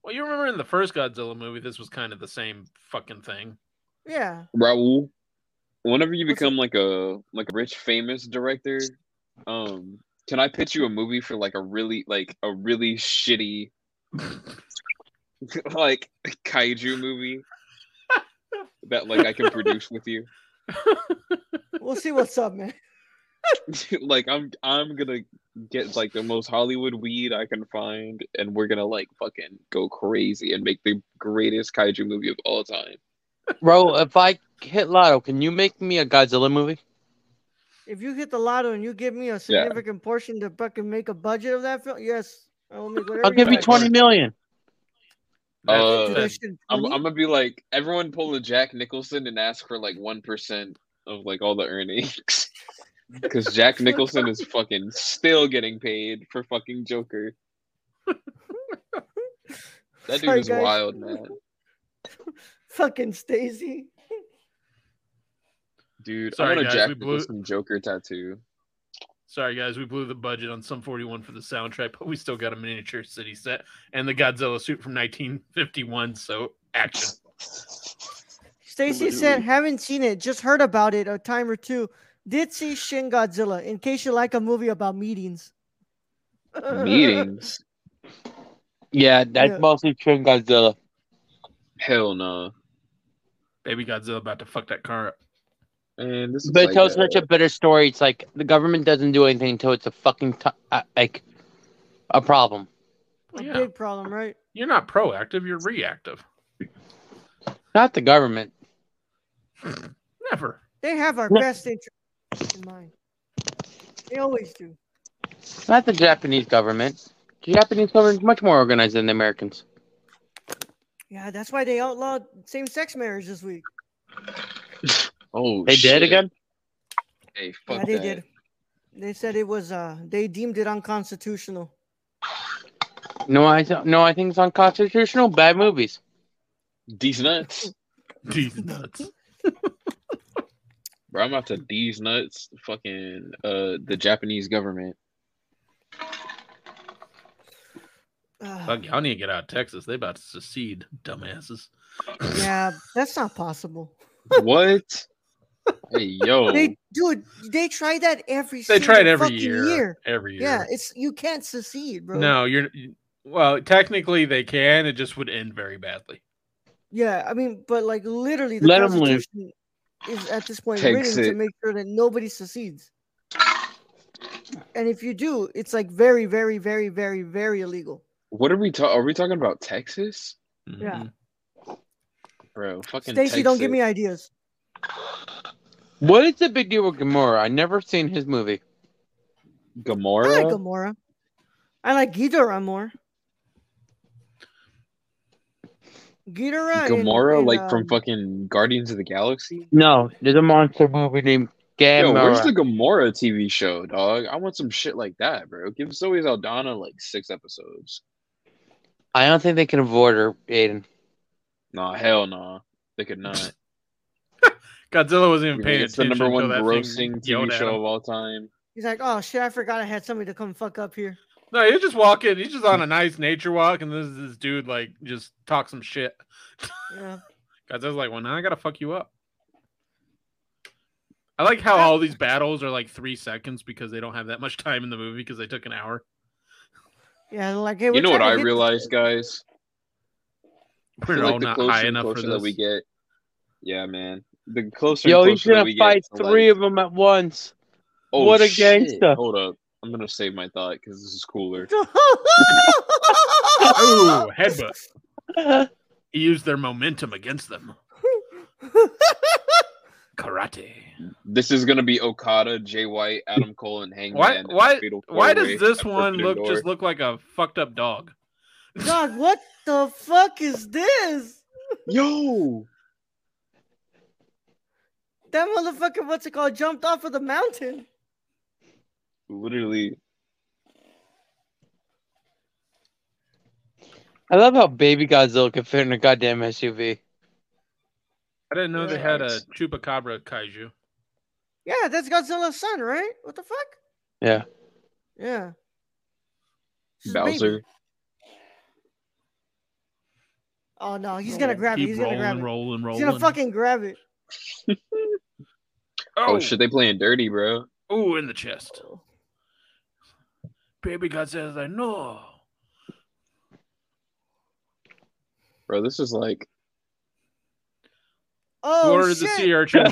[SPEAKER 3] Well, you remember in the first Godzilla movie, this was kind of the same fucking thing.
[SPEAKER 2] Yeah.
[SPEAKER 5] Raul, whenever you
[SPEAKER 2] What's
[SPEAKER 5] become like a like a rich famous director, um, can I pitch you a movie for like a really like a really shitty like kaiju movie that like I can produce with you?
[SPEAKER 2] We'll see what's up, man.
[SPEAKER 5] like I'm I'm gonna get like the most Hollywood weed I can find, and we're gonna like fucking go crazy and make the greatest kaiju movie of all time.
[SPEAKER 4] Bro, if I hit lotto, can you make me a Godzilla movie?
[SPEAKER 2] If you hit the lotto and you give me a significant portion to fucking make a budget of that film, yes, I will make whatever.
[SPEAKER 4] I'll give you
[SPEAKER 2] like.
[SPEAKER 4] 20 million.
[SPEAKER 3] That's-
[SPEAKER 5] Uh,
[SPEAKER 2] Do that
[SPEAKER 3] that's-
[SPEAKER 2] shit in
[SPEAKER 5] I'm
[SPEAKER 2] 20?
[SPEAKER 5] I'm gonna be like everyone pull a Jack Nicholson and ask for like one percent of like all the earnings. Because Jack Nicholson is fucking still getting paid for fucking Joker. That dude
[SPEAKER 2] Sorry,
[SPEAKER 5] is
[SPEAKER 2] guys.
[SPEAKER 5] wild, man.
[SPEAKER 2] Fucking Stacy.
[SPEAKER 5] Dude,
[SPEAKER 3] Sorry,
[SPEAKER 5] I want a
[SPEAKER 3] guys, we
[SPEAKER 5] Jack
[SPEAKER 3] blew-
[SPEAKER 5] Nicholson Joker tattoo.
[SPEAKER 3] Sorry, guys, we blew the budget on some 41 for the soundtrack, but we still got a miniature city set and the Godzilla suit from 1951. So action.
[SPEAKER 2] Stacy said,
[SPEAKER 5] Literally.
[SPEAKER 2] haven't seen it, just heard about it a time or two. Did see Shin Godzilla in case you like a movie about meetings.
[SPEAKER 5] Meetings.
[SPEAKER 4] Yeah, that's
[SPEAKER 2] Yeah.
[SPEAKER 4] mostly true in Godzilla.
[SPEAKER 5] Hell no.
[SPEAKER 3] Baby Godzilla about to fuck that car up.
[SPEAKER 5] And this is
[SPEAKER 4] But it
[SPEAKER 5] like,
[SPEAKER 4] tells
[SPEAKER 5] uh,
[SPEAKER 4] such a better story. It's like the government doesn't do anything until it's a fucking t- uh, like a problem.
[SPEAKER 2] A
[SPEAKER 3] Well, yeah,
[SPEAKER 2] big problem, right?
[SPEAKER 3] you're not proactive, you're reactive.
[SPEAKER 4] Not the government.
[SPEAKER 3] Never.
[SPEAKER 2] They have our
[SPEAKER 4] No.
[SPEAKER 2] best interest in mind. They always do.
[SPEAKER 4] Not the Japanese government. The Japanese government's much more organized than the Americans.
[SPEAKER 2] Yeah, that's why they outlawed same sex marriage this week.
[SPEAKER 5] Oh,
[SPEAKER 4] They
[SPEAKER 5] shit.
[SPEAKER 4] did again.
[SPEAKER 5] Hey, fuck
[SPEAKER 2] yeah, they
[SPEAKER 5] that.
[SPEAKER 2] did. They said it was uh they deemed it unconstitutional.
[SPEAKER 4] No, I th- no, I think it's unconstitutional. Bad movies.
[SPEAKER 5] These nuts.
[SPEAKER 3] These nuts.
[SPEAKER 5] Bro, I'm after these nuts. Fucking uh, the Japanese government.
[SPEAKER 2] Ugh.
[SPEAKER 3] Fuck, y'all need to get out of Texas. They about to secede, dumbasses.
[SPEAKER 2] yeah, that's not possible.
[SPEAKER 5] what? Hey, yo.
[SPEAKER 2] They dude, they try that every.
[SPEAKER 3] They
[SPEAKER 2] single
[SPEAKER 3] try it every
[SPEAKER 2] fucking
[SPEAKER 3] year,
[SPEAKER 2] year.
[SPEAKER 3] Every year.
[SPEAKER 2] Yeah, it's you can't secede, bro.
[SPEAKER 3] No, you're. you- Well, technically they can. It just would end very badly.
[SPEAKER 2] Yeah, I mean, but like literally, the
[SPEAKER 4] Let 'em live.
[SPEAKER 2] Constitution is at this point
[SPEAKER 5] Takes
[SPEAKER 2] written to
[SPEAKER 5] it.
[SPEAKER 2] make sure that nobody secedes. And if you do, it's like very, very, very, very, very illegal.
[SPEAKER 5] What are we talking? Are we talking about Texas,
[SPEAKER 2] Yeah.
[SPEAKER 3] Mhm.
[SPEAKER 5] bro? Fucking
[SPEAKER 2] Stacy, don't give
[SPEAKER 5] Texas.
[SPEAKER 2] me ideas.
[SPEAKER 4] What is the big deal with Gamora? I never seen his
[SPEAKER 2] I
[SPEAKER 4] movie.
[SPEAKER 2] like
[SPEAKER 5] Gamora.
[SPEAKER 2] Gamora. I like Ghidorah more. Ghidorah. and-
[SPEAKER 5] Gamora,
[SPEAKER 2] and,
[SPEAKER 5] like
[SPEAKER 2] um,
[SPEAKER 5] from fucking Guardians of the Galaxy.
[SPEAKER 4] No, there's a monster movie named
[SPEAKER 5] Yo,
[SPEAKER 4] Gamora.
[SPEAKER 5] where's the Gamora TV show, dog? I want some shit like that, bro. Give Zoe Aldana like six episodes.
[SPEAKER 4] I don't think they can afford her, Aiden.
[SPEAKER 5] Nah, hell nah. They could not.
[SPEAKER 3] Godzilla wasn't even paying
[SPEAKER 5] it's the
[SPEAKER 3] attention.
[SPEAKER 5] number one
[SPEAKER 3] until that thing
[SPEAKER 5] grossing TV
[SPEAKER 3] yelled at
[SPEAKER 5] show
[SPEAKER 3] him.
[SPEAKER 5] of all time.
[SPEAKER 2] He's like, oh shit, I forgot I had somebody to come fuck up here.
[SPEAKER 3] No, he's just walking. He's just on a nice nature walk, and this is this dude like just talk some shit.
[SPEAKER 2] Yeah.
[SPEAKER 3] Godzilla's like, well, now I gotta fuck you up. I like how all these battles are like three seconds because they don't have that much time in the movie because they took an hour.
[SPEAKER 2] Yeah, they're like, hey,
[SPEAKER 5] You
[SPEAKER 2] we're
[SPEAKER 5] know what
[SPEAKER 2] trying to
[SPEAKER 5] I
[SPEAKER 2] hit this-
[SPEAKER 5] realized, guys? I
[SPEAKER 3] We're
[SPEAKER 5] feel
[SPEAKER 3] all
[SPEAKER 5] like the
[SPEAKER 3] not
[SPEAKER 5] closer
[SPEAKER 3] high
[SPEAKER 5] and
[SPEAKER 3] enough for
[SPEAKER 5] closer that
[SPEAKER 3] this.
[SPEAKER 5] we get. Yeah, man. The closer.
[SPEAKER 4] Yo,
[SPEAKER 5] and
[SPEAKER 4] he's
[SPEAKER 5] closer that
[SPEAKER 4] gonna
[SPEAKER 5] we get
[SPEAKER 4] fight
[SPEAKER 5] to, like-
[SPEAKER 4] three of them at once.
[SPEAKER 5] Oh,
[SPEAKER 4] What a
[SPEAKER 5] shit.
[SPEAKER 4] gangsta.
[SPEAKER 5] Hold up. I'm gonna save my thought because this is cooler.
[SPEAKER 3] Ooh, headbutt. He used their momentum against them. Karate.
[SPEAKER 5] This is gonna be Okada, Jay White, Adam Cole, and Hangman.
[SPEAKER 3] Why-
[SPEAKER 5] in a
[SPEAKER 3] why-
[SPEAKER 5] fatal
[SPEAKER 3] Why
[SPEAKER 5] four-way
[SPEAKER 3] does this
[SPEAKER 5] at
[SPEAKER 3] one
[SPEAKER 5] Forbidden
[SPEAKER 3] look
[SPEAKER 5] Door.
[SPEAKER 3] just look like a fucked up dog?
[SPEAKER 2] God, what the fuck is this?
[SPEAKER 5] Yo,
[SPEAKER 2] That motherfucker, what's it called, jumped off of the mountain.
[SPEAKER 5] literally.
[SPEAKER 4] I love how baby Godzilla could fit in a goddamn SUV.
[SPEAKER 3] I didn't know they had a
[SPEAKER 5] Yikes.
[SPEAKER 3] chupacabra kaiju.
[SPEAKER 2] Yeah, that's Godzilla's son, right? What the fuck?
[SPEAKER 4] Yeah.
[SPEAKER 2] Yeah. It's his baby.
[SPEAKER 5] Bowser.
[SPEAKER 2] Oh no, he's gonna grab it.
[SPEAKER 3] Keep
[SPEAKER 2] He's
[SPEAKER 3] rolling,
[SPEAKER 2] gonna grab it.
[SPEAKER 3] rolling, rolling.
[SPEAKER 2] He's gonna fucking grab it.
[SPEAKER 5] Oh,
[SPEAKER 3] oh,
[SPEAKER 5] shit, they playing dirty, bro.
[SPEAKER 3] Ooh, in the chest. Baby God says, "I know."
[SPEAKER 5] Bro, this is like
[SPEAKER 2] Oh
[SPEAKER 3] Ordered the
[SPEAKER 2] shit!
[SPEAKER 3] sea urchin.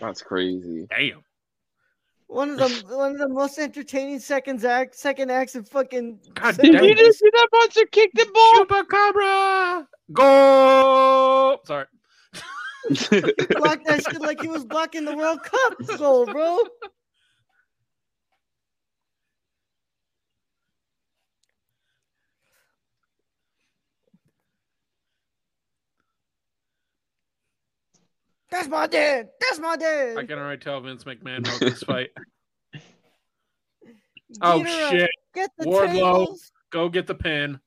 [SPEAKER 5] that's crazy.
[SPEAKER 3] Damn.
[SPEAKER 2] One of the one of the most entertaining seconds act second acts of fucking.
[SPEAKER 3] God
[SPEAKER 4] Did
[SPEAKER 3] Dang.
[SPEAKER 4] you just see that monster kick the ball?
[SPEAKER 3] Chupacabra! Go! Sorry.
[SPEAKER 2] block that shit like he was blocking the World Cup goal, bro. That's my dad. That's my dad.
[SPEAKER 3] I can already tell Vince McMahon wrote this fight. Oh
[SPEAKER 2] Get her up.
[SPEAKER 3] shit!
[SPEAKER 2] Get the
[SPEAKER 3] Wardlow.
[SPEAKER 2] tables.
[SPEAKER 3] Go get the pin.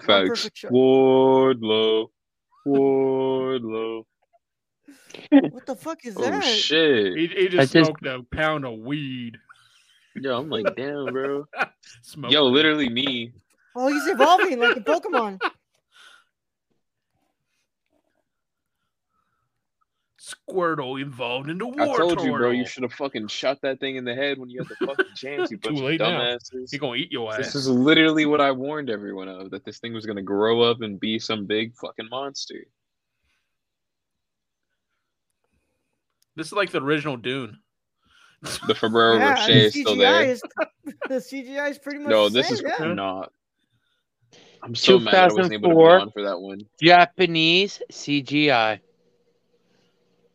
[SPEAKER 2] One
[SPEAKER 5] facts.
[SPEAKER 2] perfect shot.
[SPEAKER 5] Wardlow. Wardlow.
[SPEAKER 2] What the fuck is
[SPEAKER 5] Oh
[SPEAKER 2] that?
[SPEAKER 5] shit.
[SPEAKER 3] He, he
[SPEAKER 4] I
[SPEAKER 3] just
[SPEAKER 4] just-
[SPEAKER 3] smoked a pound of weed.
[SPEAKER 5] Yo, I'm like, damn, bro.
[SPEAKER 3] Smoked.
[SPEAKER 5] Yo, literally me.
[SPEAKER 2] Oh, he's evolving like a Pokemon.
[SPEAKER 3] Squirtle involved in the war.
[SPEAKER 5] I told you, bro. You
[SPEAKER 3] turtle.
[SPEAKER 5] should have fucking shot that thing in the head when you had the fucking chance. You
[SPEAKER 3] Too
[SPEAKER 5] bunch of
[SPEAKER 3] late now.
[SPEAKER 5] dumbasses.
[SPEAKER 3] He gonna eat your ass.
[SPEAKER 5] This is literally what I warned everyone of that this thing was going to grow up and be some big fucking monster.
[SPEAKER 3] This is like the original Dune.
[SPEAKER 5] The Ferrero
[SPEAKER 2] yeah,
[SPEAKER 5] Rocher
[SPEAKER 2] I mean,
[SPEAKER 5] is still there.
[SPEAKER 2] Is, the CGI is pretty much.
[SPEAKER 5] no,
[SPEAKER 2] the
[SPEAKER 5] this
[SPEAKER 2] same,
[SPEAKER 5] is
[SPEAKER 2] yeah.
[SPEAKER 5] not. I'm so mad I wasn't able to be
[SPEAKER 4] 2004.
[SPEAKER 5] on for that one.
[SPEAKER 4] Japanese CGI.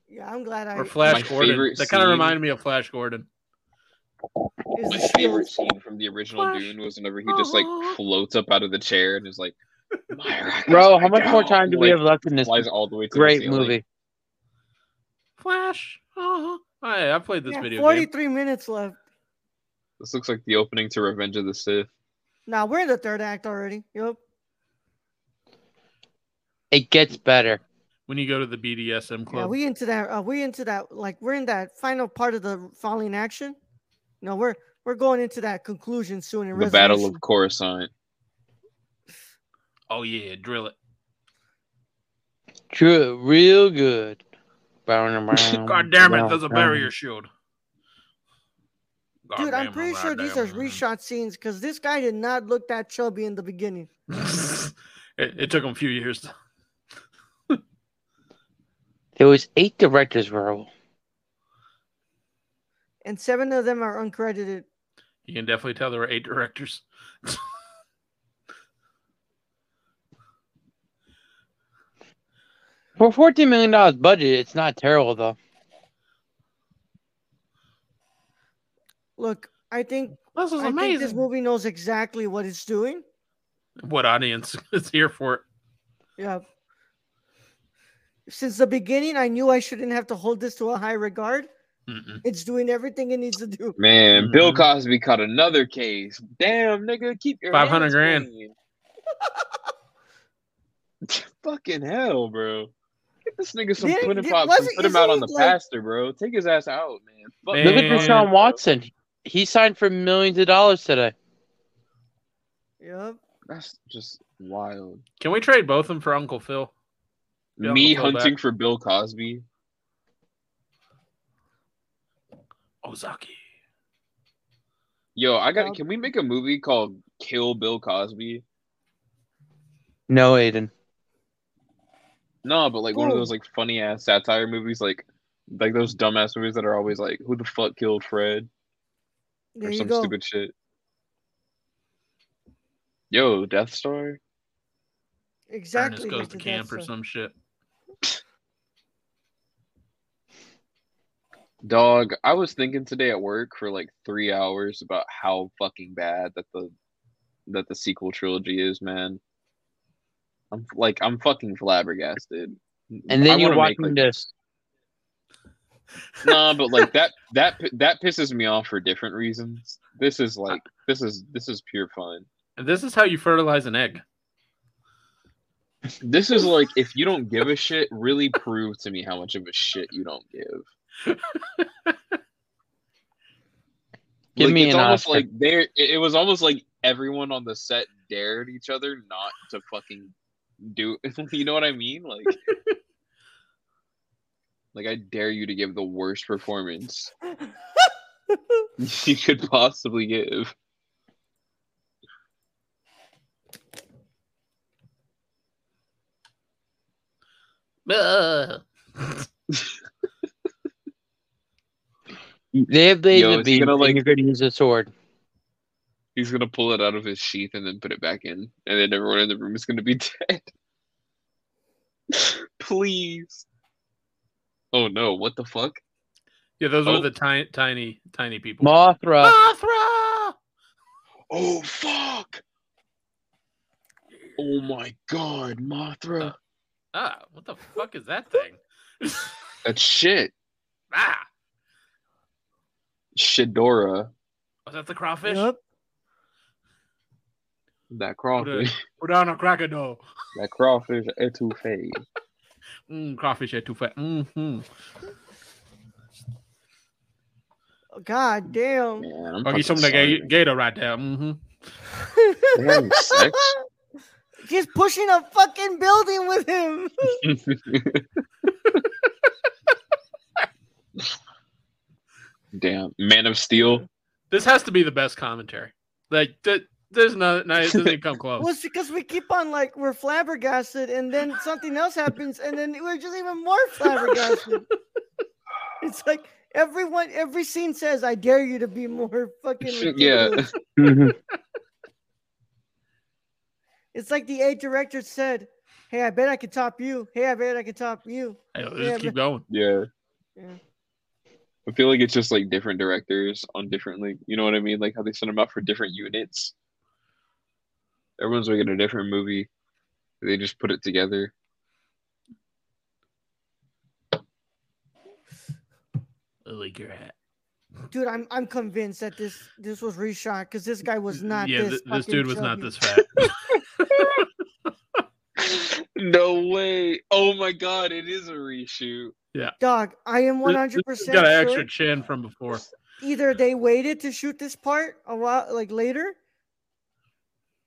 [SPEAKER 2] Yeah, I'm glad I.
[SPEAKER 3] Or Flash
[SPEAKER 5] My
[SPEAKER 3] Gordon.
[SPEAKER 5] favorite
[SPEAKER 3] That kind of
[SPEAKER 5] scene-
[SPEAKER 3] reminded me of Flash Gordon.
[SPEAKER 2] is
[SPEAKER 5] My
[SPEAKER 2] the
[SPEAKER 5] favorite
[SPEAKER 2] shield.
[SPEAKER 5] scene from the original
[SPEAKER 3] Flash.
[SPEAKER 5] Dune was whenever he just like
[SPEAKER 3] Aw.
[SPEAKER 5] floats up out of the chair and is like, "Myra,
[SPEAKER 4] Bro,
[SPEAKER 5] gotta
[SPEAKER 4] how much more
[SPEAKER 5] go,"
[SPEAKER 4] time do we
[SPEAKER 5] like,
[SPEAKER 4] have left in this
[SPEAKER 5] Flies all the way to the
[SPEAKER 4] great
[SPEAKER 5] ceiling.
[SPEAKER 4] movie?
[SPEAKER 3] Flash. Oh, hey, I played this
[SPEAKER 2] Yeah,
[SPEAKER 3] video game.
[SPEAKER 2] 43 minutes left.
[SPEAKER 5] This looks like the opening to Revenge of the Sith.
[SPEAKER 2] Now we're in the third act already. Yep.
[SPEAKER 4] It gets better.
[SPEAKER 3] When you go to the BDSM club.
[SPEAKER 2] Yeah, we into that. Uh, we into that. Like we're in that final part of the falling action. No, we're We're going into that conclusion soon. In
[SPEAKER 5] The Battle
[SPEAKER 2] resolution.
[SPEAKER 5] of Coruscant.
[SPEAKER 3] Oh yeah, drill it.
[SPEAKER 4] True, real good. God Um,
[SPEAKER 3] God damn it, there's a barrier shield.
[SPEAKER 2] Dude,
[SPEAKER 3] Oh,
[SPEAKER 2] I'm pretty sure these are reshot scenes because this guy did not look that chubby in the beginning.
[SPEAKER 3] reshots. it, it took them a few years.
[SPEAKER 4] There was eight directors, bro.
[SPEAKER 2] And seven of them are uncredited.
[SPEAKER 3] You can definitely tell there were eight directors.
[SPEAKER 4] For fourteen million dollars budget, it's not terrible though.
[SPEAKER 2] Look, I think
[SPEAKER 3] This is
[SPEAKER 2] I think this
[SPEAKER 3] amazing.
[SPEAKER 2] movie knows exactly what it's doing.
[SPEAKER 3] What audience is here for it?
[SPEAKER 2] Yeah. Since the beginning, I knew I shouldn't have to hold this to a high regard.
[SPEAKER 3] Mm-mm.
[SPEAKER 2] It's doing everything it needs to do.
[SPEAKER 5] Man,
[SPEAKER 4] Mm-hmm.
[SPEAKER 5] Bill
[SPEAKER 3] Mhm.
[SPEAKER 5] Cosby caught another case. Damn, nigga, keep your hands
[SPEAKER 3] 500 grand.
[SPEAKER 5] clean. Fucking hell, bro. Get this nigga some
[SPEAKER 2] Didn't-
[SPEAKER 5] pudding
[SPEAKER 2] did-
[SPEAKER 5] pops and
[SPEAKER 2] wasn't-
[SPEAKER 5] put him
[SPEAKER 2] isn't
[SPEAKER 5] out on
[SPEAKER 2] he,
[SPEAKER 5] the
[SPEAKER 2] like-
[SPEAKER 5] pastor, bro. Take his ass out, man. Fuck
[SPEAKER 3] Look
[SPEAKER 4] Look at
[SPEAKER 3] Man.
[SPEAKER 4] Deshaun Watson. He signed for millions of dollars today.
[SPEAKER 2] Yep.
[SPEAKER 5] That's just wild.
[SPEAKER 3] Can we trade both of them for Uncle Phil? Yeah,
[SPEAKER 5] Me
[SPEAKER 3] I'll feel
[SPEAKER 5] hunting
[SPEAKER 3] that.
[SPEAKER 5] for Bill Cosby.
[SPEAKER 3] Ozaki.
[SPEAKER 5] Yo, I got.
[SPEAKER 2] Well-
[SPEAKER 5] Can we make a movie called Kill Bill Cosby?
[SPEAKER 4] No, Aiden.
[SPEAKER 5] No, but like one of
[SPEAKER 2] Ooh.
[SPEAKER 5] those like funny ass satire movies, like like those dumbass movies that are always like, "Who the fuck killed Fred?"
[SPEAKER 2] There
[SPEAKER 5] or
[SPEAKER 2] you
[SPEAKER 5] some
[SPEAKER 2] go.
[SPEAKER 5] stupid shit. Yo, Death Star.
[SPEAKER 2] Exactly.
[SPEAKER 3] Ernest goes
[SPEAKER 2] like
[SPEAKER 3] to
[SPEAKER 2] the
[SPEAKER 3] camp or
[SPEAKER 2] Death Star.
[SPEAKER 3] some shit.
[SPEAKER 5] Dog, I was thinking today at work for like three hours about how fucking bad that the that the sequel trilogy is, man. I'm like I'm fucking flabbergasted.
[SPEAKER 4] And
[SPEAKER 5] I
[SPEAKER 4] then you're
[SPEAKER 5] wanna make,
[SPEAKER 4] watching
[SPEAKER 5] like,
[SPEAKER 4] this.
[SPEAKER 5] no, but like that that that pisses me off for different reasons. This is like this is this is pure fun.
[SPEAKER 3] And this is how you fertilize an egg.
[SPEAKER 5] This is like if you don't give a shit, really prove to me how much of a shit you don't give.
[SPEAKER 4] Give
[SPEAKER 5] Like,
[SPEAKER 4] me
[SPEAKER 5] it's
[SPEAKER 4] an
[SPEAKER 5] almost
[SPEAKER 4] Oscar.
[SPEAKER 5] like there. It, it was almost like everyone on the set dared each other not to fucking do. You know what I mean? Like, like I dare you to give the worst performance you could possibly give.
[SPEAKER 3] Ugh.
[SPEAKER 4] They have blades
[SPEAKER 5] Yo,
[SPEAKER 4] of
[SPEAKER 5] is he
[SPEAKER 4] beam,
[SPEAKER 5] gonna,
[SPEAKER 4] and
[SPEAKER 5] like-
[SPEAKER 4] you're gonna use a sword.
[SPEAKER 5] He's gonna pull it out of his sheath and then put it back in, and then everyone in the room is gonna be dead. Please. Oh no! What the fuck?
[SPEAKER 3] Yeah, those
[SPEAKER 5] Oh.
[SPEAKER 3] were the tiny, tiny, tiny people.
[SPEAKER 4] Mothra.
[SPEAKER 3] Mothra!
[SPEAKER 5] Oh fuck! Oh my god, Mothra!
[SPEAKER 3] Ah, what the fuck is that thing?
[SPEAKER 5] That's shit.
[SPEAKER 3] ah,
[SPEAKER 5] Shadora,
[SPEAKER 3] was oh, that the crawfish?
[SPEAKER 2] Yep.
[SPEAKER 5] that crawfish,
[SPEAKER 3] Put down a crocodile.
[SPEAKER 5] that crawfish etouffee.
[SPEAKER 3] Mm, crawfish at too fat. Mm-hmm.
[SPEAKER 2] God damn.
[SPEAKER 5] Man, I'm
[SPEAKER 3] I'll
[SPEAKER 5] fucking
[SPEAKER 3] get some of the ga-
[SPEAKER 5] sorry.
[SPEAKER 3] gator right there. Mm-hmm.
[SPEAKER 5] They having sex?
[SPEAKER 2] She's pushing a fucking building with him.
[SPEAKER 5] Damn, Man of Steel.
[SPEAKER 3] This has to be the best commentary. Like, th- there's no, no, it doesn't even come close.
[SPEAKER 2] Well, it's because we keep on like we're flabbergasted, and then something else happens, and then we're just even more flabbergasted. it's like everyone, every scene says, "I dare you to be more fucking."
[SPEAKER 5] Yeah.
[SPEAKER 2] ridiculous."
[SPEAKER 4] Mhm.
[SPEAKER 2] It's like the eight director said, "Hey, I bet I can top you. Hey, I bet I can top you."
[SPEAKER 3] Hey, let's
[SPEAKER 2] Yeah,
[SPEAKER 3] just keep going.
[SPEAKER 5] Yeah.
[SPEAKER 2] Yeah.
[SPEAKER 5] I feel like it's just like different directors on different, like, you know what I mean? Like how they send them out for different units. Everyone's making a different movie. They just put it together.
[SPEAKER 3] Like your hat.
[SPEAKER 2] Dude, I'm I'm convinced that this this was reshot because this guy was not.
[SPEAKER 3] yeah,
[SPEAKER 2] this,
[SPEAKER 3] th- this
[SPEAKER 2] fucking
[SPEAKER 3] dude was not
[SPEAKER 2] chubby.
[SPEAKER 3] this fat.
[SPEAKER 5] no way. Oh my god, it is a reshoot.
[SPEAKER 2] Dog, I am
[SPEAKER 3] This-
[SPEAKER 2] 100
[SPEAKER 3] This, has
[SPEAKER 2] percent
[SPEAKER 3] got an
[SPEAKER 2] sure.
[SPEAKER 3] extra chin from before.
[SPEAKER 2] either they waited to shoot this part a while like later,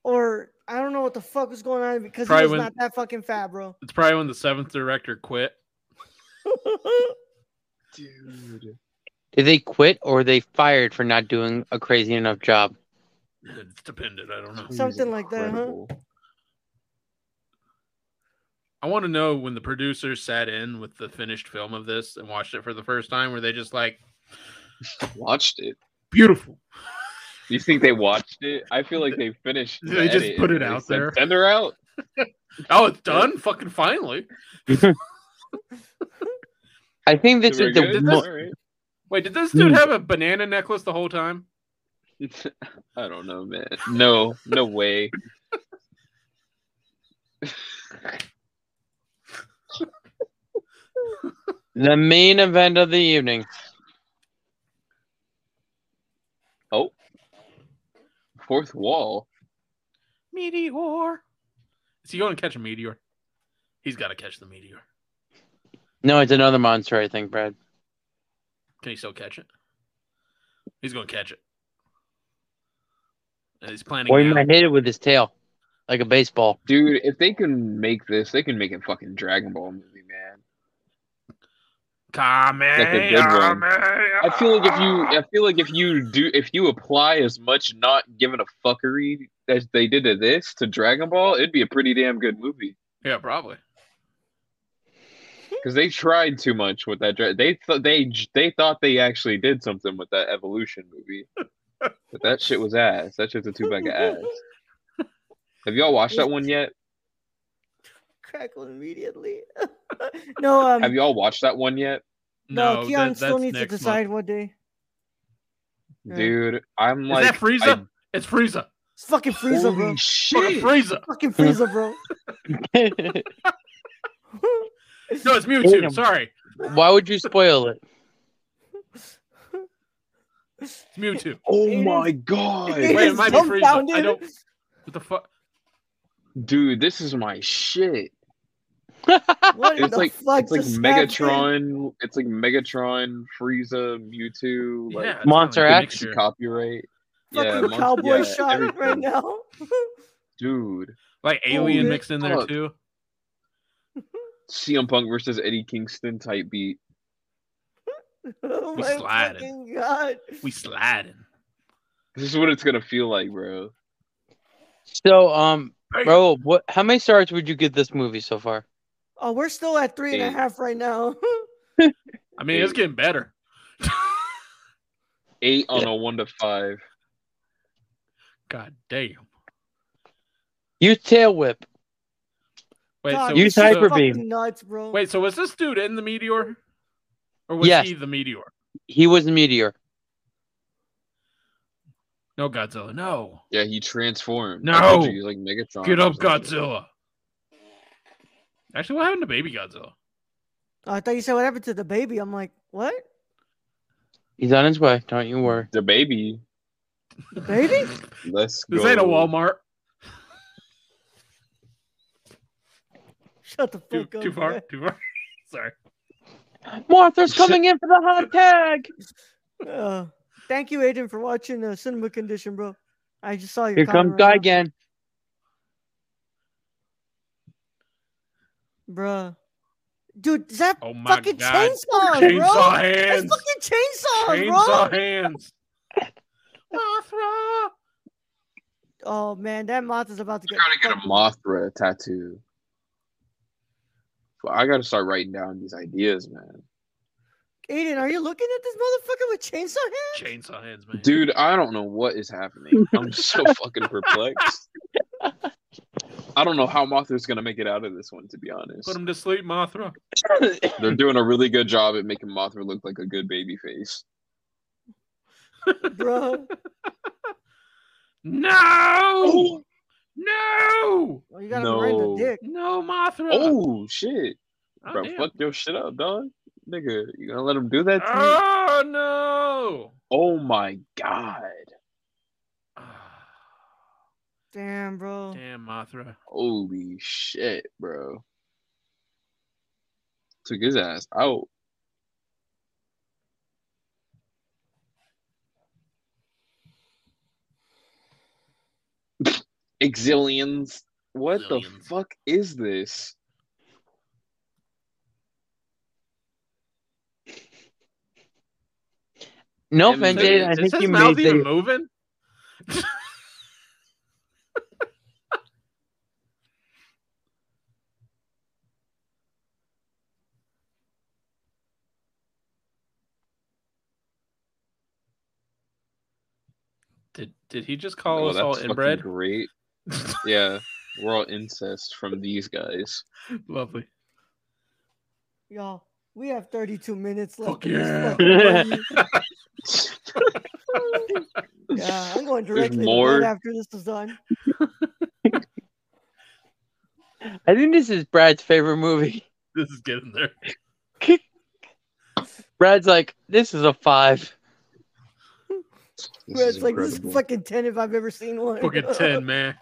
[SPEAKER 2] or I don't know what the fuck was going on because he
[SPEAKER 3] Probably
[SPEAKER 2] was
[SPEAKER 3] when-
[SPEAKER 2] not that fucking fab, bro.
[SPEAKER 3] It's probably when the seventh director quit.
[SPEAKER 5] Dude.
[SPEAKER 4] Did they quit or they fired for not doing a crazy enough job?
[SPEAKER 3] It's dependent. I don't know.
[SPEAKER 2] Something like that, huh?
[SPEAKER 3] I want to know when the producer sat in with the finished film of this and watched it for the first time. Were they just like,
[SPEAKER 5] Watched it.
[SPEAKER 3] beautiful?
[SPEAKER 5] You think they watched it? I feel like they finished. the
[SPEAKER 3] They just
[SPEAKER 5] edit
[SPEAKER 3] put
[SPEAKER 5] and
[SPEAKER 3] it
[SPEAKER 5] they
[SPEAKER 3] out
[SPEAKER 5] sent
[SPEAKER 3] there.
[SPEAKER 5] Tender out.
[SPEAKER 3] Oh, it's done? Fucking finally.
[SPEAKER 4] I think this
[SPEAKER 5] We're
[SPEAKER 4] is the
[SPEAKER 5] good?
[SPEAKER 4] mo-
[SPEAKER 5] All right.
[SPEAKER 3] Wait, did this
[SPEAKER 5] Hmm.
[SPEAKER 3] dude have a banana necklace the whole time?
[SPEAKER 5] I don't know, man. No, no way.
[SPEAKER 4] the main event of the evening.
[SPEAKER 5] Fourth wall.
[SPEAKER 3] Meteor. Is he going to catch a meteor? He's got to catch the meteor.
[SPEAKER 4] No, it's another monster, I think, Brad.
[SPEAKER 3] Can he still catch it? He's going to catch it. And he's planning.
[SPEAKER 4] Or he
[SPEAKER 3] now.
[SPEAKER 4] might hit it with his tail, like a baseball.
[SPEAKER 5] Dude, if they can make this, they can make a fucking Dragon Ball movie, man.
[SPEAKER 3] Kame,
[SPEAKER 5] a good one.
[SPEAKER 3] Kame,
[SPEAKER 5] I feel like if you I feel like if you do if you apply as much not giving a fuckery as they did to this to Dragon Ball, it'd be a pretty damn good movie.
[SPEAKER 3] Yeah, probably.
[SPEAKER 5] Because they tried too much with that. dra- They thought they j- they thought they actually did something with that evolution movie, but that shit was ass. That shit's a two bag of ass. Have y'all watched that one yet?
[SPEAKER 2] Crackle immediately. no, um,
[SPEAKER 5] Have y'all watched that one yet,
[SPEAKER 2] no,
[SPEAKER 3] that-
[SPEAKER 2] Keon still
[SPEAKER 3] that's
[SPEAKER 2] needs to
[SPEAKER 3] next month.
[SPEAKER 2] decide what day. Yeah.
[SPEAKER 5] dude? I'm like,
[SPEAKER 3] Is that Frieza?
[SPEAKER 5] I-
[SPEAKER 3] It's Frieza.
[SPEAKER 2] It's fucking Frieza,
[SPEAKER 5] holy
[SPEAKER 2] bro.
[SPEAKER 3] Fucking
[SPEAKER 5] shit!
[SPEAKER 3] Frieza.
[SPEAKER 2] Fucking Frieza, bro.
[SPEAKER 3] No, it's Mewtwo. Sorry,
[SPEAKER 4] Why would you spoil it?
[SPEAKER 3] it's Mewtwo.
[SPEAKER 5] Oh
[SPEAKER 2] It
[SPEAKER 5] my
[SPEAKER 2] is-
[SPEAKER 5] god,
[SPEAKER 2] It
[SPEAKER 3] Wait,
[SPEAKER 2] is
[SPEAKER 3] it might be Frieza. I
[SPEAKER 2] dumbfounded.
[SPEAKER 3] don't. What the fuck?
[SPEAKER 5] dude, this is my shit.
[SPEAKER 2] What in
[SPEAKER 5] It's
[SPEAKER 2] the
[SPEAKER 5] like
[SPEAKER 2] fuck?
[SPEAKER 5] it's like
[SPEAKER 2] just happened?
[SPEAKER 5] Megatron. It's like Megatron, Frieza, Mewtwo. Like
[SPEAKER 3] Yeah, it's
[SPEAKER 4] Monster
[SPEAKER 3] kinda like a
[SPEAKER 4] X.
[SPEAKER 3] mixture.
[SPEAKER 5] copyright. yeah,
[SPEAKER 2] Fucking
[SPEAKER 5] Mon-
[SPEAKER 2] cowboy
[SPEAKER 5] yeah,
[SPEAKER 2] shot right
[SPEAKER 5] everything.
[SPEAKER 2] now.
[SPEAKER 5] dude.
[SPEAKER 3] Like Alien
[SPEAKER 5] Holy
[SPEAKER 3] mixed in there
[SPEAKER 5] fuck.
[SPEAKER 3] too.
[SPEAKER 5] CM Punk versus Eddie Kingston type beat.
[SPEAKER 2] oh
[SPEAKER 3] We
[SPEAKER 2] my
[SPEAKER 3] sliding.
[SPEAKER 2] fucking god.
[SPEAKER 3] We sliding.
[SPEAKER 5] This is what it's gonna feel like, bro.
[SPEAKER 4] So, um,
[SPEAKER 3] Hey,
[SPEAKER 4] bro, what? How many stars would you give this movie so far?
[SPEAKER 2] Oh, we're still at three and a
[SPEAKER 5] Eight.
[SPEAKER 2] half right now.
[SPEAKER 3] I mean, it's getting better.
[SPEAKER 5] Eight on a one to five.
[SPEAKER 3] God damn.
[SPEAKER 4] Use tail whip.
[SPEAKER 3] Wait,
[SPEAKER 2] God,
[SPEAKER 3] so,
[SPEAKER 4] You
[SPEAKER 2] this
[SPEAKER 3] so-
[SPEAKER 2] is
[SPEAKER 4] Hyper Beam.
[SPEAKER 2] fucking Nuts, bro.
[SPEAKER 3] wait, so was this dude in the meteor, or was
[SPEAKER 4] Yes.
[SPEAKER 3] he the meteor?
[SPEAKER 4] He was a meteor.
[SPEAKER 3] No, Godzilla. No,
[SPEAKER 5] Yeah, he transformed.
[SPEAKER 3] No!
[SPEAKER 5] I told you, he's like Megatron.
[SPEAKER 3] get
[SPEAKER 5] or
[SPEAKER 3] up,
[SPEAKER 5] some shit.
[SPEAKER 3] Godzilla. Actually, what happened to Baby Godzilla?
[SPEAKER 2] Oh, I thought you said what happened to the baby. I'm like, what?
[SPEAKER 4] He's on his way. Don't you worry.
[SPEAKER 5] The baby.
[SPEAKER 2] The baby?
[SPEAKER 5] Let's go.
[SPEAKER 3] This ain't a Walmart.
[SPEAKER 2] Shut the
[SPEAKER 3] Too,
[SPEAKER 2] fuck up.
[SPEAKER 3] too far.
[SPEAKER 2] man.
[SPEAKER 3] Too far. Sorry.
[SPEAKER 4] Martha's coming in for the hot tag.
[SPEAKER 2] Uh, thank you, Aiden, for watching uh, Cinema Condition, bro. I just saw your
[SPEAKER 4] Here
[SPEAKER 2] comment
[SPEAKER 4] comes
[SPEAKER 2] right
[SPEAKER 4] Guy
[SPEAKER 2] now.
[SPEAKER 4] again.
[SPEAKER 2] Bruh. Dude, is that
[SPEAKER 3] Oh my
[SPEAKER 2] fucking
[SPEAKER 3] god.
[SPEAKER 2] chainsaw,
[SPEAKER 3] Chainsaw
[SPEAKER 2] bro? That's
[SPEAKER 3] hands.
[SPEAKER 2] fucking chainsaw,
[SPEAKER 3] Chainsaw
[SPEAKER 2] bro.
[SPEAKER 3] hands. Mothra.
[SPEAKER 2] Oh man, that moth is about to get.
[SPEAKER 5] I gotta get
[SPEAKER 2] fucked.
[SPEAKER 5] a Mothra tattoo. But I gotta start writing down these ideas, man.
[SPEAKER 2] Aiden, are you looking at this motherfucker with chainsaw hands?
[SPEAKER 3] Chainsaw hands, man.
[SPEAKER 5] Dude, I don't know what is happening. I'm so fucking perplexed. I don't know how Mothra's gonna make it out of this one, to be honest.
[SPEAKER 3] Put him to sleep, Mothra.
[SPEAKER 5] They're doing a really good job at making Mothra look like a good baby face.
[SPEAKER 2] Bro,
[SPEAKER 5] Oh.
[SPEAKER 3] No! No!
[SPEAKER 2] Oh, you gotta grind
[SPEAKER 5] No.
[SPEAKER 2] the dick.
[SPEAKER 3] No, Mothra!
[SPEAKER 5] Oh shit,
[SPEAKER 3] Oh,
[SPEAKER 5] bro!
[SPEAKER 3] damn.
[SPEAKER 5] Fuck your shit up, dog. Nigga, you gonna let him do that? To me?
[SPEAKER 3] Oh, no!
[SPEAKER 5] Oh my god!
[SPEAKER 2] Damn, bro.
[SPEAKER 3] Ah, Damn, Mothra.
[SPEAKER 5] Holy shit, bro! Took his ass out. Exilions. What the
[SPEAKER 3] Zillions.
[SPEAKER 5] fuck is this?
[SPEAKER 4] No
[SPEAKER 5] Em-
[SPEAKER 4] offense,
[SPEAKER 5] Dude,
[SPEAKER 4] Jaden. I
[SPEAKER 3] is
[SPEAKER 4] think
[SPEAKER 3] his
[SPEAKER 4] you
[SPEAKER 3] mouth
[SPEAKER 4] made
[SPEAKER 3] even
[SPEAKER 4] the
[SPEAKER 3] moving? Did, did he just call
[SPEAKER 5] Oh,
[SPEAKER 3] us
[SPEAKER 5] that's
[SPEAKER 3] all
[SPEAKER 5] fucking
[SPEAKER 3] inbred?
[SPEAKER 5] Great. Yeah, we're all incest from these guys.
[SPEAKER 3] Lovely.
[SPEAKER 2] Y'all, we have 32 minutes left.
[SPEAKER 3] Fuck
[SPEAKER 2] in this
[SPEAKER 3] yeah.
[SPEAKER 2] fucking podcast. yeah, I'm going
[SPEAKER 5] There's
[SPEAKER 2] directly to
[SPEAKER 5] more.
[SPEAKER 2] bed after this is done.
[SPEAKER 4] I think this is Brad's favorite movie.
[SPEAKER 3] This is getting there.
[SPEAKER 4] Brad's like, this is a five.
[SPEAKER 5] This
[SPEAKER 2] But
[SPEAKER 5] is
[SPEAKER 2] it's like this is
[SPEAKER 5] incredible.
[SPEAKER 2] fucking 10 if I've ever seen one.
[SPEAKER 3] Fucking 10, man.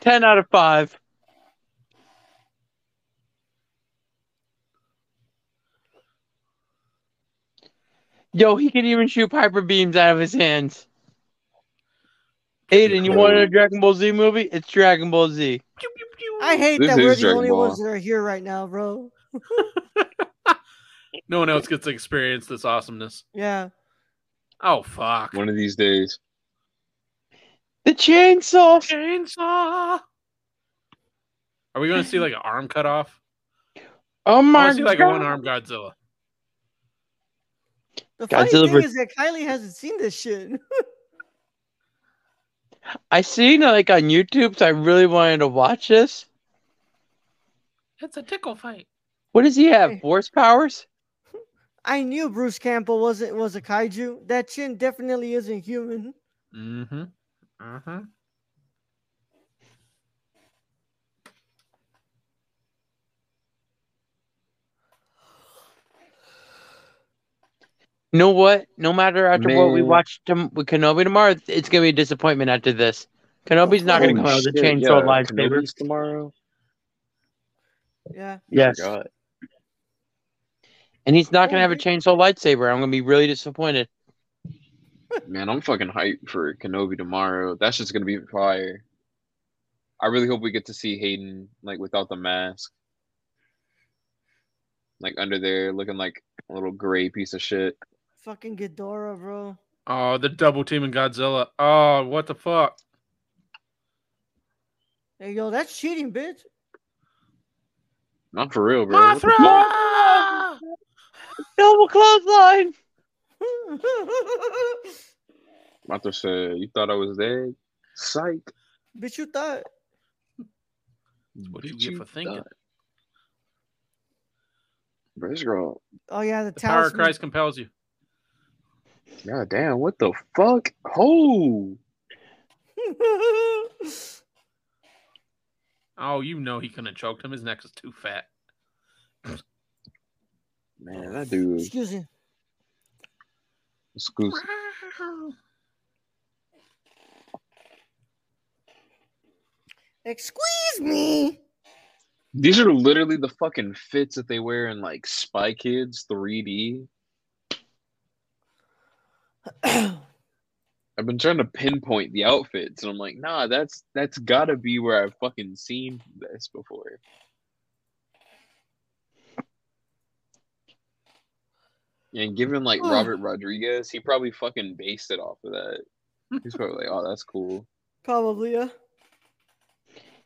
[SPEAKER 4] Ten out of five. Yo, he can even shoot piper beams out of his hands. Aiden, you want a Dragon Ball Z movie? It's Dragon Ball Z.
[SPEAKER 3] Pew, pew, pew.
[SPEAKER 2] I hate
[SPEAKER 5] This
[SPEAKER 2] that we're
[SPEAKER 5] is
[SPEAKER 2] the
[SPEAKER 5] Dragon
[SPEAKER 2] only
[SPEAKER 5] Ball.
[SPEAKER 2] ones that are here right now, bro.
[SPEAKER 3] No one else gets to experience this awesomeness.
[SPEAKER 2] Yeah.
[SPEAKER 3] Oh, fuck.
[SPEAKER 5] One of these days.
[SPEAKER 4] The chainsaw.
[SPEAKER 3] Chainsaw. Are we going to see like an arm cut off?
[SPEAKER 4] Oh
[SPEAKER 3] I
[SPEAKER 4] my
[SPEAKER 3] want to see like a
[SPEAKER 4] god.
[SPEAKER 3] one armed Godzilla.
[SPEAKER 2] The funny
[SPEAKER 4] Godzilla
[SPEAKER 2] thing
[SPEAKER 4] vs-
[SPEAKER 2] is that Kylie hasn't seen this shit.
[SPEAKER 4] I seen like on YouTube, so I really wanted to watch this.
[SPEAKER 3] It's a tickle fight.
[SPEAKER 4] What does he have?
[SPEAKER 2] Hey.
[SPEAKER 4] Force powers?
[SPEAKER 2] I knew Bruce Campbell wasn't was a kaiju. That chin definitely isn't human.
[SPEAKER 3] Mm hmm. Uh
[SPEAKER 5] Mm-hmm.
[SPEAKER 3] huh.
[SPEAKER 4] You know what? No matter after what we
[SPEAKER 5] Man.
[SPEAKER 4] watch tom- with Kenobi tomorrow, it's gonna be a disappointment after this. Kenobi's not
[SPEAKER 5] Holy
[SPEAKER 4] gonna come out with a
[SPEAKER 5] shit,
[SPEAKER 4] chainsaw
[SPEAKER 5] yeah,
[SPEAKER 4] lightsaber.
[SPEAKER 5] Kenobi's tomorrow.
[SPEAKER 2] Yeah.
[SPEAKER 4] Yes,
[SPEAKER 5] God.
[SPEAKER 4] and he's not gonna have a
[SPEAKER 2] Holy-
[SPEAKER 4] chainsaw lightsaber. I'm gonna be really disappointed.
[SPEAKER 5] Man, I'm fucking hyped for Kenobi tomorrow. That's just gonna be fire. I really hope we get to see Hayden like without the mask, like under there, looking like a little gray piece of shit.
[SPEAKER 2] Fucking Ghidorah, bro.
[SPEAKER 3] Oh, the double teaming Godzilla. Oh, what the fuck?
[SPEAKER 2] Hey yo, that's cheating, bitch.
[SPEAKER 5] Not for real, bro. What the fuck?
[SPEAKER 3] Mothra!
[SPEAKER 4] Double clothesline.
[SPEAKER 5] Mothra said, "You thought I was dead? Psych."
[SPEAKER 2] bitch, you thought
[SPEAKER 3] What do you
[SPEAKER 5] Bitch,
[SPEAKER 3] get for thinking?
[SPEAKER 5] thought. Bro, this girl.
[SPEAKER 2] Oh yeah, the,
[SPEAKER 3] The power of
[SPEAKER 2] talisman.
[SPEAKER 3] Christ compels you.
[SPEAKER 5] God damn, what the fuck? Oh,
[SPEAKER 3] Oh, you know he couldn't have choked him. His neck is too fat.
[SPEAKER 5] man, that dude.
[SPEAKER 2] Excuse me.
[SPEAKER 5] Excuse
[SPEAKER 2] Excuse me.
[SPEAKER 5] These are literally the fucking fits that they wear in like Spy Kids 3D. I've been trying to pinpoint the outfits, and I'm like, nah, that's that's gotta be where I've fucking seen this before. And given like
[SPEAKER 2] Ugh.
[SPEAKER 5] Robert Rodriguez, he probably fucking based it off of that. He's probably like, oh, that's cool.
[SPEAKER 2] Probably, yeah.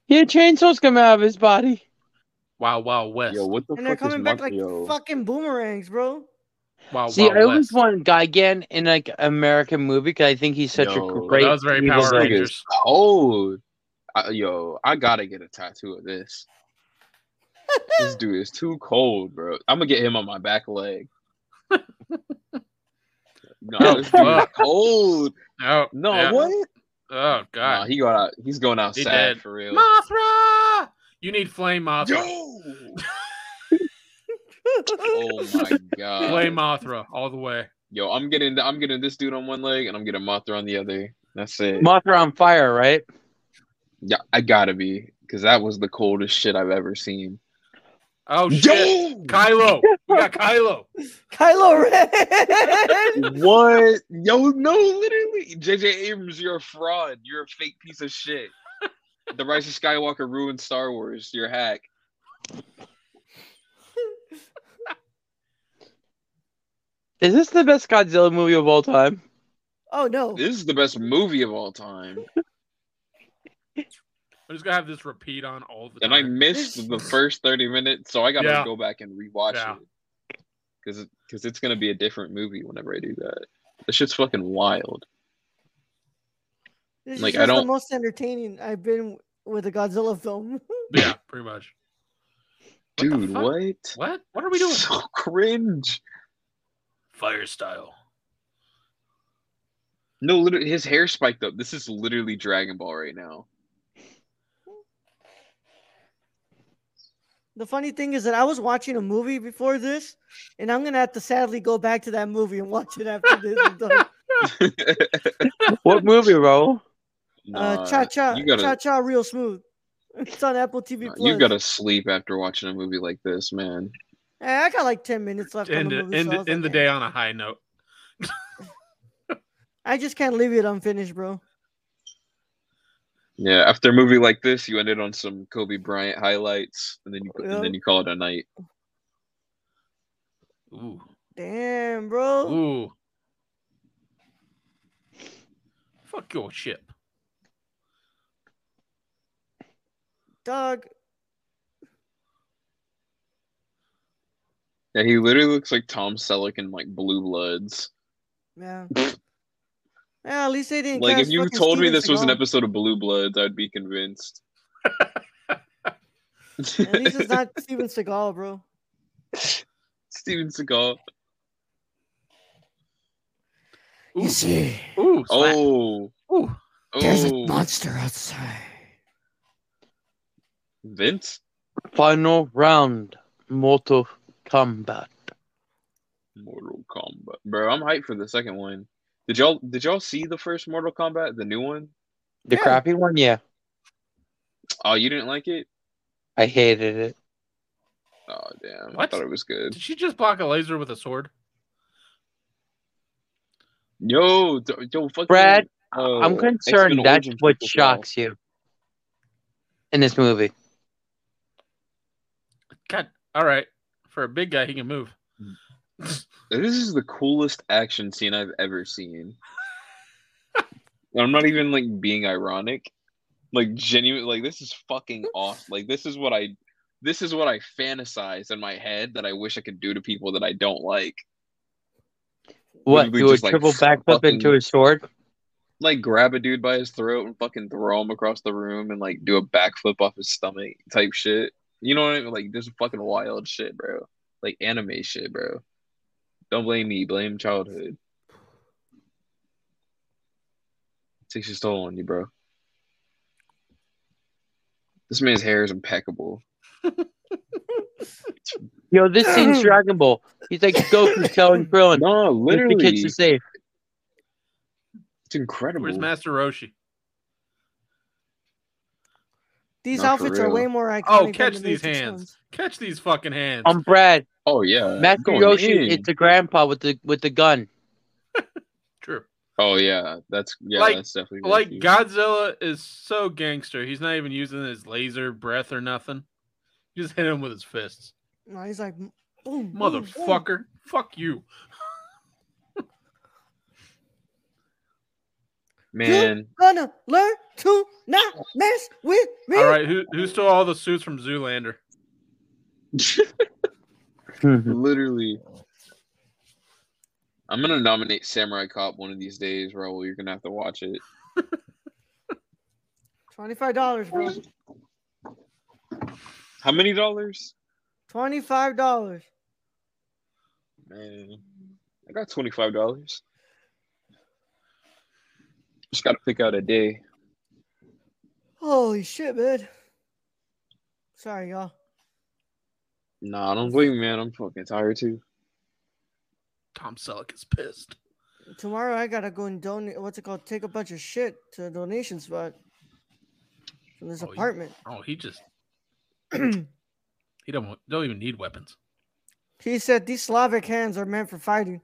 [SPEAKER 4] Yeah, chainsaws come out of his body.
[SPEAKER 3] Wow, wow, West.
[SPEAKER 5] Yo, what the
[SPEAKER 2] And they're
[SPEAKER 5] fuck is
[SPEAKER 2] coming back like
[SPEAKER 5] Mario?
[SPEAKER 2] fucking boomerangs, bro.
[SPEAKER 5] Oh,
[SPEAKER 3] Wow,
[SPEAKER 4] See,
[SPEAKER 3] wow,
[SPEAKER 4] I
[SPEAKER 3] West.
[SPEAKER 4] always wanted Gigan in like American movie because I think he's such
[SPEAKER 5] Yo,
[SPEAKER 4] a great.
[SPEAKER 3] that was very
[SPEAKER 4] evil
[SPEAKER 3] Power
[SPEAKER 5] This
[SPEAKER 4] villain.
[SPEAKER 5] nigga's
[SPEAKER 3] Rangers.
[SPEAKER 5] cold. "Oh, I, yo, I gotta get a tattoo of this. this dude is too cold, bro. I'm gonna get him on my back leg. no,
[SPEAKER 4] Oh,
[SPEAKER 5] this dude is
[SPEAKER 3] fuck.
[SPEAKER 5] cold.
[SPEAKER 3] Oh,
[SPEAKER 5] No,
[SPEAKER 3] yeah.
[SPEAKER 5] what?
[SPEAKER 3] Oh, God.
[SPEAKER 5] Nah, he going out. He's going
[SPEAKER 3] He
[SPEAKER 5] outside
[SPEAKER 3] dead.
[SPEAKER 5] for real.
[SPEAKER 3] Mothra! You need flame Mothra.
[SPEAKER 5] Yo! Oh my god.
[SPEAKER 3] Flame Mothra all the way.
[SPEAKER 5] Yo, I'm getting. I'm getting this dude on one leg, and I'm getting Mothra on the other. That's it.
[SPEAKER 4] Mothra on fire, right?
[SPEAKER 5] yeah, I gotta be because that was the coldest shit I've ever seen.
[SPEAKER 3] Oh shit, Kylo. We got Kylo.
[SPEAKER 2] Kylo Ren.
[SPEAKER 5] What? Yo, no, literally. JJ Abrams, you're a fraud. You're a fake piece of shit. the Rise of Skywalker ruined Star Wars. You're a hack.
[SPEAKER 4] Is this the best Godzilla movie of all time?
[SPEAKER 2] oh no.
[SPEAKER 5] This is the best movie of all time.
[SPEAKER 3] I'm just gonna have this repeat on all the
[SPEAKER 5] And I
[SPEAKER 3] time.
[SPEAKER 5] missed the first 30 minutes, so I gotta
[SPEAKER 3] Yeah.
[SPEAKER 5] go back and rewatch
[SPEAKER 3] Yeah.
[SPEAKER 5] it. Because it's gonna be a different movie whenever I do that. This shit's fucking wild.
[SPEAKER 2] This
[SPEAKER 5] Like,
[SPEAKER 2] is
[SPEAKER 5] I
[SPEAKER 2] just the
[SPEAKER 5] don't-
[SPEAKER 2] most entertaining I've been with a Godzilla film.
[SPEAKER 3] Yeah, pretty much. What the
[SPEAKER 5] Dude,
[SPEAKER 3] fuck?
[SPEAKER 5] what?
[SPEAKER 3] What? What are we doing?
[SPEAKER 5] So cringe.
[SPEAKER 3] Fire style.
[SPEAKER 5] No, literally, his hair spiked up. This is literally Dragon Ball right now.
[SPEAKER 2] The funny thing is that I was watching a movie before this, and I'm gonna have to sadly go back to that movie and watch it after this. is done.
[SPEAKER 4] What movie, bro?
[SPEAKER 5] Nah,
[SPEAKER 2] Uh, cha cha,
[SPEAKER 5] you gotta-
[SPEAKER 2] cha cha, real smooth. It's on Apple TV
[SPEAKER 5] nah,
[SPEAKER 2] Plus.
[SPEAKER 5] you Uh, gotta sleep after watching a movie like this, man.
[SPEAKER 2] Hey, I got like ten minutes left on
[SPEAKER 3] End
[SPEAKER 2] the
[SPEAKER 3] it.
[SPEAKER 2] movie.
[SPEAKER 3] End
[SPEAKER 2] so I
[SPEAKER 3] it.
[SPEAKER 2] was
[SPEAKER 3] End the
[SPEAKER 2] like,
[SPEAKER 3] day on a high note.
[SPEAKER 2] I just can't leave it unfinished, bro.
[SPEAKER 5] Yeah, after a movie like this, you ended on some Kobe Bryant highlights, and then you and
[SPEAKER 2] Yeah.
[SPEAKER 5] then you call it a night.
[SPEAKER 2] Oh.
[SPEAKER 3] Ooh.
[SPEAKER 2] Damn, bro.
[SPEAKER 3] Ooh. Fuck your ship.
[SPEAKER 2] Dog.
[SPEAKER 5] Yeah, he literally looks like Tom Selleck in like Blue Bloods.
[SPEAKER 2] Yeah. Yeah, at least they didn't.
[SPEAKER 5] Like, if
[SPEAKER 2] cast
[SPEAKER 5] you
[SPEAKER 2] fucking
[SPEAKER 5] told me
[SPEAKER 2] Steven
[SPEAKER 5] this was an
[SPEAKER 2] Seagal.
[SPEAKER 5] episode of Blue Bloods, I'd be convinced.
[SPEAKER 2] At least it's not Steven Seagal, bro.
[SPEAKER 5] Steven Seagal.
[SPEAKER 3] Ooh.
[SPEAKER 2] see,
[SPEAKER 3] Ooh. slap.
[SPEAKER 5] Oh,
[SPEAKER 3] Ooh.
[SPEAKER 5] oh,
[SPEAKER 2] outside.
[SPEAKER 5] Vince.
[SPEAKER 4] Final round. Mortal Kombat.
[SPEAKER 5] Mortal Kombat, bro. I'm hyped for the second one. Did y'all did y'all see the first Mortal Kombat, the new one?
[SPEAKER 4] The
[SPEAKER 2] Yeah.
[SPEAKER 4] crappy one? Yeah.
[SPEAKER 5] Oh, you didn't like it?
[SPEAKER 4] I hated it.
[SPEAKER 5] Oh, damn. I
[SPEAKER 3] What?
[SPEAKER 5] thought it was good.
[SPEAKER 3] Did she just block a laser with a sword?
[SPEAKER 5] Yo, d- yo, fucking
[SPEAKER 4] Brad,
[SPEAKER 5] uh,
[SPEAKER 4] I'm concerned
[SPEAKER 5] X-Men
[SPEAKER 4] that's
[SPEAKER 5] Origins
[SPEAKER 4] what
[SPEAKER 5] people, bro.
[SPEAKER 4] shocks you in this movie.
[SPEAKER 3] God. All right. For a big guy, he can move.
[SPEAKER 5] This is the coolest action scene I've ever seen. I'm not even like being ironic. Like genuine like this is fucking awesome. Like this is what I this is what I fantasize in my head that I wish I could do to people that I don't like.
[SPEAKER 4] What?
[SPEAKER 5] we
[SPEAKER 4] Do a
[SPEAKER 5] just, like,
[SPEAKER 4] triple backflip
[SPEAKER 5] fucking-
[SPEAKER 4] into a sword?
[SPEAKER 5] Like grab a dude by his throat and fucking throw him across the room and like do a backflip off his stomach type shit. You know what I mean? Like this is fucking wild shit, bro. Like anime shit, bro. Don't blame me, blame childhood. Takes its toll on you, bro. This man's hair is impeccable.
[SPEAKER 4] Yo, this scene's Dragon Ball. He's like Goku telling Krillin, "Keep
[SPEAKER 5] No,
[SPEAKER 4] the
[SPEAKER 5] literally,
[SPEAKER 4] kids to
[SPEAKER 5] it's
[SPEAKER 4] safe.
[SPEAKER 5] incredible.
[SPEAKER 3] Where's Master Roshi?
[SPEAKER 2] These
[SPEAKER 5] Not for
[SPEAKER 2] outfits are
[SPEAKER 5] real.
[SPEAKER 2] way more iconic.
[SPEAKER 3] Oh,
[SPEAKER 2] than
[SPEAKER 3] catch
[SPEAKER 2] the
[SPEAKER 3] these
[SPEAKER 2] Matrix
[SPEAKER 3] hands.
[SPEAKER 2] ones.
[SPEAKER 3] Catch these fucking hands.
[SPEAKER 4] I'm Brad.
[SPEAKER 5] Oh yeah,
[SPEAKER 4] Master
[SPEAKER 5] going
[SPEAKER 4] Yoshi
[SPEAKER 5] in.
[SPEAKER 4] is the grandpa with the with the gun.
[SPEAKER 3] True.
[SPEAKER 5] Oh yeah, that's yeah,
[SPEAKER 3] Like-
[SPEAKER 5] that's definitely
[SPEAKER 3] Like
[SPEAKER 5] Goku.
[SPEAKER 3] Godzilla is so gangster. He's not even using his laser breath or nothing. You just hit him with his fists.
[SPEAKER 2] No, he's like, boom, boom, boom.
[SPEAKER 3] Motherfucker. Fuck you.
[SPEAKER 5] man.
[SPEAKER 2] Gonna learn to not mess with me.
[SPEAKER 3] All right, who who stole all the suits from Zoolander?
[SPEAKER 5] Literally. I'm gonna nominate Samurai Cop one of these days, Raul. You're gonna have to watch it.
[SPEAKER 2] Twenty-five dollars, bro.
[SPEAKER 5] How many dollars?
[SPEAKER 2] Twenty-five dollars.
[SPEAKER 5] Man, I got twenty five dollars. Just gotta pick out a day.
[SPEAKER 2] Holy shit, man. Sorry, y'all.
[SPEAKER 5] Nah, I don't blame you, man. I'm fucking tired too.
[SPEAKER 3] Tom Selleck is pissed.
[SPEAKER 2] Tomorrow I gotta go and donate. What's it called? Take a bunch of shit to a donation spot from this
[SPEAKER 3] Oh, you-
[SPEAKER 2] apartment.
[SPEAKER 3] Oh, he just He don't want- don't even need weapons.
[SPEAKER 2] He said these Slavic hands are meant for fighting.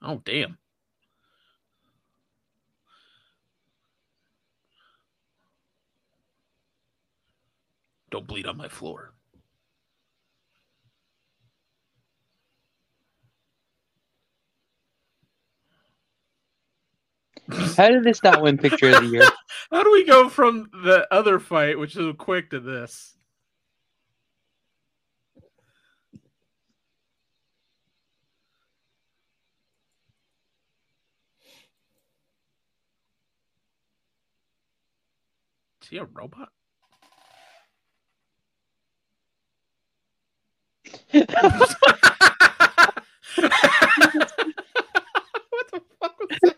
[SPEAKER 3] Oh damn. Don't bleed on my floor.
[SPEAKER 4] How did this not win picture of the year?
[SPEAKER 3] How do we go from the other fight, which is quick, to this? Is he a robot? what the fuck was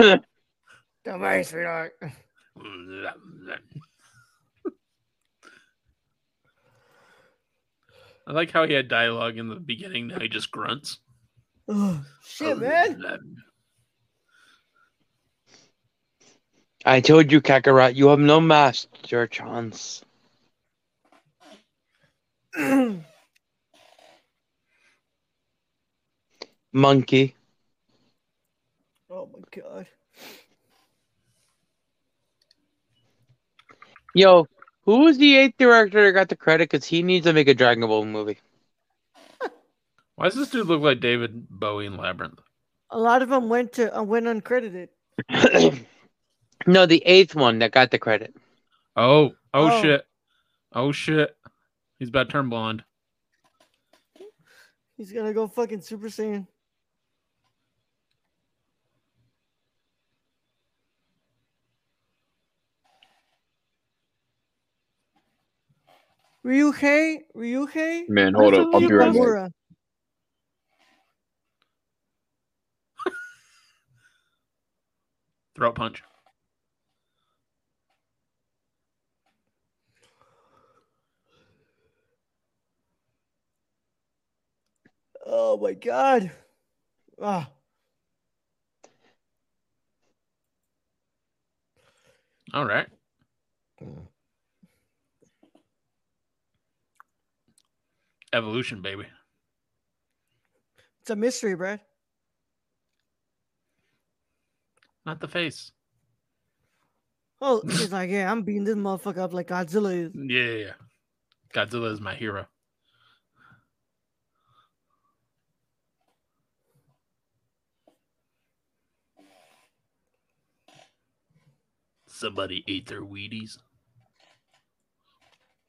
[SPEAKER 3] that?
[SPEAKER 2] Don't worry, sweetheart.
[SPEAKER 3] I like how he had dialogue in the beginning. Now he just grunts.
[SPEAKER 2] Ugh,
[SPEAKER 3] Oh,
[SPEAKER 2] shit, man.
[SPEAKER 4] I told you, Kakarot, you have no master chance. Monkey.
[SPEAKER 2] oh my god.
[SPEAKER 4] Yo, who was the eighth director that got the credit? Because he needs to make a Dragon Ball movie.
[SPEAKER 3] Why does this dude look like David Bowie in Labyrinth?
[SPEAKER 2] A lot of them went to uh, went uncredited.
[SPEAKER 4] no, the eighth one that got the credit.
[SPEAKER 3] Oh, oh,
[SPEAKER 2] Oh.
[SPEAKER 3] shit. Oh shit. He's about to turn blonde.
[SPEAKER 2] He's gonna go fucking Super Saiyan. Ryuhei, Ryuhei,
[SPEAKER 5] Man, hold up. I'll be right back.
[SPEAKER 2] Uemura.
[SPEAKER 3] Throat punch.
[SPEAKER 2] Oh my god. Ah,
[SPEAKER 3] All right. Evolution, baby.
[SPEAKER 2] it's a mystery, Brad.
[SPEAKER 3] Not the face.
[SPEAKER 2] Oh, he's like, yeah, I'm beating this motherfucker up like Godzilla is.
[SPEAKER 3] Yeah, yeah, yeah. Godzilla is my hero. Somebody ate their Wheaties.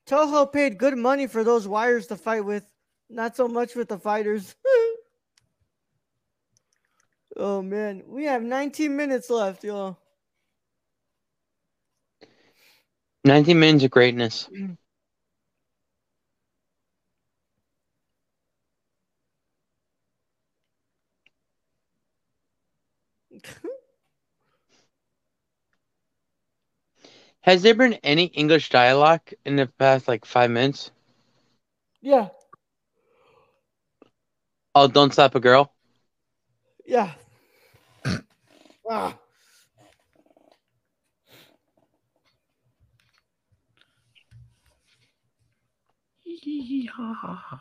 [SPEAKER 2] Toho paid good money for those wires to fight with, not so much with the fighters. oh man, we have 19 minutes left, y'all.
[SPEAKER 4] 19 Minutes of Greatness. Has there been any English dialogue in the past like five minutes?
[SPEAKER 2] yeah,
[SPEAKER 4] Oh, don't slap a girl.
[SPEAKER 2] yeah. ah,
[SPEAKER 3] Yee-haw.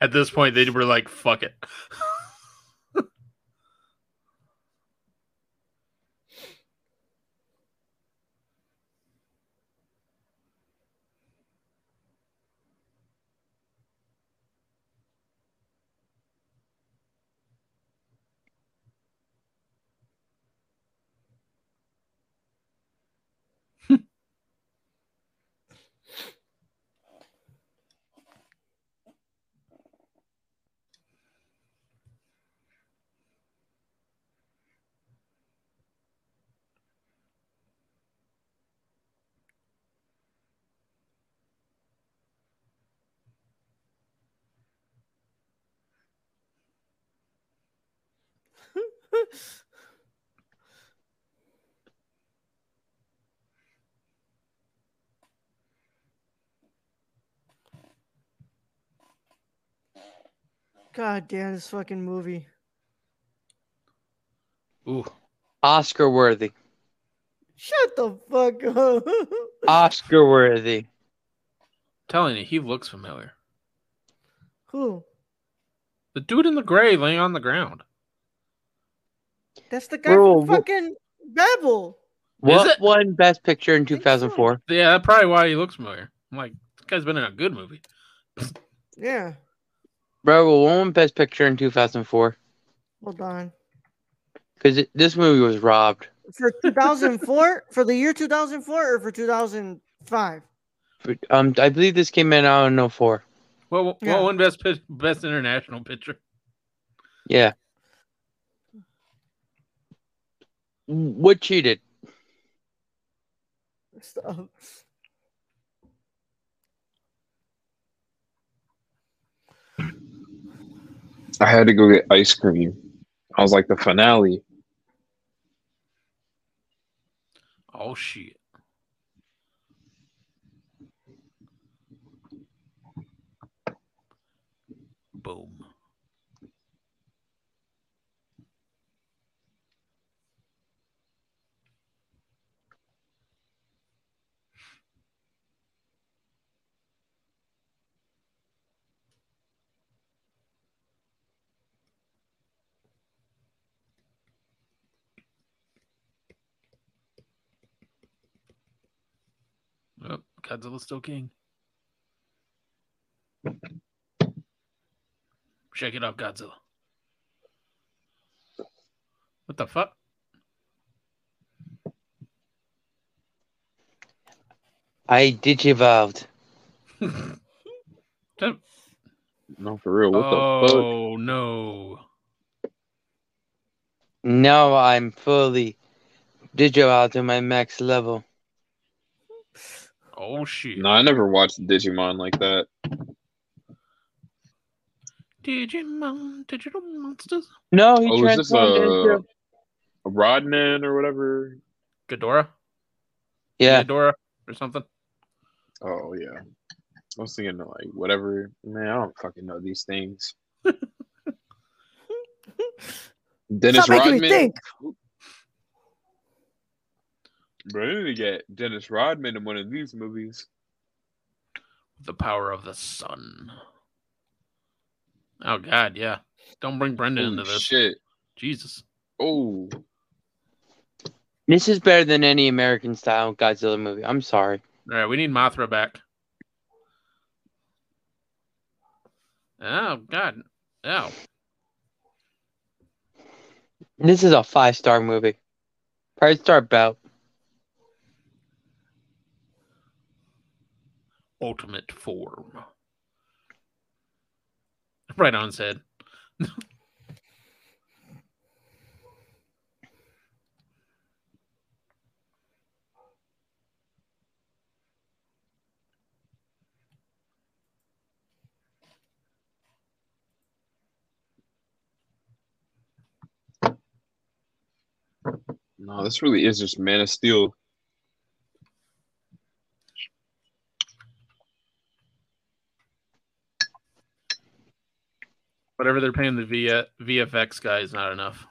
[SPEAKER 3] At this point, they were like, fuck it.
[SPEAKER 2] God damn this fucking movie.
[SPEAKER 3] Ooh.
[SPEAKER 4] Oscar worthy.
[SPEAKER 2] Shut the fuck up.
[SPEAKER 4] Oscar worthy.
[SPEAKER 3] Telling you, he looks familiar.
[SPEAKER 2] Who?
[SPEAKER 3] The dude in the gray laying on the ground.
[SPEAKER 2] That's the guy
[SPEAKER 4] Bro,
[SPEAKER 2] from
[SPEAKER 4] wha-
[SPEAKER 2] fucking Rebel.
[SPEAKER 4] What
[SPEAKER 3] it?
[SPEAKER 4] won Best Picture in
[SPEAKER 2] so.
[SPEAKER 4] 2004?
[SPEAKER 3] Yeah, that's probably why he looks familiar. I'm like, this guy's been in a good movie.
[SPEAKER 2] Yeah.
[SPEAKER 4] Bro, what won Best Picture in 2004?
[SPEAKER 2] Hold on.
[SPEAKER 4] Because this movie was robbed
[SPEAKER 2] For 2004, for the year 2004 or for 2005?
[SPEAKER 4] But, Um, I believe this came in out in 04.
[SPEAKER 3] Well, well,
[SPEAKER 2] Yeah.
[SPEAKER 3] one best pi- best international picture.
[SPEAKER 4] Yeah. What cheated?
[SPEAKER 2] Stop.
[SPEAKER 5] I had to go get ice cream. I was like the finale.
[SPEAKER 3] Oh shit! Boom. Oh, Godzilla's still king. Shake it up, Godzilla. What the fuck?
[SPEAKER 4] I digivolved.
[SPEAKER 5] No, for real. What the fuck?
[SPEAKER 3] oh no!
[SPEAKER 4] Now I'm fully digivolved to my max level.
[SPEAKER 3] Oh shit!
[SPEAKER 5] No, I never watched Digimon like that.
[SPEAKER 3] Digimon, digital monsters.
[SPEAKER 4] No, he
[SPEAKER 5] Oh, is this
[SPEAKER 4] transformed
[SPEAKER 5] a,
[SPEAKER 4] into.
[SPEAKER 5] a Rodman or whatever?
[SPEAKER 3] Ghidorah.
[SPEAKER 4] Yeah.
[SPEAKER 3] Ghidorah or something.
[SPEAKER 5] Oh yeah. I was thinking like whatever. Man, I don't fucking know these things. Dennis
[SPEAKER 2] Stop making me
[SPEAKER 5] Rodman.
[SPEAKER 2] think.
[SPEAKER 5] Bro, they need to get Dennis Rodman in one of these movies.
[SPEAKER 3] The power of the sun. Oh god, yeah. Don't bring Brendan
[SPEAKER 5] Holy
[SPEAKER 3] into this.
[SPEAKER 5] shit.
[SPEAKER 3] Jesus.
[SPEAKER 5] Oh,
[SPEAKER 4] This is better than any American style Godzilla movie. I'm sorry.
[SPEAKER 3] All right, we need Mothra back. Oh god. Oh.
[SPEAKER 4] This is a five star movie. Five star belt.
[SPEAKER 3] ultimate form. Right on his head.
[SPEAKER 5] no, this really is just Man of Steel.
[SPEAKER 3] Whatever they're paying the v- VFX guy is not enough.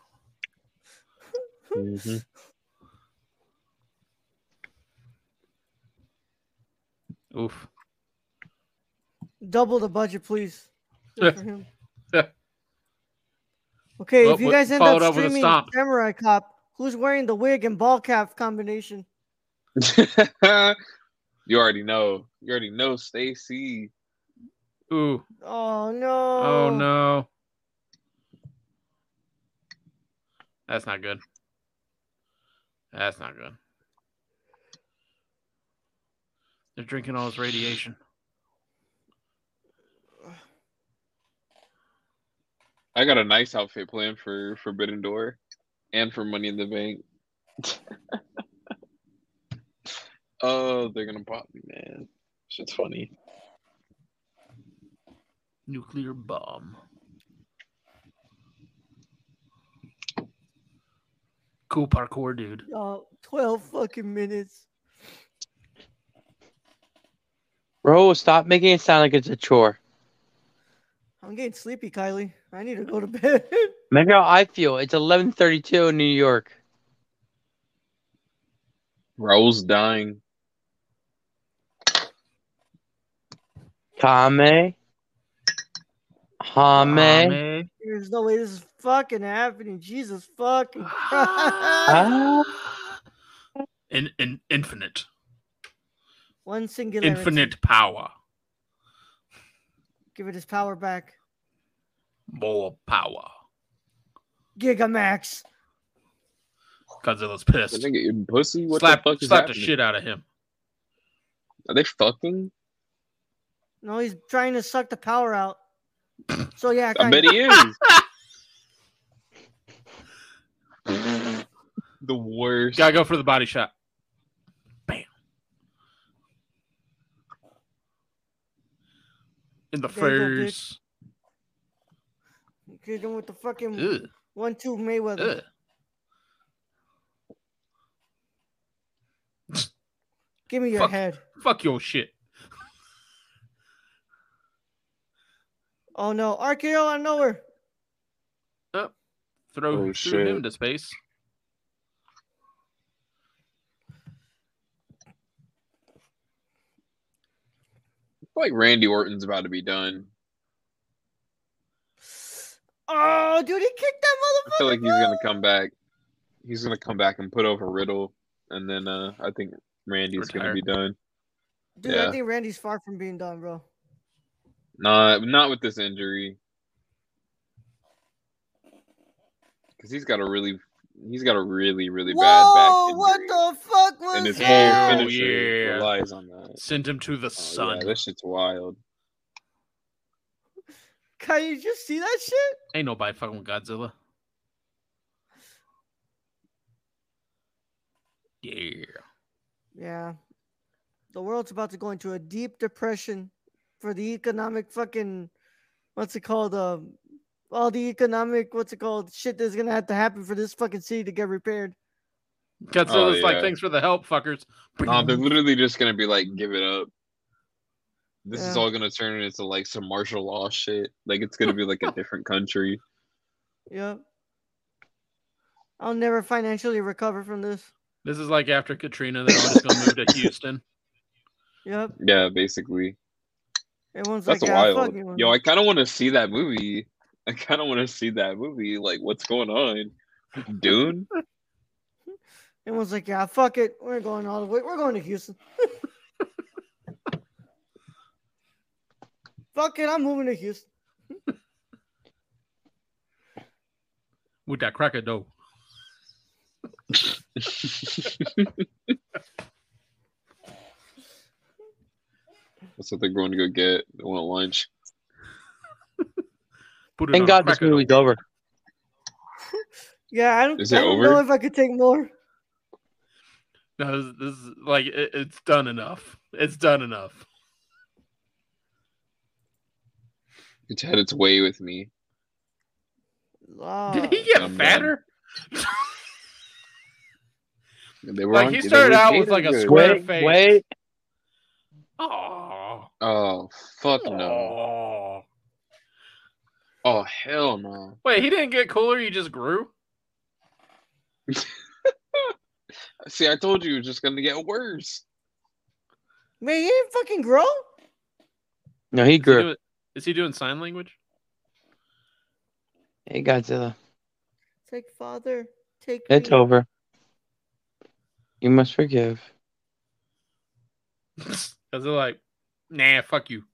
[SPEAKER 3] Oof.
[SPEAKER 2] Double the budget, please. Good for him.
[SPEAKER 3] Yeah.
[SPEAKER 2] okay,
[SPEAKER 3] Well,
[SPEAKER 2] if you
[SPEAKER 3] what-
[SPEAKER 2] guys end
[SPEAKER 3] followed
[SPEAKER 2] up
[SPEAKER 3] up with a
[SPEAKER 2] streaming
[SPEAKER 3] stomp.
[SPEAKER 2] Samurai Cop, who's wearing the wig and ball cap combination?
[SPEAKER 5] you already know. You already know, Stacy.
[SPEAKER 3] Ooh.
[SPEAKER 2] Oh no.
[SPEAKER 3] Oh no. That's not good. That's not good. They're drinking all this radiation.
[SPEAKER 5] I got a nice outfit planned for Forbidden Door and for Money in the Bank. oh, they're gonna pop me, man. Shit's funny.
[SPEAKER 3] Nuclear bomb. Cool parkour, dude.
[SPEAKER 2] Oh, 12 fucking minutes.
[SPEAKER 4] Bro, stop making it sound like it's a chore.
[SPEAKER 2] I I'm getting sleepy, Kylie. I need to go to bed.
[SPEAKER 4] Remember how I feel. It's 11:32 in New York.
[SPEAKER 5] Raul's dying.
[SPEAKER 4] Kame. Hame.
[SPEAKER 3] Amen.
[SPEAKER 2] There's no way this is fucking happening. Jesus fucking Christ.
[SPEAKER 4] Ah.
[SPEAKER 3] In, in infinite,
[SPEAKER 2] One singularity.
[SPEAKER 3] infinite power,
[SPEAKER 2] Give it his power back.
[SPEAKER 3] more power.
[SPEAKER 2] Gigamax.
[SPEAKER 3] Godzilla's
[SPEAKER 5] The
[SPEAKER 3] pissed.
[SPEAKER 5] nigga, you pussy. What
[SPEAKER 3] slap
[SPEAKER 5] the fuck is
[SPEAKER 3] slap the
[SPEAKER 5] happening?
[SPEAKER 3] shit out of him.
[SPEAKER 5] Are they fucking?
[SPEAKER 2] No, he's trying to suck the power out. So yeah,
[SPEAKER 5] I
[SPEAKER 2] Kylie,
[SPEAKER 5] bet he is. the worst.
[SPEAKER 3] Gotta go for the body shot. Bam. In the
[SPEAKER 2] There you go, bitch.
[SPEAKER 3] face.
[SPEAKER 2] you're doing with the fucking
[SPEAKER 3] Ugh,
[SPEAKER 2] one two Mayweather.
[SPEAKER 3] ugh.
[SPEAKER 2] Give me your
[SPEAKER 3] Fuck.
[SPEAKER 2] head.
[SPEAKER 3] Fuck your shit.
[SPEAKER 2] Oh no, RKO out of nowhere.
[SPEAKER 3] Throw,
[SPEAKER 5] Oh,
[SPEAKER 3] threw
[SPEAKER 5] shit.
[SPEAKER 3] him into space.
[SPEAKER 5] like Randy Orton's about to be done.
[SPEAKER 2] Oh, dude, he kicked
[SPEAKER 5] I
[SPEAKER 2] that
[SPEAKER 5] feel
[SPEAKER 2] motherfucker.
[SPEAKER 5] like he's gonna come back. He's gonna come back and put over Riddle, and then uh, I think Randy's gonna
[SPEAKER 3] Retire.
[SPEAKER 5] be done.
[SPEAKER 2] Dude,
[SPEAKER 5] Yeah.
[SPEAKER 2] I think Randy's far from being done, bro.
[SPEAKER 5] Not not with this injury, because he's got a really he's got a really really
[SPEAKER 2] Whoa,
[SPEAKER 5] bad back
[SPEAKER 2] what
[SPEAKER 5] injury,
[SPEAKER 2] the fuck was
[SPEAKER 5] and his
[SPEAKER 2] that?
[SPEAKER 5] whole
[SPEAKER 3] Oh,
[SPEAKER 5] finisher
[SPEAKER 3] yeah.
[SPEAKER 5] relies on that.
[SPEAKER 3] Send him to the
[SPEAKER 5] Oh,
[SPEAKER 3] sun.
[SPEAKER 5] yeah, that shit's wild.
[SPEAKER 2] Can you just see that shit?
[SPEAKER 3] Ain't nobody fucking with Godzilla. Yeah.
[SPEAKER 2] Yeah. The world's about to go into a deep depression for the economic fucking what's it called? Um all the economic what's it called shit that's gonna have to happen for this fucking city to get repaired.
[SPEAKER 3] Godzilla's
[SPEAKER 5] Oh, yeah.
[SPEAKER 3] like, thanks for the help, fuckers.
[SPEAKER 5] No, they're literally just gonna be like, give it up. This is
[SPEAKER 2] Yeah.
[SPEAKER 5] all gonna turn into like some martial law shit. Like it's gonna be like a different country.
[SPEAKER 2] Yep. I'll never financially recover from this.
[SPEAKER 3] This is like after Katrina, they're all just gonna move to Houston.
[SPEAKER 2] Yep.
[SPEAKER 5] Yeah, basically.
[SPEAKER 2] Everyone's
[SPEAKER 5] That's
[SPEAKER 2] like, "Ah,
[SPEAKER 5] wild.
[SPEAKER 2] fuck it,
[SPEAKER 5] Yo, I kind of want to see that movie. I kind of want to see that movie. Like, what's going on, Dune?
[SPEAKER 2] Everyone's like, yeah, fuck it. We're going all the way. We're going to Houston. fuck it. I'm moving to Houston.
[SPEAKER 3] with that cracker dough.
[SPEAKER 5] That's what they're going to go get. They want lunch.
[SPEAKER 3] Put it on
[SPEAKER 4] Thank
[SPEAKER 3] a
[SPEAKER 4] God this
[SPEAKER 3] cracker dough.
[SPEAKER 4] movie's over.
[SPEAKER 2] Yeah, I don't,
[SPEAKER 5] Is
[SPEAKER 2] I
[SPEAKER 5] it
[SPEAKER 2] don't know
[SPEAKER 5] over?
[SPEAKER 2] if I could take more.
[SPEAKER 3] No, this, this is like it, it's done enough. It's done enough.
[SPEAKER 5] It's had its way with me.
[SPEAKER 2] Wow.
[SPEAKER 3] Did he get
[SPEAKER 5] I'm
[SPEAKER 3] fatter?
[SPEAKER 5] They were
[SPEAKER 3] Like
[SPEAKER 5] on-
[SPEAKER 3] he
[SPEAKER 5] they
[SPEAKER 3] started
[SPEAKER 5] were
[SPEAKER 3] out with
[SPEAKER 5] dating
[SPEAKER 3] like a
[SPEAKER 5] good.
[SPEAKER 3] square
[SPEAKER 4] Wait,
[SPEAKER 3] face.
[SPEAKER 4] wait.
[SPEAKER 3] Oh,
[SPEAKER 5] Oh fuck no! Oh hell no!
[SPEAKER 3] Wait, he didn't get cooler. He just grew.
[SPEAKER 5] See, I told you it was just gonna get worse.
[SPEAKER 2] Man, he didn't fucking grow?
[SPEAKER 4] No, he
[SPEAKER 3] Is he,
[SPEAKER 4] grew.
[SPEAKER 3] doing, is he doing sign language?
[SPEAKER 4] Hey, Godzilla.
[SPEAKER 2] Take father. Take
[SPEAKER 4] It's
[SPEAKER 2] me.
[SPEAKER 4] over. You must forgive.
[SPEAKER 3] Because they're like, nah, fuck you.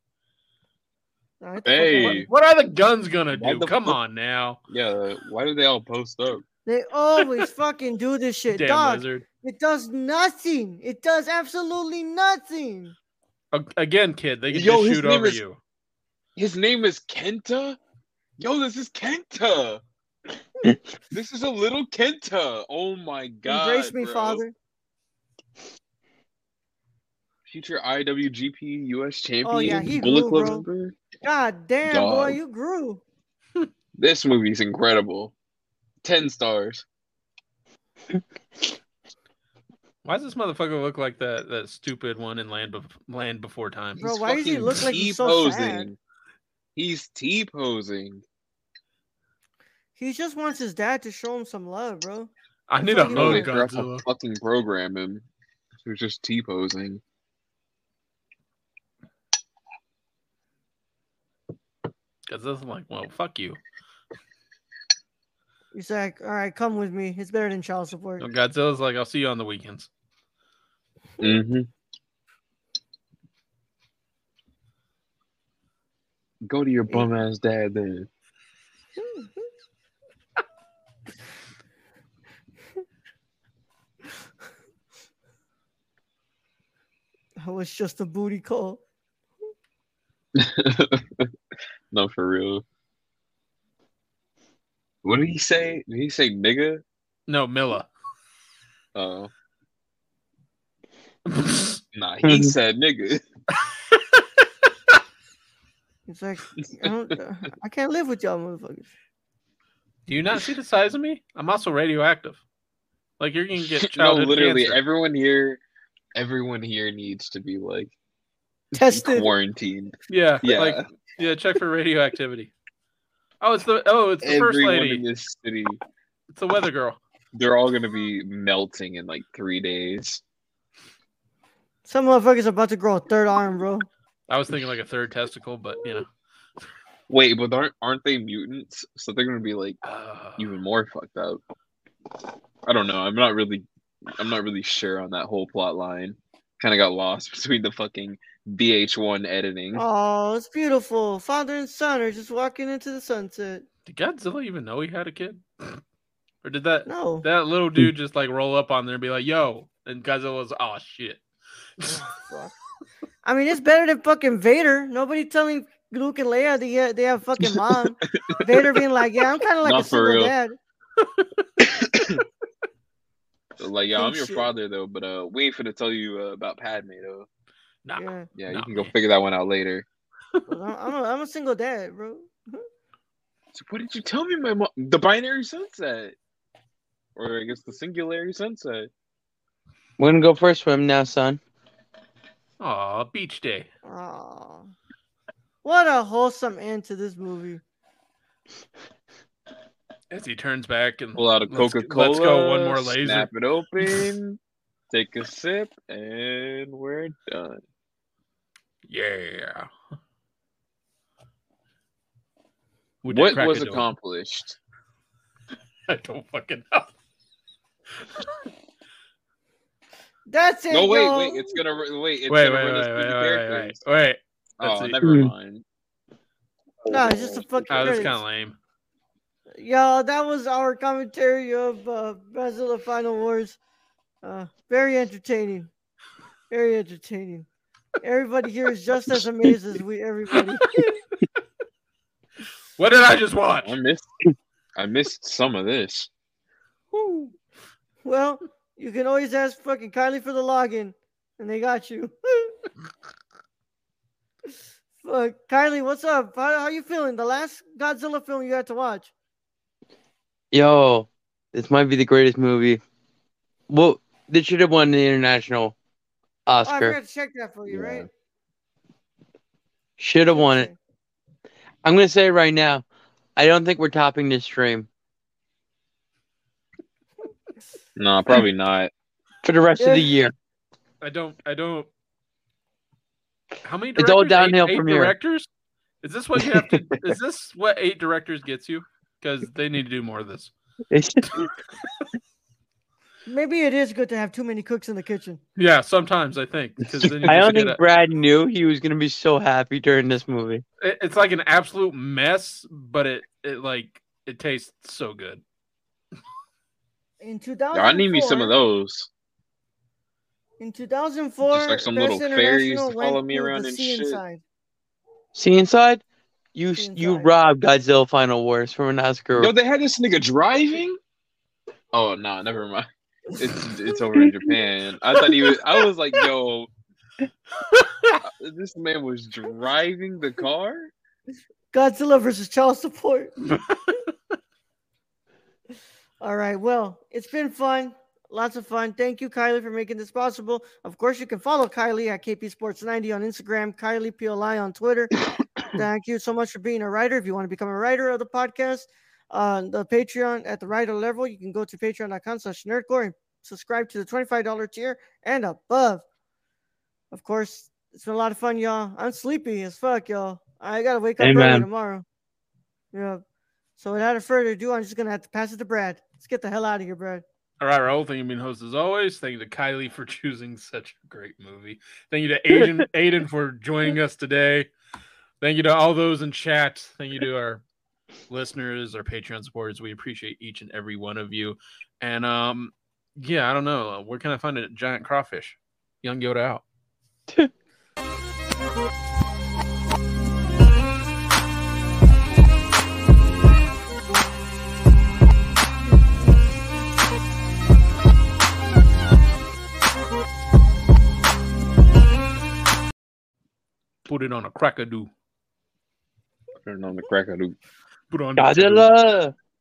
[SPEAKER 2] Nah, it's
[SPEAKER 5] Hey.
[SPEAKER 3] What,
[SPEAKER 2] fucking-
[SPEAKER 3] what are the guns gonna
[SPEAKER 5] Why
[SPEAKER 3] do?
[SPEAKER 5] the
[SPEAKER 3] Come
[SPEAKER 5] fuck-
[SPEAKER 3] on now,
[SPEAKER 5] Yeah, why did they all post up?
[SPEAKER 2] They always fucking do this shit.
[SPEAKER 3] damn
[SPEAKER 2] Dog,
[SPEAKER 3] lizard.
[SPEAKER 2] it does nothing. It does absolutely nothing.
[SPEAKER 3] A- Again, kid, they can
[SPEAKER 5] Yo,
[SPEAKER 3] just
[SPEAKER 5] his
[SPEAKER 3] shoot
[SPEAKER 5] name
[SPEAKER 3] over
[SPEAKER 5] is-
[SPEAKER 3] you.
[SPEAKER 5] His name is Kenta? Yo, this is Kenta. this is a little Kenta. Oh my god.
[SPEAKER 2] Embrace me,
[SPEAKER 5] bro.
[SPEAKER 2] father.
[SPEAKER 5] Future IWGP US champion.
[SPEAKER 2] Oh, yeah, he
[SPEAKER 5] Bullet
[SPEAKER 2] grew,
[SPEAKER 5] Club
[SPEAKER 2] bro.
[SPEAKER 5] member.
[SPEAKER 2] God damn, boy,
[SPEAKER 5] Dog.
[SPEAKER 2] you grew.
[SPEAKER 5] This movie's incredible. 10 stars.
[SPEAKER 3] Why does this motherfucker look like that? That stupid one in Land, Bef- Land Before Time.
[SPEAKER 2] Bro, why does he
[SPEAKER 5] fucking
[SPEAKER 2] look like he's so sad?
[SPEAKER 5] T-posing. He's T posing.
[SPEAKER 2] He just wants his dad to show him some love, bro.
[SPEAKER 3] I need
[SPEAKER 2] It's
[SPEAKER 3] to
[SPEAKER 2] like,
[SPEAKER 5] No,
[SPEAKER 2] Oh,
[SPEAKER 5] they
[SPEAKER 3] load
[SPEAKER 5] forgot to
[SPEAKER 3] Godzilla.
[SPEAKER 5] fucking program him. He was just T posing.
[SPEAKER 3] Because this is like, well, fuck you.
[SPEAKER 2] He's like, all right, come with me. It's better than child support.
[SPEAKER 3] And Godzilla's like, I'll see you on the weekends.
[SPEAKER 5] Mm-hmm. Go to your bum ass dad then.
[SPEAKER 2] I was Oh, just a booty call.
[SPEAKER 5] no, for real. What did he say? Did he say nigga?
[SPEAKER 3] No, Milla.
[SPEAKER 5] Oh, nah, he said nigga.
[SPEAKER 2] He's like, I, don't, I can't live with y'all motherfuckers.
[SPEAKER 3] Do you not see the size of me? I'm also radioactive. Like you're gonna get
[SPEAKER 5] no,
[SPEAKER 3] childhood
[SPEAKER 5] literally,
[SPEAKER 3] cancer.
[SPEAKER 5] everyone here, everyone here needs to be like
[SPEAKER 2] Tested.
[SPEAKER 5] quarantined.
[SPEAKER 3] yeah,
[SPEAKER 5] Yeah,
[SPEAKER 3] Like yeah, check for radioactivity. Oh, it's the oh, it's the first
[SPEAKER 5] everyone
[SPEAKER 3] lady.
[SPEAKER 5] in this city,
[SPEAKER 3] It's the weather girl.
[SPEAKER 5] they're all gonna be melting in like three days.
[SPEAKER 2] Some motherfuckers about to grow a third arm, bro.
[SPEAKER 3] I was thinking like a third testicle, but you know,
[SPEAKER 5] Wait, but aren't aren't they mutants? So they're gonna be like
[SPEAKER 3] uh,
[SPEAKER 5] even more fucked up. I don't know. I'm not really I'm not really sure on that whole plot line. Kinda got lost between the fucking VH1 editing.
[SPEAKER 2] Oh, it's beautiful. Father and son are just walking into the sunset.
[SPEAKER 3] did Godzilla even know he had a kid, or did that
[SPEAKER 2] No.
[SPEAKER 3] that little dude just like roll up on there and be like, "Yo," and Godzilla's, "Oh shit."
[SPEAKER 2] Fuck. I mean, it's better than fucking Vader. Nobody telling Luke and Leia they ha- they have fucking mom. Vader being like, yeah, I'm kind of like
[SPEAKER 5] Not
[SPEAKER 2] a
[SPEAKER 5] for
[SPEAKER 2] single
[SPEAKER 5] real.
[SPEAKER 2] dad.
[SPEAKER 5] So, like, yeah,
[SPEAKER 2] Oh,
[SPEAKER 5] I'm your
[SPEAKER 2] shit.
[SPEAKER 5] father though, but uh we ain't finna tell you uh, about Padme though.
[SPEAKER 3] Nah.
[SPEAKER 2] Yeah,
[SPEAKER 5] Yeah,
[SPEAKER 3] Nah,
[SPEAKER 5] you can go
[SPEAKER 3] man.
[SPEAKER 5] figure that one out later.
[SPEAKER 2] but I'm, I'm, a, I'm a single dad, bro.
[SPEAKER 5] So what did you tell me, my mom? The binary sunset. Or I guess the singularity sunset.
[SPEAKER 4] We're gonna go for a swim now, son.
[SPEAKER 3] Aw, beach day.
[SPEAKER 2] Aw. What a wholesome end to this movie.
[SPEAKER 3] As he turns back and
[SPEAKER 5] Pull out a
[SPEAKER 3] Let's-
[SPEAKER 5] Coca
[SPEAKER 3] let's
[SPEAKER 5] Cola.
[SPEAKER 3] go one more laser.
[SPEAKER 5] Snap it open. take a sip, and we're done.
[SPEAKER 3] yeah. We did
[SPEAKER 5] What
[SPEAKER 3] crack
[SPEAKER 5] was
[SPEAKER 3] a door.
[SPEAKER 5] accomplished?
[SPEAKER 3] I don't fucking know.
[SPEAKER 2] That's it.
[SPEAKER 5] No, wait,
[SPEAKER 2] y'all.
[SPEAKER 5] wait. It's gonna ru- wait. It's
[SPEAKER 3] Wait, wait,
[SPEAKER 5] gonna
[SPEAKER 3] wait,
[SPEAKER 5] run us
[SPEAKER 3] wait,
[SPEAKER 5] through
[SPEAKER 3] wait,
[SPEAKER 5] the
[SPEAKER 3] wait, wait,
[SPEAKER 5] characters.
[SPEAKER 3] wait. That's
[SPEAKER 5] Oh,
[SPEAKER 3] it.
[SPEAKER 5] never
[SPEAKER 4] Hmm.
[SPEAKER 5] mind.
[SPEAKER 2] no, it's just a fucking.
[SPEAKER 3] Oh, that's
[SPEAKER 2] credits.
[SPEAKER 3] kind of lame.
[SPEAKER 2] Y'all, that was our commentary of uh, Godzilla Final Wars. Uh, very entertaining. Very entertaining. Everybody here is just as amazed as we. Everybody.
[SPEAKER 3] What did I just watch?
[SPEAKER 5] I missed. I missed some of this.
[SPEAKER 2] Woo. Well, you can always ask fucking Kylie for the login, and they got you. Fuck, Kylie, what's up? How, how you feeling? The last Godzilla film you had to watch.
[SPEAKER 4] Yo, this might be the greatest movie. Well, they should have won the international
[SPEAKER 2] Oh, I
[SPEAKER 4] Oscar.
[SPEAKER 2] forgot to check that for you,
[SPEAKER 5] Yeah.
[SPEAKER 2] right?
[SPEAKER 4] Should have won it. I'm gonna say it right now. I don't think we're topping this stream
[SPEAKER 5] No, probably not.
[SPEAKER 4] for the rest of the
[SPEAKER 2] Yeah.
[SPEAKER 4] year.
[SPEAKER 3] I don't. I don't. How many?
[SPEAKER 4] It's all
[SPEAKER 3] directors? Eight-
[SPEAKER 4] downhill
[SPEAKER 3] eight
[SPEAKER 4] from here.
[SPEAKER 3] Directors? Is this what you have to? is this what eight directors gets you? Because they need to do more of this.
[SPEAKER 2] Maybe it is good to have too many cooks in the kitchen.
[SPEAKER 3] Yeah, sometimes I think because then you
[SPEAKER 4] I
[SPEAKER 3] just
[SPEAKER 4] don't
[SPEAKER 3] get
[SPEAKER 4] think
[SPEAKER 3] a,
[SPEAKER 4] Brad knew he was gonna be so happy during this movie.
[SPEAKER 3] it- it's like an absolute mess, but it it like it tastes so good.
[SPEAKER 2] In 2004,
[SPEAKER 5] I need me some of those.
[SPEAKER 2] In 2004,
[SPEAKER 5] Just like some
[SPEAKER 2] Best
[SPEAKER 5] little fairies
[SPEAKER 2] International
[SPEAKER 5] to follow
[SPEAKER 2] went
[SPEAKER 5] me
[SPEAKER 2] to
[SPEAKER 5] around
[SPEAKER 2] the
[SPEAKER 5] and
[SPEAKER 2] sea
[SPEAKER 5] shit.
[SPEAKER 2] inside.
[SPEAKER 4] See inside, you
[SPEAKER 2] See
[SPEAKER 4] you
[SPEAKER 2] inside.
[SPEAKER 4] robbed Godzilla Final Wars from an Oscar.
[SPEAKER 5] Yo, they had this nigga driving. Oh no, never mind. It's it's over in Japan. I thought he was. I was like, yo, this man was driving the car.
[SPEAKER 2] Godzilla versus child support. All right. Well, it's been fun. Lots of fun. Thank you, Kylie, for making this possible. Of course, you can follow Kylie at KP Sports 90 on Instagram, Kylie PLI on Twitter. Thank you so much for being a writer. If you want to become a writer of the podcast, uh, the Patreon at the writer level, you can go to patreon.com slash nerdcore and subscribe to the $25 tier and above. Of course, it's been a lot of fun, y'all. I'm sleepy as fuck, y'all. I gotta wake up early
[SPEAKER 4] Amen.
[SPEAKER 2] tomorrow. Yeah. So without further ado, I'm just gonna have to pass it to Brad. Let's get the hell out of here, Brad.
[SPEAKER 3] All right, Raul, thank you for being host as always. Thank you to Kylie for choosing such a great movie. Thank you to Aiden, Aiden for joining us today. Thank you to all those in chat. Thank you to our listeners, our Patreon supporters. We appreciate each and every one of you. And um, yeah, I don't know. Where can I find a giant crawfish? Young Yoda out. Put it on a crackadoo.
[SPEAKER 5] Turn on the crack. I do.
[SPEAKER 3] Put it on. the-
[SPEAKER 4] Godzilla.